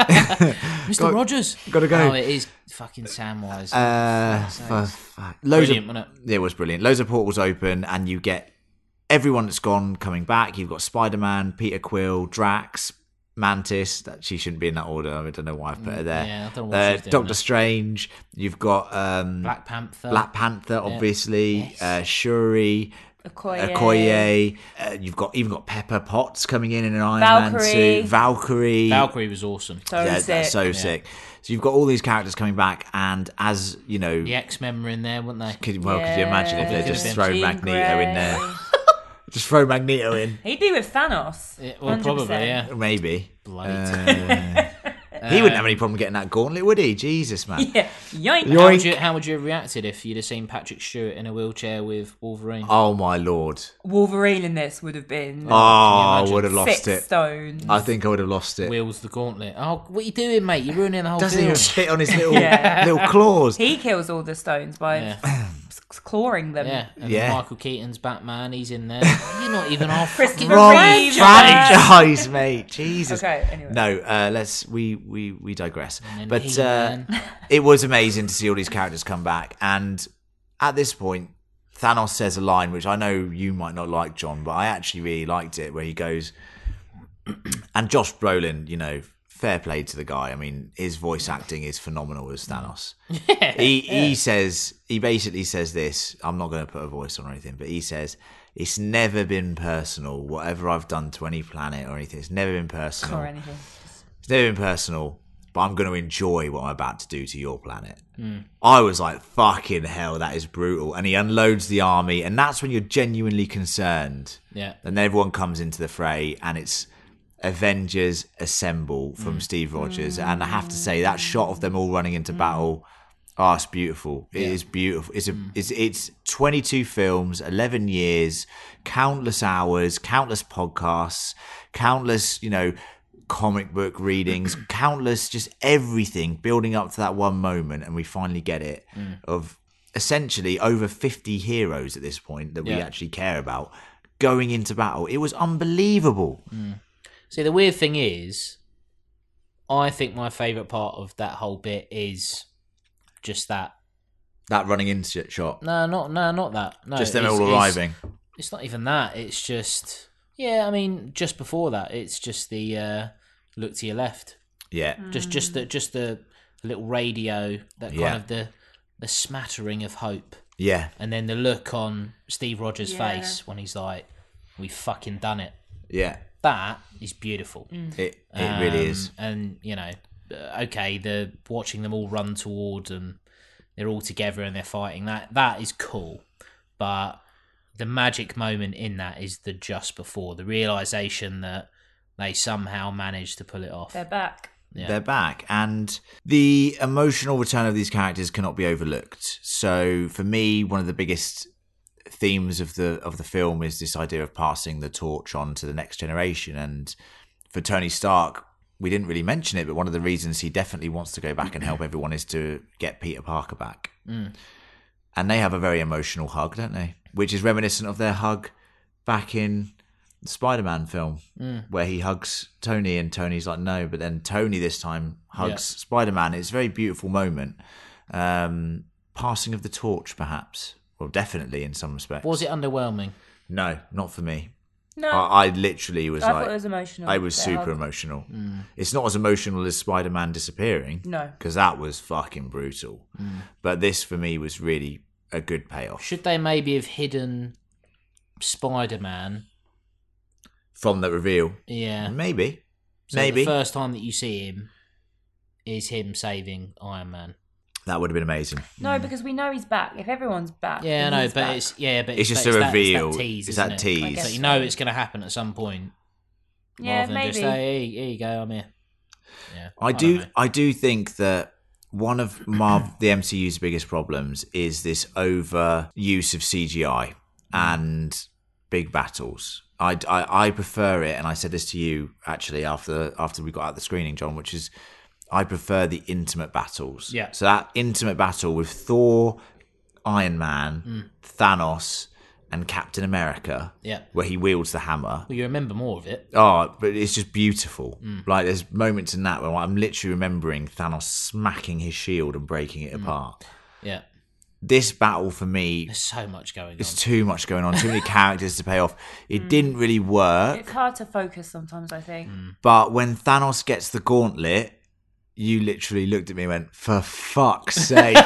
[SPEAKER 4] Mr. Rogers.
[SPEAKER 3] gotta go.
[SPEAKER 4] Oh, it is fucking Samwise.
[SPEAKER 3] Uh, fuck, fuck. Loads
[SPEAKER 4] Brilliant,
[SPEAKER 3] of,
[SPEAKER 4] wasn't
[SPEAKER 3] it? was brilliant. Loads of portals open, and you get everyone that's gone coming back. You've got Spider Man, Peter Quill, Drax, Mantis. That she shouldn't be in that order. I don't know why I put her there.
[SPEAKER 4] Mm, yeah, I don't know what
[SPEAKER 3] uh,
[SPEAKER 4] she's doing
[SPEAKER 3] Doctor
[SPEAKER 4] there.
[SPEAKER 3] Strange. You've got um,
[SPEAKER 4] Black Panther.
[SPEAKER 3] Black Panther, obviously. Uh, Shuri.
[SPEAKER 5] Okoye.
[SPEAKER 3] Okoye. Uh, you've got even got Pepper Potts coming in in an Iron Man
[SPEAKER 5] Valkyrie.
[SPEAKER 3] suit. Valkyrie.
[SPEAKER 4] Valkyrie was awesome.
[SPEAKER 5] So
[SPEAKER 3] yeah,
[SPEAKER 5] sick.
[SPEAKER 3] that's so sick. So you've got all these characters coming back, and as you know,
[SPEAKER 4] The X Men were in there, weren't they?
[SPEAKER 3] could, well, could you imagine if they
[SPEAKER 4] Yeah.
[SPEAKER 3] just
[SPEAKER 4] Jean
[SPEAKER 3] throw Magneto in there? Just throw Magneto in,
[SPEAKER 5] He'd be with Thanos.
[SPEAKER 4] Yeah, well, probably,
[SPEAKER 5] 100%.
[SPEAKER 4] yeah.
[SPEAKER 3] maybe.
[SPEAKER 4] Bloody
[SPEAKER 3] Uh, He wouldn't have any problem getting that gauntlet, would he? Jesus, man.
[SPEAKER 5] Yeah. Yoink.
[SPEAKER 4] how, would
[SPEAKER 3] Yoink.
[SPEAKER 4] you, how would you have reacted if you'd have seen Patrick Stewart in a wheelchair with Wolverine?
[SPEAKER 3] Oh my lord!
[SPEAKER 5] Wolverine in this would have been
[SPEAKER 3] Oh, I
[SPEAKER 4] imagine?
[SPEAKER 3] would have lost
[SPEAKER 5] six
[SPEAKER 3] it.
[SPEAKER 5] stone.
[SPEAKER 3] I think I would have lost it.
[SPEAKER 4] Wields the gauntlet. Oh, what are you doing, mate? You're ruining the whole
[SPEAKER 3] Doesn't
[SPEAKER 4] deal.
[SPEAKER 3] even fit on his little
[SPEAKER 5] Yeah.
[SPEAKER 3] little claws.
[SPEAKER 5] He kills all the stones by s- clawing them.
[SPEAKER 4] Yeah, and
[SPEAKER 3] Yeah.
[SPEAKER 4] Michael Keaton's Batman, he's in there. You're not even half
[SPEAKER 5] Christopher
[SPEAKER 3] Wrong
[SPEAKER 5] Reeve.
[SPEAKER 3] franchise, mate. Jesus.
[SPEAKER 5] Okay, anyway.
[SPEAKER 3] No, uh, let's we we we digress.
[SPEAKER 4] then
[SPEAKER 3] But uh,
[SPEAKER 4] He-Man.
[SPEAKER 3] it was amazing to see all these characters come back, and at this point, Thanos says a line which I know you might not like, John, but I actually really liked it, where he goes, and Josh Brolin, you know, fair play to the guy. I mean, his voice acting is phenomenal as Thanos. he he says he basically says this. I'm not going to put a voice on or anything, but he says it's never been personal. Whatever I've done to any planet or anything, it's never been personal.
[SPEAKER 5] Or anything.
[SPEAKER 3] It's never been personal, but I'm going to enjoy what I'm about to do to your planet. I was like, fucking hell, that is brutal. And he unloads the army, and that's when you're genuinely concerned.
[SPEAKER 4] Yeah.
[SPEAKER 3] And then everyone comes into the fray, and it's Avengers Assemble from Steve Rogers. And I have to say, that shot of them all running into battle. Ah, it's beautiful. It is beautiful. It's a, it's it's 22 films, 11 years, countless hours, countless podcasts, countless, you know, comic book readings, countless just everything building up to that one moment and we finally get it of essentially over 50 heroes at this point that we
[SPEAKER 4] Yeah.
[SPEAKER 3] actually care about going into battle. It was unbelievable.
[SPEAKER 4] See, the weird thing is, I think my favourite part of that whole bit is just that.
[SPEAKER 3] That running in sh- shot.
[SPEAKER 4] No, not no, not that. No,
[SPEAKER 3] just them
[SPEAKER 4] it's-
[SPEAKER 3] all
[SPEAKER 4] it's-
[SPEAKER 3] arriving.
[SPEAKER 4] It's not even that. It's just yeah. I mean, just before that, it's just the uh, look to your left.
[SPEAKER 3] Yeah.
[SPEAKER 4] Just just the just the little radio that
[SPEAKER 3] Yeah.
[SPEAKER 4] kind of the the smattering of hope,
[SPEAKER 3] Yeah.
[SPEAKER 4] and then the look on Steve Rogers'
[SPEAKER 5] Yeah.
[SPEAKER 4] face when he's like, we fucking done it.
[SPEAKER 3] Yeah,
[SPEAKER 4] That is beautiful.
[SPEAKER 3] it it really is.
[SPEAKER 4] Um, And you know, uh, okay, the watching them all run toward and they're all together and they're fighting. That that is cool, but the magic moment in that is the just before the realization that they somehow managed to pull it off.
[SPEAKER 5] They're back.
[SPEAKER 4] yeah.
[SPEAKER 3] They're back, and the emotional return of these characters cannot be overlooked. So for me, one of the biggest themes of the of the film is this idea of passing the torch on to the next generation. And for Tony Stark, we didn't really mention it, but one of the reasons he definitely wants to go back and help everyone is to get Peter Parker back.
[SPEAKER 4] Mm.
[SPEAKER 3] And they have a very emotional hug, don't they? Which is reminiscent of their hug back in the Spider-Man film
[SPEAKER 4] Mm.
[SPEAKER 3] where he hugs Tony and Tony's like no, but then Tony this time hugs
[SPEAKER 4] Yeah.
[SPEAKER 3] Spider-Man. It's a very beautiful moment. Um, passing of the torch, perhaps. Well, definitely in some respects.
[SPEAKER 4] Was it underwhelming?
[SPEAKER 3] No, not for me.
[SPEAKER 5] No,
[SPEAKER 3] I, I literally was
[SPEAKER 5] I thought
[SPEAKER 3] like,
[SPEAKER 5] it was emotional.
[SPEAKER 3] I was
[SPEAKER 5] They
[SPEAKER 3] super
[SPEAKER 5] hugged.
[SPEAKER 3] emotional.
[SPEAKER 4] Mm.
[SPEAKER 3] It's not as emotional as Spider Man disappearing.
[SPEAKER 5] No.
[SPEAKER 3] because that was fucking brutal.
[SPEAKER 4] Mm.
[SPEAKER 3] But this for me was really a good payoff
[SPEAKER 4] Should they maybe have hidden Spider Man?
[SPEAKER 3] from the reveal.
[SPEAKER 4] Yeah.
[SPEAKER 3] Maybe,
[SPEAKER 4] So
[SPEAKER 3] maybe
[SPEAKER 4] The first time that you see him is him saving Iron Man.
[SPEAKER 3] that would have been amazing.
[SPEAKER 5] no, because we know he's back. If everyone's back,
[SPEAKER 4] Mm. Yeah, I
[SPEAKER 5] then
[SPEAKER 4] know,
[SPEAKER 5] he's
[SPEAKER 4] but
[SPEAKER 5] back.
[SPEAKER 4] it's yeah, but
[SPEAKER 3] It's just
[SPEAKER 4] but
[SPEAKER 3] a
[SPEAKER 4] that-
[SPEAKER 3] reveal.
[SPEAKER 4] It's that tease.
[SPEAKER 3] It's
[SPEAKER 4] isn't
[SPEAKER 3] that
[SPEAKER 4] it?
[SPEAKER 3] tease.
[SPEAKER 5] I guess
[SPEAKER 4] So you know it's going to happen at some point.
[SPEAKER 5] yeah,
[SPEAKER 4] rather than
[SPEAKER 5] maybe.
[SPEAKER 4] just hey, here you go, I'm here. Yeah,
[SPEAKER 3] I
[SPEAKER 4] don't
[SPEAKER 3] do.
[SPEAKER 4] know.
[SPEAKER 3] I do think that one of Marv, the MCU's biggest problems is this overuse of CGI and big battles. I, I, I prefer it, and I said this to you actually after after we got out the screening, John, which is I prefer the intimate battles.
[SPEAKER 4] Yeah.
[SPEAKER 3] So that intimate battle with Thor, Iron Man, Thanos, and Captain America.
[SPEAKER 4] Mm. Yeah.
[SPEAKER 3] Where he wields the hammer.
[SPEAKER 4] Well, you remember more of it.
[SPEAKER 3] Oh, but it's just beautiful. Like there's moments in that where I'm literally remembering Thanos smacking his shield and breaking it apart.
[SPEAKER 4] Yeah,
[SPEAKER 3] This battle for me,
[SPEAKER 4] there's so much going on.
[SPEAKER 3] it's too much going on, too many characters to pay off. It didn't really work,
[SPEAKER 5] It's hard to focus sometimes. I think.
[SPEAKER 3] Mm. but when Thanos gets the gauntlet, you literally looked at me and went, "For fuck's sake!"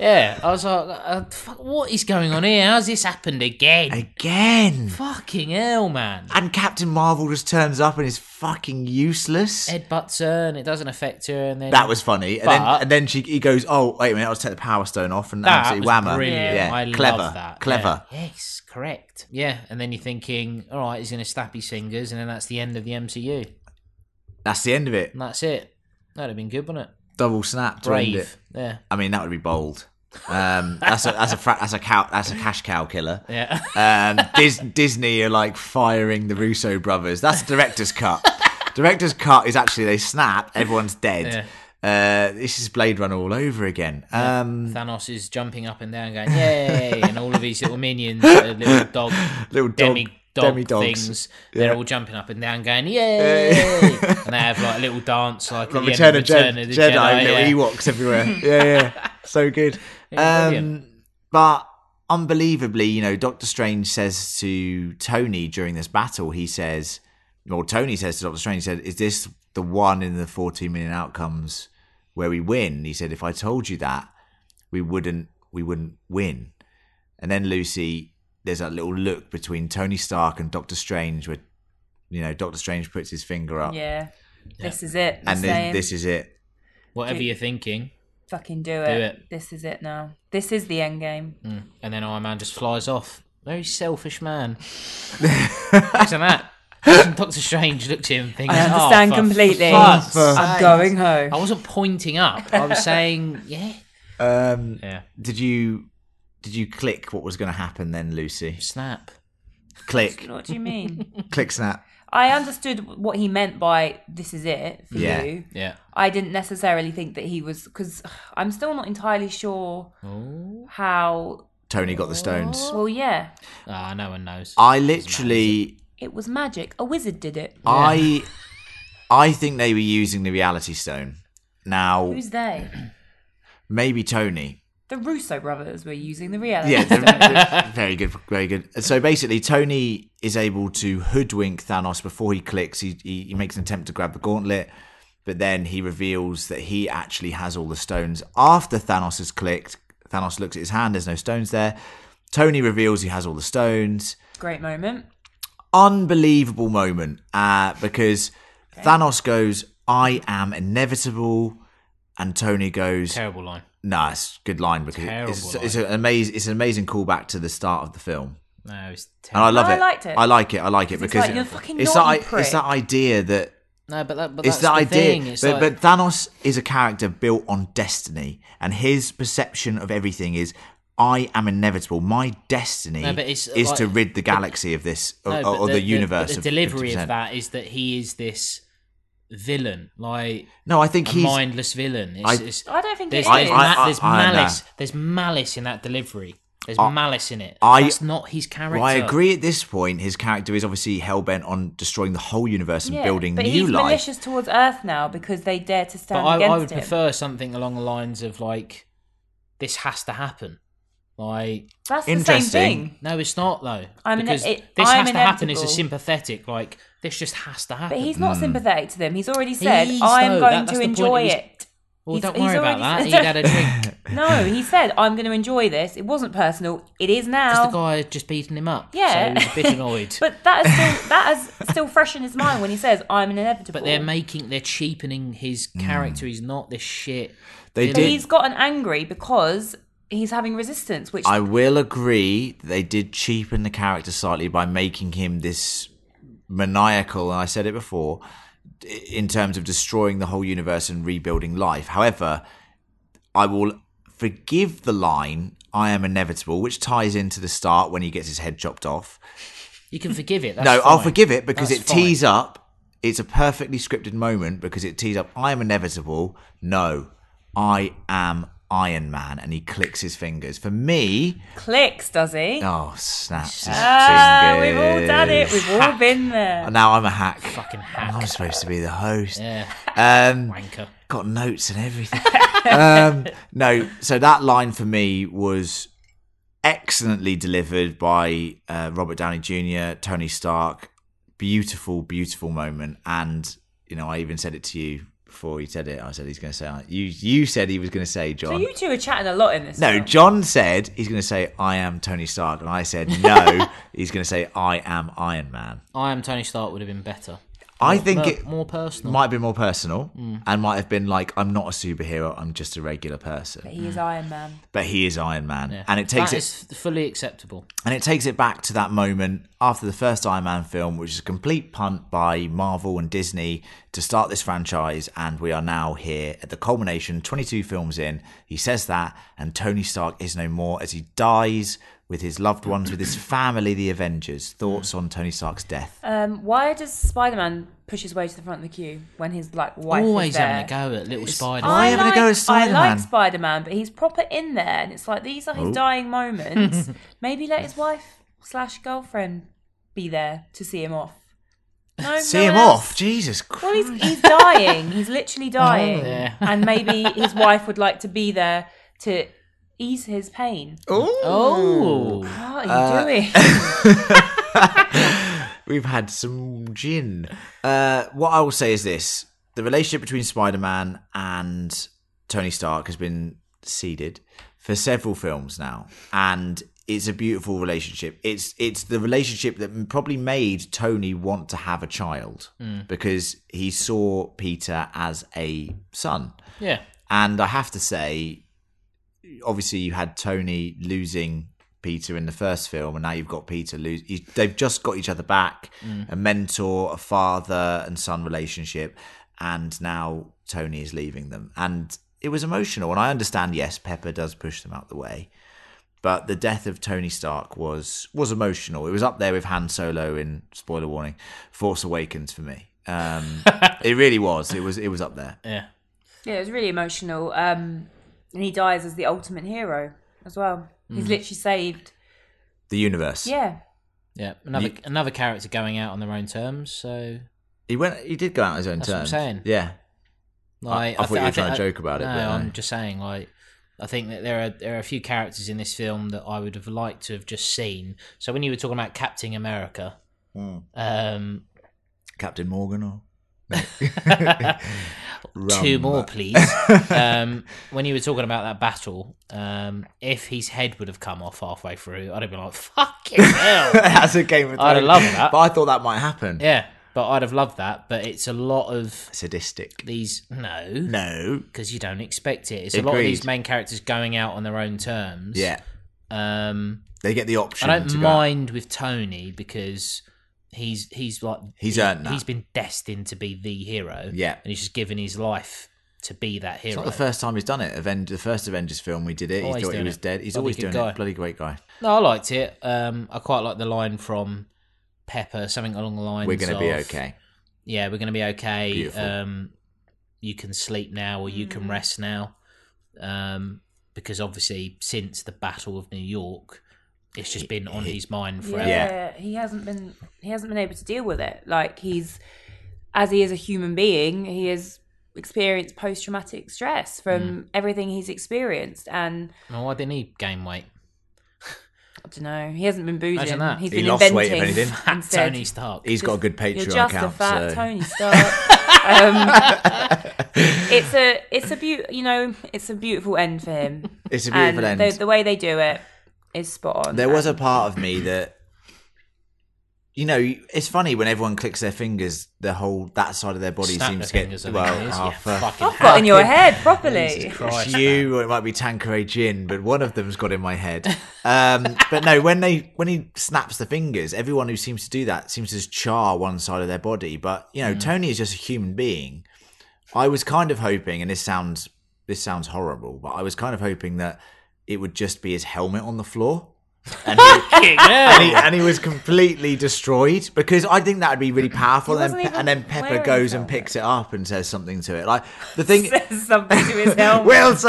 [SPEAKER 4] Yeah, I was like, uh, fuck, what is going on here? How's this happened again?
[SPEAKER 3] again.
[SPEAKER 4] Fucking hell, man.
[SPEAKER 3] And Captain Marvel just turns up and is fucking useless.
[SPEAKER 4] Ed butts her and it doesn't affect her, and then
[SPEAKER 3] That was funny. And then,
[SPEAKER 4] But-
[SPEAKER 3] and then she he goes, "Oh, wait a minute! I'll just take the power stone off and
[SPEAKER 4] that
[SPEAKER 3] absolutely
[SPEAKER 4] was
[SPEAKER 3] whammer."
[SPEAKER 4] brilliant.
[SPEAKER 3] Yeah,
[SPEAKER 4] I
[SPEAKER 3] clever,
[SPEAKER 4] love that.
[SPEAKER 3] clever.
[SPEAKER 4] Yeah. Yes, correct. Yeah, and then you're thinking, all right, he's gonna snap his fingers, and then that's the end of the MCU,
[SPEAKER 3] That's the end of it.
[SPEAKER 4] and that's it. That'd have been good, wouldn't it?
[SPEAKER 3] Double snap to end it.
[SPEAKER 4] Brave. Yeah,
[SPEAKER 3] I mean, that would be bold. Um, that's a that's a fra- that's a cow that's a cash cow killer.
[SPEAKER 4] yeah.
[SPEAKER 3] Um, Dis- Disney are like firing the Russo brothers. That's the director's cut. director's cut is actually they snap, everyone's dead. Uh, this is Blade Runner all over again. Um,
[SPEAKER 4] Thanos is jumping up and down, going "Yay!" and all of his little minions, uh, little dog,
[SPEAKER 3] Little dog-
[SPEAKER 4] demi dog
[SPEAKER 3] demi-dogs.
[SPEAKER 4] things, they're all jumping up and down, going "Yay!" and they have like a little dance, like
[SPEAKER 3] From
[SPEAKER 4] at the
[SPEAKER 3] Return
[SPEAKER 4] end
[SPEAKER 3] of
[SPEAKER 4] of
[SPEAKER 3] Je-
[SPEAKER 4] Return of
[SPEAKER 3] Jedi,
[SPEAKER 4] the Jedi. yeah.
[SPEAKER 3] little Ewoks everywhere. yeah, yeah, so good.
[SPEAKER 4] Yeah,
[SPEAKER 3] um, but unbelievably, you know, Doctor Strange says to Tony during this battle, he says, or Tony says to Doctor Strange, he said, "Is this the one in the 14 million outcomes where we win?" He said, "If I told you that, we wouldn't, we wouldn't win." And then Lucy, there's that little look between Tony Stark and Doctor Strange, where you know Doctor Strange puts his finger up,
[SPEAKER 5] Yeah. This is it.
[SPEAKER 3] and this, this is it.
[SPEAKER 4] Whatever you're thinking,
[SPEAKER 5] fucking do it.
[SPEAKER 4] it. Mm.
[SPEAKER 5] This is it now. This is the end game.
[SPEAKER 4] and then Iron Man just flies off. Very selfish man. Isn't that? Doctor Strange looked at him, thinking,
[SPEAKER 5] I
[SPEAKER 4] "Oh,
[SPEAKER 5] understand
[SPEAKER 4] for
[SPEAKER 5] completely.
[SPEAKER 4] fuck's
[SPEAKER 5] I'm
[SPEAKER 4] sake." Oh.
[SPEAKER 5] going home.
[SPEAKER 4] I wasn't pointing up. I was saying, "Yeah,
[SPEAKER 3] Um,
[SPEAKER 4] yeah,
[SPEAKER 3] did you did you click what was going to happen then, Lucy?
[SPEAKER 4] snap."
[SPEAKER 3] Click,
[SPEAKER 5] What do you mean?
[SPEAKER 3] click, snap.
[SPEAKER 5] I understood what he meant by this is it for
[SPEAKER 3] Yeah.
[SPEAKER 5] you.
[SPEAKER 4] Yeah,
[SPEAKER 5] I didn't necessarily think that he was because I'm still not entirely sure
[SPEAKER 4] Oh.
[SPEAKER 5] how.
[SPEAKER 3] Tony got the stones.
[SPEAKER 5] Well, yeah,
[SPEAKER 4] ah, no one knows.
[SPEAKER 3] I literally,
[SPEAKER 5] it was magic. A wizard did it.
[SPEAKER 3] I, I think they were using the reality stone. Now,
[SPEAKER 5] Who's they?
[SPEAKER 3] maybe Tony.
[SPEAKER 5] The Russo brothers were using the reality.
[SPEAKER 3] Yeah, they're- they're- very good, very good. So basically, Tony is able to hoodwink Thanos before he clicks. He, he he makes an attempt to grab the gauntlet, but then he reveals that he actually has all the stones. After Thanos has clicked, Thanos looks at his hand. There's no stones there. Tony reveals he has all the stones.
[SPEAKER 5] Great moment.
[SPEAKER 3] Unbelievable moment uh, because Thanos goes, I am inevitable. And Tony goes,
[SPEAKER 4] Terrible line.
[SPEAKER 3] No, it's a good line because
[SPEAKER 4] Terrible
[SPEAKER 3] it's, it's an amazing it's an amazing callback to the start of the film,
[SPEAKER 4] No, it's
[SPEAKER 3] and I
[SPEAKER 4] terrible.
[SPEAKER 3] love
[SPEAKER 5] I
[SPEAKER 3] it.
[SPEAKER 5] liked it.
[SPEAKER 3] I like it. I like it
[SPEAKER 5] It's
[SPEAKER 3] because
[SPEAKER 5] like, "You're fucking
[SPEAKER 3] it's
[SPEAKER 5] naughty
[SPEAKER 3] that i-
[SPEAKER 5] prick."
[SPEAKER 3] it's that idea that
[SPEAKER 4] no, but, that, but
[SPEAKER 3] it's
[SPEAKER 4] that's
[SPEAKER 3] that
[SPEAKER 4] the
[SPEAKER 3] idea.
[SPEAKER 4] thing. It's
[SPEAKER 3] but, but
[SPEAKER 4] like,
[SPEAKER 3] Thanos is a character built on destiny, and his perception of everything is. I am inevitable. My destiny
[SPEAKER 4] No, but it's,
[SPEAKER 3] is to
[SPEAKER 4] like-
[SPEAKER 3] rid the galaxy of this, or,
[SPEAKER 4] No, but
[SPEAKER 3] or the,
[SPEAKER 4] but
[SPEAKER 3] universe.
[SPEAKER 4] The,
[SPEAKER 3] of
[SPEAKER 4] delivery
[SPEAKER 3] 50%.
[SPEAKER 4] of that is that he is this villain, like
[SPEAKER 3] No, I think
[SPEAKER 4] a
[SPEAKER 3] he's.
[SPEAKER 4] mindless villain. It's,
[SPEAKER 3] I-
[SPEAKER 4] it's,
[SPEAKER 5] I don't think it
[SPEAKER 4] there's,
[SPEAKER 5] is.
[SPEAKER 3] I- I-
[SPEAKER 4] there's, ma- there's
[SPEAKER 3] I- I-
[SPEAKER 4] malice. There's malice in that delivery. There's malice in it.
[SPEAKER 3] I-
[SPEAKER 4] That's not his character.
[SPEAKER 3] Well, I agree. At this point, his character is obviously hell bent on destroying the whole universe and
[SPEAKER 5] Yeah,
[SPEAKER 3] building
[SPEAKER 5] but
[SPEAKER 3] new
[SPEAKER 5] he's
[SPEAKER 3] life.
[SPEAKER 5] malicious towards Earth now because they dare to
[SPEAKER 4] But
[SPEAKER 5] stand
[SPEAKER 4] I,
[SPEAKER 5] against
[SPEAKER 4] I would
[SPEAKER 5] him.
[SPEAKER 4] prefer something along the lines of like, this has to happen. Like,
[SPEAKER 5] That's the
[SPEAKER 3] Interesting.
[SPEAKER 5] same thing.
[SPEAKER 4] no, it's not though.
[SPEAKER 5] I'm ine-
[SPEAKER 4] because
[SPEAKER 5] it-
[SPEAKER 4] this
[SPEAKER 5] I'm
[SPEAKER 4] has to happen is a
[SPEAKER 5] inevitable.
[SPEAKER 4] sympathetic. Like, this just has to happen.
[SPEAKER 5] But he's not sympathetic to them. He's already said,
[SPEAKER 4] He is,
[SPEAKER 5] "I'm
[SPEAKER 4] though. Hmm. That-
[SPEAKER 5] going
[SPEAKER 4] that's
[SPEAKER 5] to
[SPEAKER 4] the point.
[SPEAKER 5] enjoy
[SPEAKER 4] He's-
[SPEAKER 5] it."
[SPEAKER 4] well,
[SPEAKER 5] he's-
[SPEAKER 4] don't
[SPEAKER 5] he's
[SPEAKER 4] worry about that.
[SPEAKER 5] already
[SPEAKER 4] He'd
[SPEAKER 5] said-
[SPEAKER 4] had a drink.
[SPEAKER 5] No, he said, "I'm going to enjoy this. It wasn't personal. It is now."
[SPEAKER 4] Because the guy had just beaten him up.
[SPEAKER 5] Yeah.
[SPEAKER 4] So he was a bit annoyed. but,
[SPEAKER 5] But that is still that is still fresh in his mind when he says, "I'm inevitable."
[SPEAKER 4] they're making, they're cheapening his
[SPEAKER 3] Mm.
[SPEAKER 4] character. He's not this shit.
[SPEAKER 3] They
[SPEAKER 4] But
[SPEAKER 5] But
[SPEAKER 3] did.
[SPEAKER 5] he's gotten angry because he's having resistance, which
[SPEAKER 3] I will agree that they did cheapen the character slightly by making him this maniacal, and I said it before, d- in terms of destroying the whole universe and rebuilding life. However, I will forgive the line, I am inevitable, which ties into the start when he gets his head chopped off.
[SPEAKER 4] You can forgive it. That's
[SPEAKER 3] no, I'll
[SPEAKER 4] fine.
[SPEAKER 3] forgive it because
[SPEAKER 4] That's
[SPEAKER 3] it
[SPEAKER 4] fine.
[SPEAKER 3] tees up. It's a perfectly scripted moment because it tees up, I am inevitable. No, I am Iron Man. And he clicks his fingers. For me,
[SPEAKER 5] clicks, does he?
[SPEAKER 3] Oh, snaps his
[SPEAKER 5] Ah,
[SPEAKER 3] fingers.
[SPEAKER 5] we've all done it. We've all been there.
[SPEAKER 3] And Now I'm a hack.
[SPEAKER 4] Fucking hack.
[SPEAKER 3] I'm supposed to be the host.
[SPEAKER 4] Yeah.
[SPEAKER 3] Um,
[SPEAKER 4] Wanker.
[SPEAKER 3] got notes and everything. um, no, so that line for me was excellently delivered by uh, Robert Downey Jr., Tony Stark. Beautiful, beautiful moment. And, you know, I even said it to you before he said it. I said he's going to say, you, you said he was going to say, John.
[SPEAKER 5] So you two are chatting a lot in this.
[SPEAKER 3] No,
[SPEAKER 5] film.
[SPEAKER 3] John said he's going to say, I am Tony Stark. And I said, no, he's going to say, I am Iron Man.
[SPEAKER 4] I am Tony Stark would have been better.
[SPEAKER 3] I think
[SPEAKER 4] More-
[SPEAKER 3] it
[SPEAKER 4] more personal.
[SPEAKER 3] might have been more personal
[SPEAKER 4] Mm.
[SPEAKER 3] and might have been like, I'm not a superhero, I'm just a regular person.
[SPEAKER 5] he is Iron Man.
[SPEAKER 3] But he is Iron Man.
[SPEAKER 4] Yeah.
[SPEAKER 3] And it takes
[SPEAKER 4] That
[SPEAKER 3] it
[SPEAKER 4] is fully acceptable.
[SPEAKER 3] and it takes it back to that moment after the first Iron Man film, which is a complete punt by Marvel and Disney to start this franchise, and we are now here at the culmination, 22 films in. He says that, and Tony Stark is no more as he dies with his loved ones, with his family, the Avengers. Thoughts on Tony Stark's death?
[SPEAKER 5] Um, why does Spider Man push his way to the front of the queue when his like wife
[SPEAKER 4] Always
[SPEAKER 5] is there?
[SPEAKER 4] having a go at little spider.
[SPEAKER 3] Why
[SPEAKER 5] I
[SPEAKER 3] having a
[SPEAKER 5] like,
[SPEAKER 3] go at
[SPEAKER 5] I
[SPEAKER 3] Spider-Man? Oh.
[SPEAKER 5] like Spider Man, but he's proper in there, and it's like these are his dying moments. Maybe let his wife slash girlfriend be there to see him off. No,
[SPEAKER 3] See
[SPEAKER 5] no
[SPEAKER 3] him
[SPEAKER 5] one else.
[SPEAKER 3] off, Jesus
[SPEAKER 5] Well,
[SPEAKER 3] Christ!
[SPEAKER 5] he's, he's dying. He's literally dying,
[SPEAKER 4] yeah.
[SPEAKER 5] and maybe his wife would like to be there to ease his pain.
[SPEAKER 4] oh.
[SPEAKER 5] What
[SPEAKER 3] uh,
[SPEAKER 5] are you doing?
[SPEAKER 3] We've had some gin. Uh, what I will say is this: the relationship between Spider-Man and Tony Stark has been seeded for several films now, and it's a beautiful relationship. It's it's the relationship that probably made Tony want to have a child because he saw Peter as a son.
[SPEAKER 4] Yeah.
[SPEAKER 3] And I have to say, obviously, you had Tony losing Peter in the first film, and now you've got Peter lose. you- They've just got each other back a mentor, a father and son relationship. And now Tony is leaving them. And it was emotional. And I understand, yes, Pepper does push them out the way. But the death of Tony Stark was was emotional. It was up there with Han Solo in spoiler warning, Force Awakens for me. Um, it really was. It was. It was up there.
[SPEAKER 4] Yeah.
[SPEAKER 5] Yeah, it was really emotional. Um, and he dies as the ultimate hero as well. He's
[SPEAKER 3] Hmm.
[SPEAKER 5] literally saved.
[SPEAKER 3] The universe.
[SPEAKER 5] Yeah.
[SPEAKER 4] Yeah. Another another character going out on their own terms. So
[SPEAKER 3] He went. He did go out on his own
[SPEAKER 4] That's what I'm
[SPEAKER 3] terms.
[SPEAKER 4] saying.
[SPEAKER 3] Yeah.
[SPEAKER 4] Like,
[SPEAKER 3] I thought
[SPEAKER 4] thi-
[SPEAKER 3] you were
[SPEAKER 4] thi-
[SPEAKER 3] trying to joke about it,
[SPEAKER 4] No,
[SPEAKER 3] but, uh,
[SPEAKER 4] I'm just saying. Like, I think that there are there are a few characters in this film that I would have liked to have just seen. So
[SPEAKER 3] Hmm.
[SPEAKER 4] when you were talking about Captain America, um,
[SPEAKER 3] Captain Morgan or
[SPEAKER 4] Two
[SPEAKER 2] Rum.
[SPEAKER 4] more, please. um, when you were talking about that battle, um, if his head would have come off halfway through, I'd have been like, "Fucking hell!"
[SPEAKER 3] That's a game of
[SPEAKER 4] I'd have
[SPEAKER 3] Thrones.
[SPEAKER 4] loved that.
[SPEAKER 3] But I thought that might happen.
[SPEAKER 4] yeah, but I'd have loved that. But it's a lot of
[SPEAKER 3] Sadistic.
[SPEAKER 4] these no,
[SPEAKER 3] No.
[SPEAKER 4] because you don't expect it. It's a lot of
[SPEAKER 3] Agreed.
[SPEAKER 4] these main characters going out on their own terms.
[SPEAKER 3] Yeah.
[SPEAKER 4] Um,
[SPEAKER 3] They get the option
[SPEAKER 4] I don't
[SPEAKER 3] to go.
[SPEAKER 4] mind with Tony because he's he's like
[SPEAKER 3] He's
[SPEAKER 4] he-
[SPEAKER 3] earned that.
[SPEAKER 4] He's been destined to be the hero.
[SPEAKER 3] Yeah.
[SPEAKER 4] and he's just given his life to be that hero.
[SPEAKER 3] It's not the first time he's done it. Aven- the first Avengers film we did it.
[SPEAKER 4] Always
[SPEAKER 3] he thought he
[SPEAKER 4] doing
[SPEAKER 3] was
[SPEAKER 4] it.
[SPEAKER 3] dead. He's
[SPEAKER 4] Bloody
[SPEAKER 3] always
[SPEAKER 4] good
[SPEAKER 3] doing
[SPEAKER 4] guy.
[SPEAKER 3] it. Bloody great guy.
[SPEAKER 4] No, I liked it. Um, I quite like the line from Pepper, something along the lines.
[SPEAKER 3] We're going to
[SPEAKER 4] of,
[SPEAKER 3] be okay.
[SPEAKER 4] Yeah, we're gonna be okay.
[SPEAKER 3] Beautiful.
[SPEAKER 4] Um, you can sleep now, or you can rest now, um, because obviously since the Battle of New York, it's just been on his mind
[SPEAKER 5] yeah,
[SPEAKER 4] forever.
[SPEAKER 5] he hasn't been he hasn't been able to deal with it like he's as he is a human being he has experienced post-traumatic stress from
[SPEAKER 3] Hmm.
[SPEAKER 5] everything he's experienced and
[SPEAKER 4] Well, Oh, why didn't he gain weight?
[SPEAKER 5] i don't know he hasn't been boozing
[SPEAKER 4] Imagine that.
[SPEAKER 5] he's
[SPEAKER 3] He
[SPEAKER 5] been
[SPEAKER 3] lost weight, if
[SPEAKER 5] inventing
[SPEAKER 3] anything.
[SPEAKER 5] instead.
[SPEAKER 4] Tony Stark.
[SPEAKER 3] He's got a good
[SPEAKER 5] you're
[SPEAKER 3] Patreon
[SPEAKER 5] just
[SPEAKER 3] account.
[SPEAKER 5] a fat
[SPEAKER 3] so-
[SPEAKER 5] tony stark um, it's a it's a beaut you know it's a beautiful end for him
[SPEAKER 3] It's a
[SPEAKER 5] and
[SPEAKER 3] beautiful end.
[SPEAKER 5] The, the way they do it is spot on
[SPEAKER 3] there was a part of me that you know it's funny when everyone clicks their fingers the whole that side of their body
[SPEAKER 4] Snap
[SPEAKER 3] seems
[SPEAKER 4] their
[SPEAKER 3] to get
[SPEAKER 4] fingers, I think
[SPEAKER 3] well
[SPEAKER 4] it is.
[SPEAKER 3] oh,
[SPEAKER 4] Yeah,
[SPEAKER 3] fuck.
[SPEAKER 4] fucking
[SPEAKER 5] I've got in your head properly
[SPEAKER 4] Jesus Christ,
[SPEAKER 3] it's you or it might be Tanqueray Gin, but one of them's got in my head. Um, but no, when they when he snaps the fingers, everyone who seems to do that seems to just char one side of their body. But you know, Tony is just a human being. I was kind of hoping, and this sounds this sounds horrible, but I was kind of hoping that it would just be his helmet on the floor. And he,
[SPEAKER 4] Fucking hell.
[SPEAKER 3] and he, and he was completely destroyed because I think that would be really powerful. And
[SPEAKER 5] wasn't
[SPEAKER 3] then,
[SPEAKER 5] even
[SPEAKER 3] and then Pepper
[SPEAKER 5] wearing
[SPEAKER 3] goes and
[SPEAKER 5] helmet.
[SPEAKER 3] picks it up and says something to it. Like the thing,
[SPEAKER 5] says something to his helmet
[SPEAKER 3] Wilson,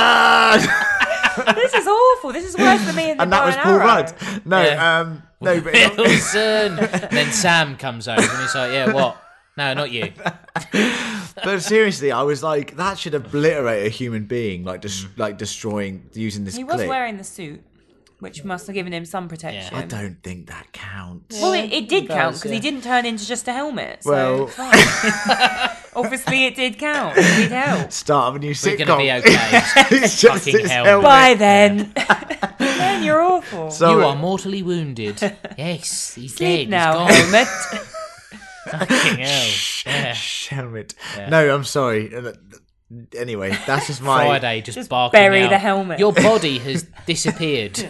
[SPEAKER 5] this is awful. This is worse than me and the
[SPEAKER 3] and that
[SPEAKER 5] bow
[SPEAKER 3] was
[SPEAKER 5] and
[SPEAKER 3] Paul
[SPEAKER 5] arrow.
[SPEAKER 3] Rudd. No,
[SPEAKER 4] Yeah.
[SPEAKER 3] um, no, but
[SPEAKER 4] Wilson. and then Sam comes over and he's like, "Yeah, what? No, not you."
[SPEAKER 3] but seriously, I was like, that should obliterate a human being, like just
[SPEAKER 4] Mm.
[SPEAKER 3] like destroying using this
[SPEAKER 5] He was
[SPEAKER 3] clip.
[SPEAKER 5] wearing the suit, which must have given him some protection.
[SPEAKER 3] I don't think that counts.
[SPEAKER 5] Well, it, it did
[SPEAKER 4] does,
[SPEAKER 5] count because
[SPEAKER 4] yeah.
[SPEAKER 5] he didn't turn into just a helmet. So
[SPEAKER 3] Well-
[SPEAKER 5] it's fine. obviously it did count. It did help.
[SPEAKER 3] Start of a new
[SPEAKER 4] We're
[SPEAKER 3] sitcom.
[SPEAKER 4] gonna be okay.
[SPEAKER 3] it's just
[SPEAKER 4] Fucking
[SPEAKER 3] his
[SPEAKER 4] hell.
[SPEAKER 3] helmet.
[SPEAKER 5] Bye then. then you're awful.
[SPEAKER 3] So-
[SPEAKER 4] You are mortally wounded. Yes, he's dead.
[SPEAKER 5] Sleep now,
[SPEAKER 3] gone.
[SPEAKER 5] helmet.
[SPEAKER 4] Fucking hell. Yeah.
[SPEAKER 3] Shh, helmet. No, I'm sorry. Uh, Anyway, that's just my
[SPEAKER 4] Friday just,
[SPEAKER 5] Just
[SPEAKER 4] barking
[SPEAKER 5] bury
[SPEAKER 4] out,
[SPEAKER 5] the helmet.
[SPEAKER 4] Your body has disappeared.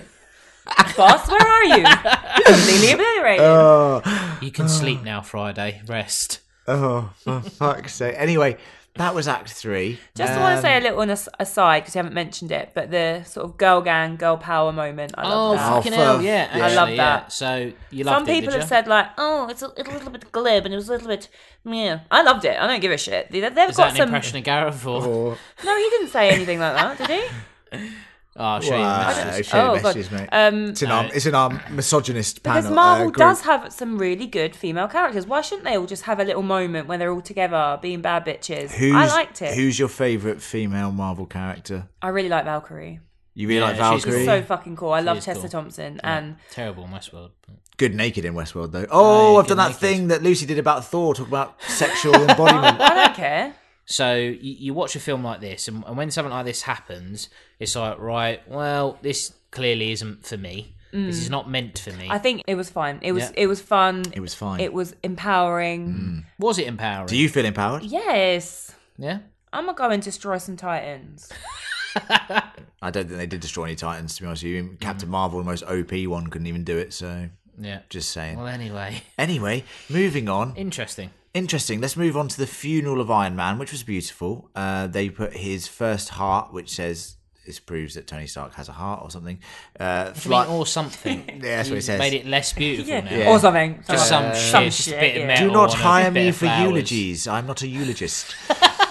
[SPEAKER 5] Boss, where are you? You're completely obliterated.
[SPEAKER 4] you can sleep now, Friday. Rest.
[SPEAKER 3] Oh, for fuck's sake. Anyway, that was Act Three. Um,
[SPEAKER 5] Just want to say a little on as- aside because you haven't mentioned it, but the sort of girl gang, girl power moment. I love
[SPEAKER 4] Oh,
[SPEAKER 5] that.
[SPEAKER 4] fucking
[SPEAKER 3] Oh,
[SPEAKER 4] hell!
[SPEAKER 3] fuck.
[SPEAKER 4] Yeah,
[SPEAKER 3] Yeah.
[SPEAKER 5] I love
[SPEAKER 4] actually,
[SPEAKER 5] that.
[SPEAKER 4] yeah. So you
[SPEAKER 5] Some
[SPEAKER 4] loved it,
[SPEAKER 5] people
[SPEAKER 4] did
[SPEAKER 5] have
[SPEAKER 4] you?
[SPEAKER 5] said like, "Oh, it's a, it's a little bit glib and it was a little bit yeah." I loved it. I don't give a shit. They, have
[SPEAKER 4] Is
[SPEAKER 5] got
[SPEAKER 4] that an
[SPEAKER 5] some.
[SPEAKER 4] impression of Gareth? Or oh,
[SPEAKER 5] No, he didn't say anything like that, did he?
[SPEAKER 4] I'll show Oh, you the
[SPEAKER 3] Wow,
[SPEAKER 4] messages.
[SPEAKER 3] show you
[SPEAKER 5] Oh,
[SPEAKER 3] the
[SPEAKER 5] God.
[SPEAKER 3] messages, mate.
[SPEAKER 5] Um,
[SPEAKER 3] it's in our it's in our misogynist panel.
[SPEAKER 5] Because Marvel
[SPEAKER 3] uh, group.
[SPEAKER 5] does have some really good female characters. Why shouldn't they all just have a little moment when they're all together being bad bitches?
[SPEAKER 3] Who's,
[SPEAKER 5] I liked it.
[SPEAKER 3] Who's your favourite female Marvel character?
[SPEAKER 5] I really like Valkyrie.
[SPEAKER 3] You really like
[SPEAKER 4] Yeah, she's
[SPEAKER 5] She's
[SPEAKER 3] Valkyrie?
[SPEAKER 5] so fucking cool. I love
[SPEAKER 4] is
[SPEAKER 5] Tessa
[SPEAKER 4] cool.
[SPEAKER 5] Thompson and
[SPEAKER 4] Terrible in Westworld. but-
[SPEAKER 3] Good naked in Westworld though. Oh,
[SPEAKER 4] Aye,
[SPEAKER 3] I've done
[SPEAKER 4] good
[SPEAKER 3] that
[SPEAKER 4] naked.
[SPEAKER 3] thing that Lucy did about Thor, talk about sexual embodiment.
[SPEAKER 5] I don't care.
[SPEAKER 4] So you, you watch a film like this, and, and when something like this happens, it's like, right, well, this clearly isn't for me. This is not meant for me.
[SPEAKER 5] I think it was fine. It was
[SPEAKER 4] Yeah.
[SPEAKER 5] it was fun.
[SPEAKER 3] it was fine.
[SPEAKER 5] It was empowering.
[SPEAKER 4] Was it empowering?
[SPEAKER 3] Do you feel empowered?
[SPEAKER 5] Yes.
[SPEAKER 4] Yeah.
[SPEAKER 5] I'm gonna go and destroy some titans.
[SPEAKER 3] I don't think they did destroy any Titans, to be honest with you. Captain Marvel, the most OP one, couldn't even do it, so
[SPEAKER 4] Yeah.
[SPEAKER 3] just saying.
[SPEAKER 4] Well, anyway,
[SPEAKER 3] anyway, moving on.
[SPEAKER 4] interesting.
[SPEAKER 3] Interesting. Let's move on to the funeral of Iron Man, which was beautiful. Uh, they put his first heart, which says this proves that Tony Stark has a heart or something. Uh, fly-
[SPEAKER 4] or something.
[SPEAKER 3] yeah, that's what it says.
[SPEAKER 4] Made it less beautiful now.
[SPEAKER 3] Yeah.
[SPEAKER 5] Or something.
[SPEAKER 4] Just some
[SPEAKER 5] Something.
[SPEAKER 4] shit, just a bit of
[SPEAKER 5] yeah.
[SPEAKER 4] metal.
[SPEAKER 3] Do not
[SPEAKER 4] on a
[SPEAKER 3] hire
[SPEAKER 4] bit
[SPEAKER 3] me
[SPEAKER 4] of
[SPEAKER 3] for
[SPEAKER 4] flowers.
[SPEAKER 3] eulogies. I'm not a eulogist.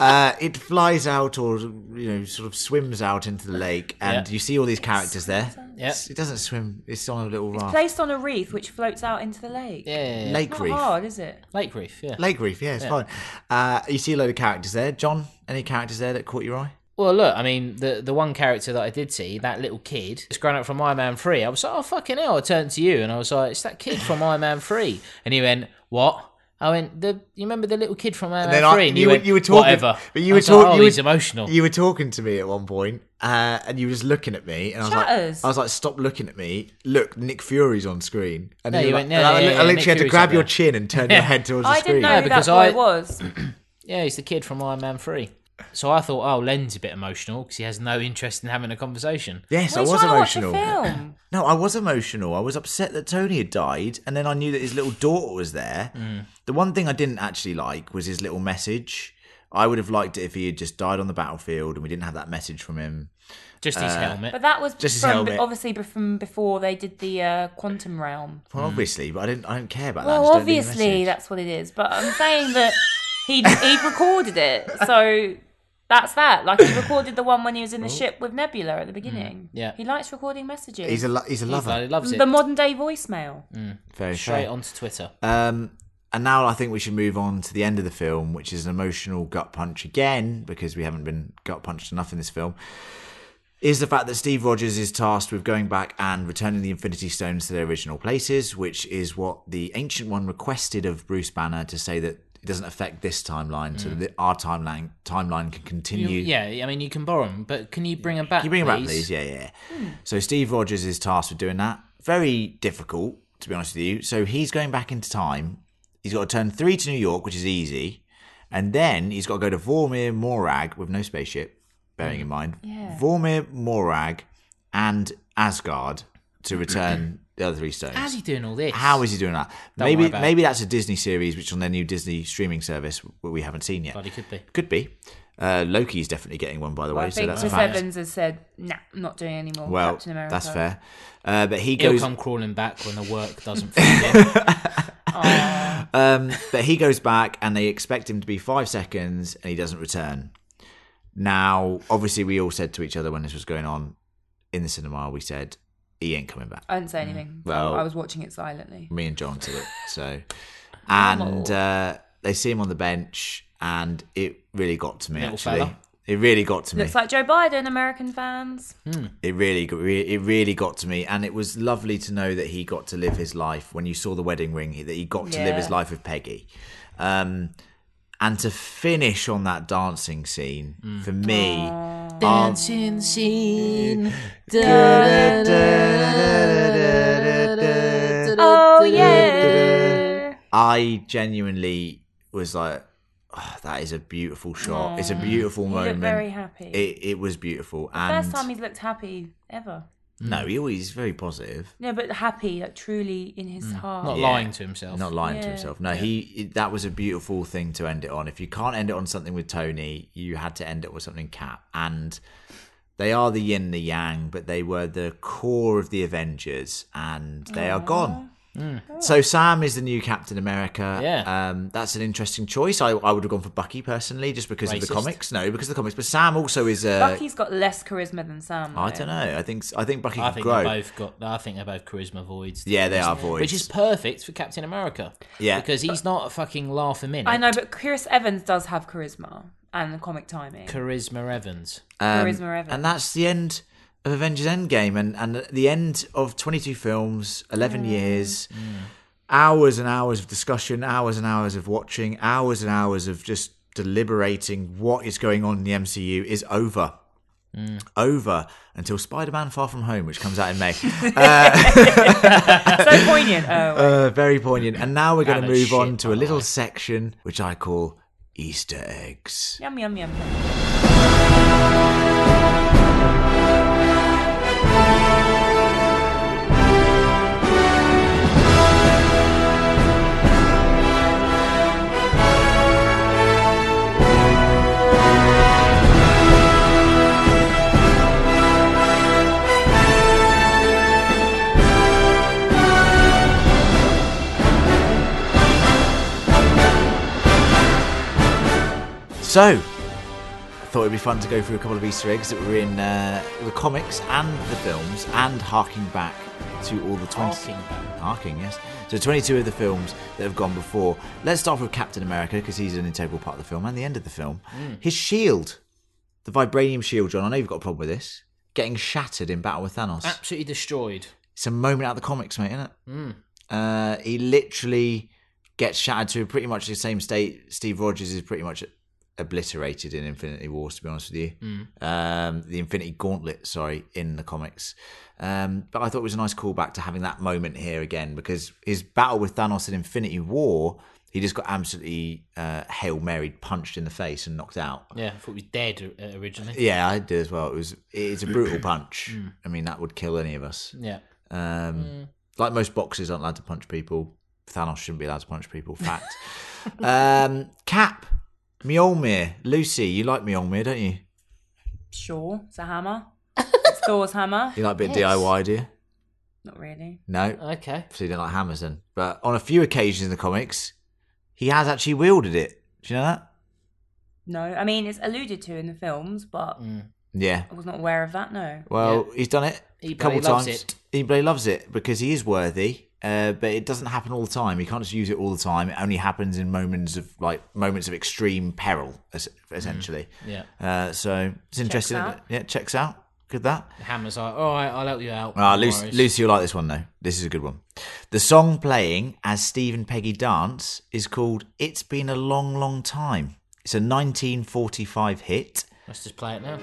[SPEAKER 3] uh, it flies out, or you know, sort of swims out into the lake, and
[SPEAKER 4] Yeah.
[SPEAKER 3] you see all these characters there.
[SPEAKER 4] Yeah.
[SPEAKER 3] It doesn't swim. It's on a little raft.
[SPEAKER 5] Placed on a reef which floats out into the lake.
[SPEAKER 4] Yeah, yeah, yeah.
[SPEAKER 3] lake
[SPEAKER 5] Not
[SPEAKER 3] reef.
[SPEAKER 5] hard, is it?
[SPEAKER 4] Lake Reef, yeah.
[SPEAKER 3] Lake reef. Yeah, it's fine. Uh, you see a load of characters there. John, any characters there that caught your eye?
[SPEAKER 4] Well, look, I mean, the the one character that I did see, that little kid, it's grown up from Iron Man 3. I was like, oh, fucking hell. I turned to you and I was like, it's that kid from Iron Man 3. And he went, what? I went, the, you remember the little kid from
[SPEAKER 6] And then
[SPEAKER 4] Alan
[SPEAKER 6] I,
[SPEAKER 4] 3?
[SPEAKER 6] you, were, you were talking,
[SPEAKER 4] whatever.
[SPEAKER 6] but you
[SPEAKER 4] I
[SPEAKER 6] were
[SPEAKER 4] was like,
[SPEAKER 6] talking.
[SPEAKER 4] oh,
[SPEAKER 6] you,
[SPEAKER 4] he's
[SPEAKER 6] were-
[SPEAKER 4] emotional.
[SPEAKER 6] you were talking to me at one point, uh, and you were just looking at me, and I was
[SPEAKER 5] Shutters.
[SPEAKER 6] like, I was like, stop looking at me. Look, Nick Fury's on screen, and
[SPEAKER 4] No,
[SPEAKER 6] you
[SPEAKER 4] you
[SPEAKER 6] were
[SPEAKER 4] went,
[SPEAKER 6] like- and
[SPEAKER 4] "Yeah,
[SPEAKER 6] I,
[SPEAKER 4] yeah,
[SPEAKER 6] li-
[SPEAKER 4] yeah,
[SPEAKER 6] I literally had
[SPEAKER 4] Nick
[SPEAKER 6] to
[SPEAKER 4] Fury's
[SPEAKER 6] grab
[SPEAKER 4] up
[SPEAKER 6] your
[SPEAKER 4] there."
[SPEAKER 6] chin and turn your head towards the
[SPEAKER 5] I didn't
[SPEAKER 6] screen.
[SPEAKER 5] know
[SPEAKER 4] Yeah,
[SPEAKER 5] who
[SPEAKER 4] because
[SPEAKER 5] that boy
[SPEAKER 4] I-
[SPEAKER 5] was.
[SPEAKER 4] yeah, he's the kid from Iron Man 3. So I thought, oh, Len's a bit emotional because he has no interest in having a conversation.
[SPEAKER 6] Yes,
[SPEAKER 5] Were
[SPEAKER 6] I
[SPEAKER 5] you
[SPEAKER 6] was
[SPEAKER 5] trying
[SPEAKER 6] emotional.
[SPEAKER 5] to watch a film?
[SPEAKER 3] No, I was emotional. I was upset that Tony had died, and then I knew that his little daughter was there.
[SPEAKER 4] Mm.
[SPEAKER 3] The one thing I didn't actually like was his little message. I would have liked it if he had just died on the battlefield and we didn't have that message from him.
[SPEAKER 4] Just
[SPEAKER 6] Uh,
[SPEAKER 4] his helmet.
[SPEAKER 5] But that was
[SPEAKER 6] Just his
[SPEAKER 5] from,
[SPEAKER 6] helmet.
[SPEAKER 5] obviously be- from before they did the uh, quantum realm.
[SPEAKER 3] Well,
[SPEAKER 4] Mm.
[SPEAKER 3] obviously, but I didn't. I don't care about that. I
[SPEAKER 5] Well,
[SPEAKER 3] just don't need the
[SPEAKER 5] obviously
[SPEAKER 3] message.
[SPEAKER 5] that's what it is, but I'm saying that he he recorded it, so that's that. Like he recorded the one when he was in the ship with Nebula at the
[SPEAKER 3] Mm.
[SPEAKER 5] beginning.
[SPEAKER 4] yeah.
[SPEAKER 5] he likes recording messages.
[SPEAKER 6] He's a lo- he's a
[SPEAKER 4] He's like,
[SPEAKER 6] lover.
[SPEAKER 4] he loves it.
[SPEAKER 5] the modern day voicemail.
[SPEAKER 3] Very
[SPEAKER 4] Straight
[SPEAKER 3] fair.
[SPEAKER 4] onto Twitter.
[SPEAKER 3] Um, and now I think we should move on to the end of the film, which is an emotional gut punch again, because we haven't been gut punched enough in this film. Is the fact that Steve Rogers is tasked with going back and returning the Infinity Stones to their original places, which is what the Ancient One requested of Bruce Banner to say that it doesn't affect this timeline, so that our timeline timeline can
[SPEAKER 4] You-
[SPEAKER 3] continue.
[SPEAKER 4] yeah, I mean, you can borrow them, but can you bring them back?
[SPEAKER 3] Can you bring him back, please? Yeah, yeah.
[SPEAKER 4] Hmm.
[SPEAKER 3] yeah. So Steve Rogers is tasked with doing that. Very difficult, to be honest with you. So he's going back into time. He's got to turn three to New York, which is easy, and then he's got to go to Vormir Morag with no spaceship. Bearing
[SPEAKER 4] Hmm.
[SPEAKER 3] in mind, Vormir Morag and Asgard to return the other three stones.
[SPEAKER 4] How's he doing all this?
[SPEAKER 3] How is he doing that?
[SPEAKER 4] Don't worry
[SPEAKER 3] maybe
[SPEAKER 4] about it.
[SPEAKER 3] maybe that's a Disney series, which on their new Disney streaming service, what we haven't seen yet.
[SPEAKER 4] Bloody could be.
[SPEAKER 3] Could be. Uh, Loki's definitely getting one, by the way.
[SPEAKER 5] I
[SPEAKER 3] so
[SPEAKER 5] think
[SPEAKER 3] that's a
[SPEAKER 5] Chris
[SPEAKER 3] fact.
[SPEAKER 5] Evans has said, "Nah, I'm not doing any more
[SPEAKER 3] Well,
[SPEAKER 5] Captain America."
[SPEAKER 3] that's fair. Uh, but he
[SPEAKER 4] He'll
[SPEAKER 3] goes.
[SPEAKER 4] come crawling back when the work doesn't fit him.
[SPEAKER 3] Um, but he goes back, and they expect him to be five seconds, and he doesn't return. Now, obviously, we all said to each other when this was going on in the cinema, we said he ain't coming back.
[SPEAKER 5] I didn't say anything.
[SPEAKER 3] Mm. Well-
[SPEAKER 5] I was watching it silently.
[SPEAKER 3] Me and John did it. So, and uh, they see him on the bench, and it really got to me.
[SPEAKER 4] Little
[SPEAKER 3] actually,
[SPEAKER 4] fella.
[SPEAKER 3] it really got to me.
[SPEAKER 5] Looks like Joe Biden, American fans.
[SPEAKER 3] it really got- re- it really got to me and it was lovely to know that he got to live his life when you saw the wedding ring that he got to live
[SPEAKER 5] Yeah.
[SPEAKER 3] his life with peggy um and to finish on that dancing scene for me um,
[SPEAKER 4] Dancing scene.
[SPEAKER 5] Oh yeah.
[SPEAKER 3] i genuinely was like "Oh, that is a beautiful shot it's a beautiful
[SPEAKER 5] He
[SPEAKER 3] moment
[SPEAKER 5] looked very happy.
[SPEAKER 3] it, it was beautiful and
[SPEAKER 5] First time he's looked happy ever.
[SPEAKER 3] no he always is very positive
[SPEAKER 5] No, but happy, like truly in
[SPEAKER 3] Mm.
[SPEAKER 5] his heart.
[SPEAKER 4] Not lying to himself.
[SPEAKER 3] Not lying to
[SPEAKER 5] Yeah.
[SPEAKER 3] himself. No, he it- that was a beautiful thing to end it on. If you can't end it on something with Tony, you had to end it with something Cap. And they are the yin, the yang, but they were the core of the Avengers, and they are gone.
[SPEAKER 5] Mm.
[SPEAKER 3] So Sam is the new Captain America.
[SPEAKER 4] Yeah.
[SPEAKER 3] um, that's an interesting choice. I, I would have gone for Bucky personally, just because of
[SPEAKER 4] Racist.
[SPEAKER 3] the comics. No, because of the comics. But Sam also is a.
[SPEAKER 4] Uh,
[SPEAKER 5] Bucky's got less charisma than Sam.
[SPEAKER 3] I
[SPEAKER 5] though.
[SPEAKER 3] don't know. I think I think Bucky
[SPEAKER 4] I
[SPEAKER 3] could
[SPEAKER 4] think
[SPEAKER 3] grow.
[SPEAKER 4] they both got. I think they're both charisma voids.
[SPEAKER 3] Yeah, they are voids.
[SPEAKER 4] Which is perfect for Captain America.
[SPEAKER 3] Yeah.
[SPEAKER 4] Because he's not a fucking laugh a minute.
[SPEAKER 5] I know, but Chris Evans does have charisma and the comic timing.
[SPEAKER 4] Charisma Evans.
[SPEAKER 5] charisma Evans.
[SPEAKER 3] Um, And that's the end of Avengers Endgame and, and the end of 22 films, 11 years, hours and hours of discussion, hours and hours of watching, hours and hours of just deliberating what is going on in the MCU is over.
[SPEAKER 4] Mm.
[SPEAKER 3] Over until Spider Man Far From Home, which comes out in May.
[SPEAKER 5] so poignant. Oh,
[SPEAKER 3] uh, very poignant. And now we're going to
[SPEAKER 4] That
[SPEAKER 3] move
[SPEAKER 4] is
[SPEAKER 3] on
[SPEAKER 4] shit,
[SPEAKER 3] to a little section which I call Easter eggs.
[SPEAKER 5] yum yum yum.
[SPEAKER 3] So, I thought it'd be fun to go through a couple of Easter eggs that were in uh, the comics and the films, and harking back to all the 20.
[SPEAKER 4] Harking back.
[SPEAKER 3] Harking, yes. So, 22 of the films that have gone before. Let's start with Captain America, because he's an integral part of the film and the end of the film.
[SPEAKER 4] Hmm.
[SPEAKER 3] His shield, the vibranium shield, John, I know you've got a problem with this, getting shattered in battle with Thanos.
[SPEAKER 4] Absolutely destroyed.
[SPEAKER 3] It's a moment out of the comics, mate, isn't it? Uh, he literally gets shattered to pretty much the same state Steve Rogers is pretty much obliterated in Infinity Wars, to be honest with you. Um, the Infinity Gauntlet, sorry, in the comics. Um, but I thought it was a nice callback to having that moment here again because his battle with Thanos in Infinity War, he just got absolutely uh, Hail Mary punched in the face and knocked out.
[SPEAKER 4] Yeah, I thought he was dead uh, originally.
[SPEAKER 3] Yeah, I do as well. It was it's a brutal punch. I mean, that would kill any of us.
[SPEAKER 4] Yeah.
[SPEAKER 3] Um,
[SPEAKER 4] Hmm.
[SPEAKER 3] Like most boxers aren't allowed to punch people. Thanos shouldn't be allowed to punch people. Fact. um, Cap, Mjolnir, Lucy. You like Mjolnir, don't you?
[SPEAKER 5] Sure, it's a hammer. It's Thor's hammer.
[SPEAKER 3] You like a bit
[SPEAKER 4] Yes. Uh,
[SPEAKER 3] DIY, do you?
[SPEAKER 5] Not really.
[SPEAKER 3] No.
[SPEAKER 4] Okay.
[SPEAKER 3] So you don't like hammers then. But on a few occasions in the comics, he has actually wielded it. Do you know that?
[SPEAKER 5] No, I mean it's alluded to in the films, but
[SPEAKER 4] Mm.
[SPEAKER 3] Yeah.
[SPEAKER 5] I was not aware of that. No.
[SPEAKER 3] Well, he's done it
[SPEAKER 4] He
[SPEAKER 3] a couple
[SPEAKER 4] bloody loves
[SPEAKER 3] times.
[SPEAKER 4] it.
[SPEAKER 3] He bloody loves it because he is worthy, uh, but it doesn't happen all the time. He can't just use it all the time. It only happens in moments of like moments of extreme peril, es- essentially.
[SPEAKER 4] Hmm. Yeah.
[SPEAKER 3] Uh, so it's interesting.
[SPEAKER 5] out.
[SPEAKER 3] isn't it? Yeah, checks out. Good that.
[SPEAKER 4] The hammer's like, all right, I'll help you out.
[SPEAKER 3] Ah,
[SPEAKER 4] No
[SPEAKER 3] Lucy,
[SPEAKER 4] worries."
[SPEAKER 3] Lucy will like this one though. This is a good one. The song playing as Steve and Peggy dance is called "It's Been a Long, Long Time." It's a 1945 hit.
[SPEAKER 4] Let's just play it now.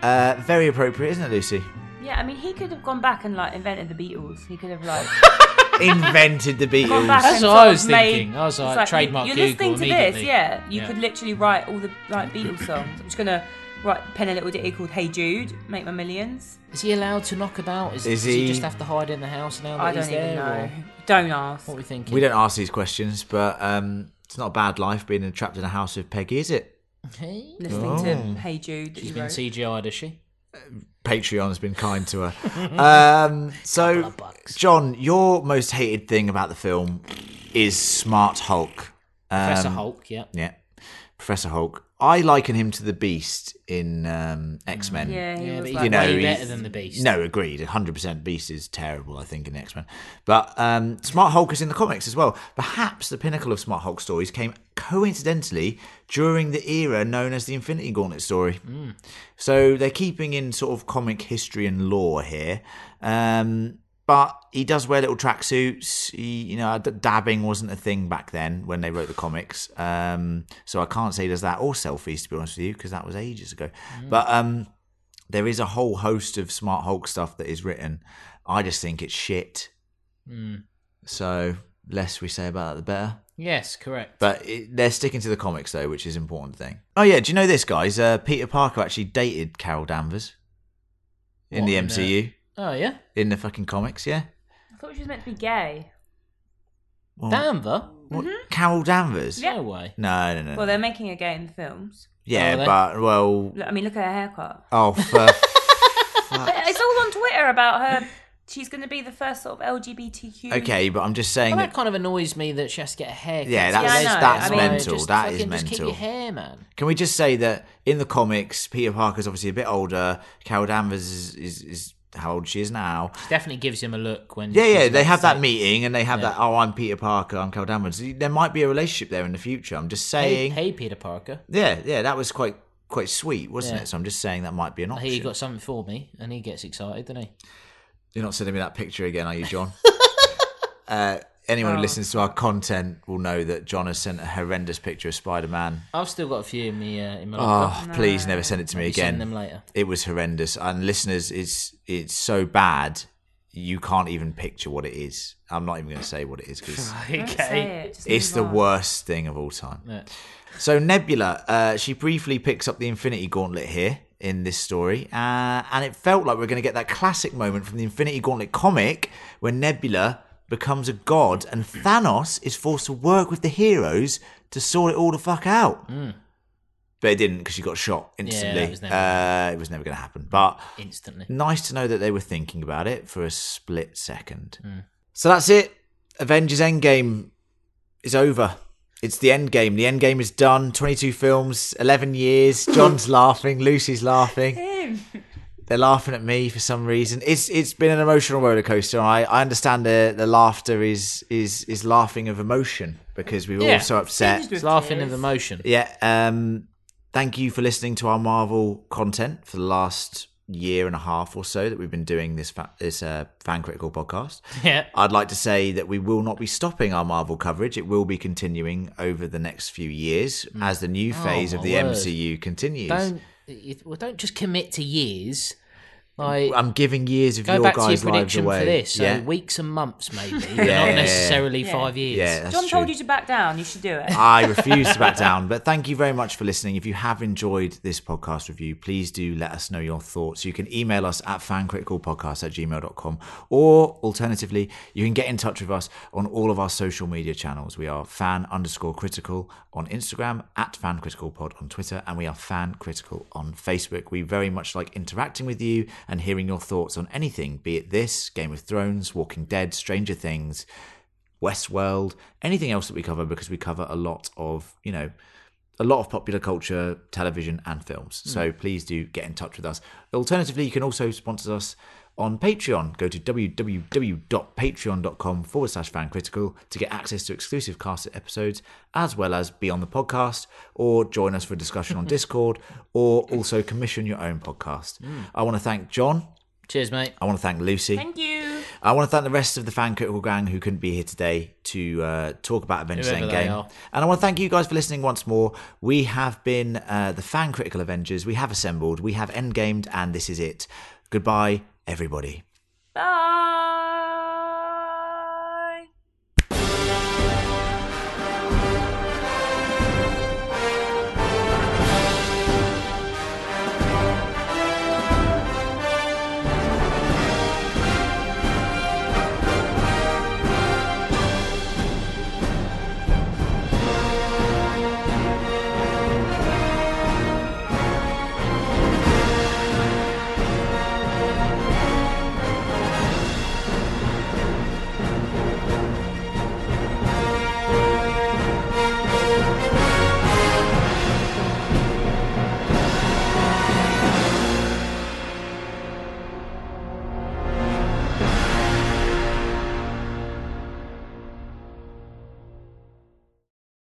[SPEAKER 3] Uh, very appropriate, isn't it, Lucy?
[SPEAKER 5] Yeah, I mean he could have gone back and like invented the Beatles. He could have like
[SPEAKER 3] Invented the
[SPEAKER 5] gone
[SPEAKER 3] Beatles.
[SPEAKER 5] back
[SPEAKER 4] That's
[SPEAKER 5] and
[SPEAKER 4] what
[SPEAKER 5] sort
[SPEAKER 4] I
[SPEAKER 5] of
[SPEAKER 4] was
[SPEAKER 5] made-
[SPEAKER 4] thinking. I was
[SPEAKER 5] it's
[SPEAKER 4] like,
[SPEAKER 5] you-
[SPEAKER 4] trademark
[SPEAKER 5] You're
[SPEAKER 4] Google
[SPEAKER 5] listening to this,
[SPEAKER 4] immediately.
[SPEAKER 5] yeah. You
[SPEAKER 4] Yeah.
[SPEAKER 5] could literally write all the like Beatles songs. I'm just gonna write pen a little ditty called "Hey Jude," make my millions.
[SPEAKER 4] Is he allowed to knock about? Is,
[SPEAKER 3] Is
[SPEAKER 4] does he...
[SPEAKER 3] he-
[SPEAKER 4] just have to hide in the house now that
[SPEAKER 5] I don't
[SPEAKER 4] he's
[SPEAKER 5] even
[SPEAKER 4] there?
[SPEAKER 5] know.
[SPEAKER 4] Or...
[SPEAKER 5] Don't ask.
[SPEAKER 4] What are we thinking?
[SPEAKER 3] We don't ask these questions, but um, it's not a bad life being trapped in a house with Peggy, is it?
[SPEAKER 4] Hey?
[SPEAKER 5] Listening to
[SPEAKER 4] Oh.
[SPEAKER 5] "Hey Jude," that
[SPEAKER 4] She's
[SPEAKER 5] you
[SPEAKER 4] been
[SPEAKER 5] wrote.
[SPEAKER 4] CGI'd, is she?
[SPEAKER 3] Patreon has been kind to her. um, so,
[SPEAKER 4] bucks.
[SPEAKER 3] John, your most hated thing about the film is Smart Hulk. Um,
[SPEAKER 4] Professor Hulk, yeah.
[SPEAKER 3] Yeah, Professor Hulk. I liken him to the Beast in um, X Men.
[SPEAKER 5] yeah, he
[SPEAKER 4] Yeah,
[SPEAKER 5] was
[SPEAKER 4] but
[SPEAKER 5] like,
[SPEAKER 4] you
[SPEAKER 3] know,
[SPEAKER 4] way
[SPEAKER 3] he's-
[SPEAKER 4] better than the Beast.
[SPEAKER 3] No, agreed. 100% Beast is terrible, I think, in X Men. But um, Smart Hulk is in the comics as well. Perhaps the pinnacle of Smart Hulk stories came coincidentally during the era known as the Infinity Gauntlet story. So they're keeping in sort of comic history and lore here. Um, but he does wear little tracksuits. He, you know, d- dabbing wasn't a thing back then when they wrote the comics. Um, so I can't say he does that or selfies to be honest with you because that was ages ago. But um, there is a whole host of Smart Hulk stuff that is written. I just think it's shit.
[SPEAKER 4] Hmm.
[SPEAKER 3] So less we say about that, the better.
[SPEAKER 4] Yes, correct.
[SPEAKER 3] But it, they're sticking to the comics though, which is an important thing. Oh yeah, do you know this, guys? Uh, Peter Parker actually dated Carol Danvers in
[SPEAKER 4] What,
[SPEAKER 3] the
[SPEAKER 4] in the-
[SPEAKER 3] MCU
[SPEAKER 4] Oh, yeah.
[SPEAKER 3] in the fucking comics. Yeah.
[SPEAKER 5] I thought she was meant to be gay.
[SPEAKER 3] Well,
[SPEAKER 4] Danver?
[SPEAKER 3] what-
[SPEAKER 4] mm-hmm.
[SPEAKER 3] Carol Danvers.
[SPEAKER 4] No way.
[SPEAKER 3] No, no, no.
[SPEAKER 5] Well, they're making her gay in the films.
[SPEAKER 3] yeah,
[SPEAKER 4] Are Oh, they?
[SPEAKER 3] but well,
[SPEAKER 5] Look, I mean, look at her haircut.
[SPEAKER 3] oh, for,
[SPEAKER 5] It's all on Twitter about her. She's going to be the first sort of LGBTQ.
[SPEAKER 3] okay, but I'm just saying
[SPEAKER 4] Well,
[SPEAKER 3] that
[SPEAKER 4] that kind of annoys me that she has to get a haircut.
[SPEAKER 3] Yeah, that's-
[SPEAKER 5] Yeah, I know. that's
[SPEAKER 4] Like,
[SPEAKER 3] mental.
[SPEAKER 4] Just
[SPEAKER 3] That is
[SPEAKER 4] fucking Just keep
[SPEAKER 3] mental.
[SPEAKER 4] your hair, man.
[SPEAKER 3] Can we just say that in the comics, Peter Parker's obviously a bit older. Carol Danvers is, is, is how old she is now.
[SPEAKER 4] Definitely gives him a look when.
[SPEAKER 3] Yeah,
[SPEAKER 4] she's
[SPEAKER 3] yeah, they
[SPEAKER 4] about
[SPEAKER 3] have
[SPEAKER 4] to say,
[SPEAKER 3] that meeting and they have that, oh, I'm Peter Parker, I'm Carol Danvers. There might be a relationship there in the future. I'm just
[SPEAKER 4] Hey,
[SPEAKER 3] saying.
[SPEAKER 4] hey, Peter Parker.
[SPEAKER 3] Yeah, yeah, that was quite quite sweet, wasn't
[SPEAKER 4] Yeah.
[SPEAKER 3] it? So I'm just saying that might be an
[SPEAKER 4] I
[SPEAKER 3] option.
[SPEAKER 4] hear you got something for me, and he gets excited, doesn't he?
[SPEAKER 3] You're not sending me that picture again, are you, John? uh, anyone who listens to our content will know that John has sent a horrendous picture of Spider Man.
[SPEAKER 4] I've still got a few in me uh, in my.
[SPEAKER 3] Oh,
[SPEAKER 4] locker.
[SPEAKER 3] please never send it to me
[SPEAKER 4] I'll be sending
[SPEAKER 3] again.
[SPEAKER 4] them later.
[SPEAKER 3] It was horrendous. And listeners, it's it's so bad you can't even picture what it is. I'm not even going to say what it is because
[SPEAKER 5] Don't say it. Just
[SPEAKER 3] it's
[SPEAKER 5] move
[SPEAKER 3] the
[SPEAKER 5] on.
[SPEAKER 3] worst thing of all time.
[SPEAKER 4] Yeah.
[SPEAKER 3] So Nebula, uh, she briefly picks up the Infinity Gauntlet here in this story, uh, and it felt like we are going to get that classic moment from the Infinity Gauntlet comic where Nebula becomes a god and Thanos is forced to work with the heroes to sort it all the fuck out. But it didn't because she got shot instantly.
[SPEAKER 4] Mm. was never-
[SPEAKER 3] uh, it was never going to happen. But
[SPEAKER 4] Instantly.
[SPEAKER 3] nice to know that they were thinking about it for a split second. So that's it. Avengers Endgame is over. It's the end game. The end game is done. 22 films, 11 years. John's laughing. Lucy's laughing. They're laughing at me for some reason. It's it's been an emotional roller coaster. I, I understand the the laughter is is is laughing of emotion because we were all so upset.
[SPEAKER 4] It's laughing of emotion.
[SPEAKER 3] Yeah. Um, thank you for listening to our Marvel content for the last year and a half or so that we've been doing this fa- this uh, fan critical podcast.
[SPEAKER 4] Yeah.
[SPEAKER 3] I'd like to say that we will not be stopping our Marvel coverage. It will be continuing over the next few years as the new phase
[SPEAKER 4] Mm. Oh,
[SPEAKER 3] of
[SPEAKER 4] my
[SPEAKER 3] the
[SPEAKER 4] word.
[SPEAKER 3] MCU continues.
[SPEAKER 4] Don't you- well, don't just commit to years. Like
[SPEAKER 3] I'm giving years of
[SPEAKER 4] go
[SPEAKER 3] your
[SPEAKER 4] back to your
[SPEAKER 3] guys' lives
[SPEAKER 4] prediction
[SPEAKER 3] away.
[SPEAKER 4] for this. So
[SPEAKER 3] yeah.
[SPEAKER 4] weeks and months maybe, but
[SPEAKER 3] Yeah,
[SPEAKER 4] not
[SPEAKER 3] yeah,
[SPEAKER 4] necessarily
[SPEAKER 5] yeah.
[SPEAKER 4] five years.
[SPEAKER 3] yeah, that's
[SPEAKER 5] John
[SPEAKER 3] true.
[SPEAKER 5] told you to back down. You should do it.
[SPEAKER 3] I refuse to back down. But thank you very much for listening. If you have enjoyed this podcast review, please do let us know your thoughts. You can email us at fancriticalpodcast at gmail.com or alternatively, you can get in touch with us on all of our social media channels. We are fan underscore critical on Instagram, at fancriticalpod on Twitter, and we are fan critical on Facebook. We very much like interacting with you and hearing your thoughts on anything, be it this, Game of Thrones, Walking Dead, Stranger Things. Westworld, anything else that we cover because we cover a lot of, you know, a lot of popular culture, television and films. So please do get in touch with us. Alternatively, you can also sponsor us on Patreon. Go to www.patreon.com forward slash fancritical to get access to exclusive cast episodes, as well as be on the podcast or join us for a discussion on Discord or also commission your own podcast. I want to thank John.
[SPEAKER 4] Cheers, mate.
[SPEAKER 3] I want to thank Lucy.
[SPEAKER 5] Thank you.
[SPEAKER 3] I want to thank the rest of the fan critical gang who couldn't be here today to uh, talk about Avengers
[SPEAKER 4] Whoever they
[SPEAKER 3] Endgame.
[SPEAKER 4] are.
[SPEAKER 3] And I want to thank you guys for listening once more. We have been uh, the fan critical Avengers. We have assembled, we have endgamed, and this is it. Goodbye, everybody.
[SPEAKER 5] Bye.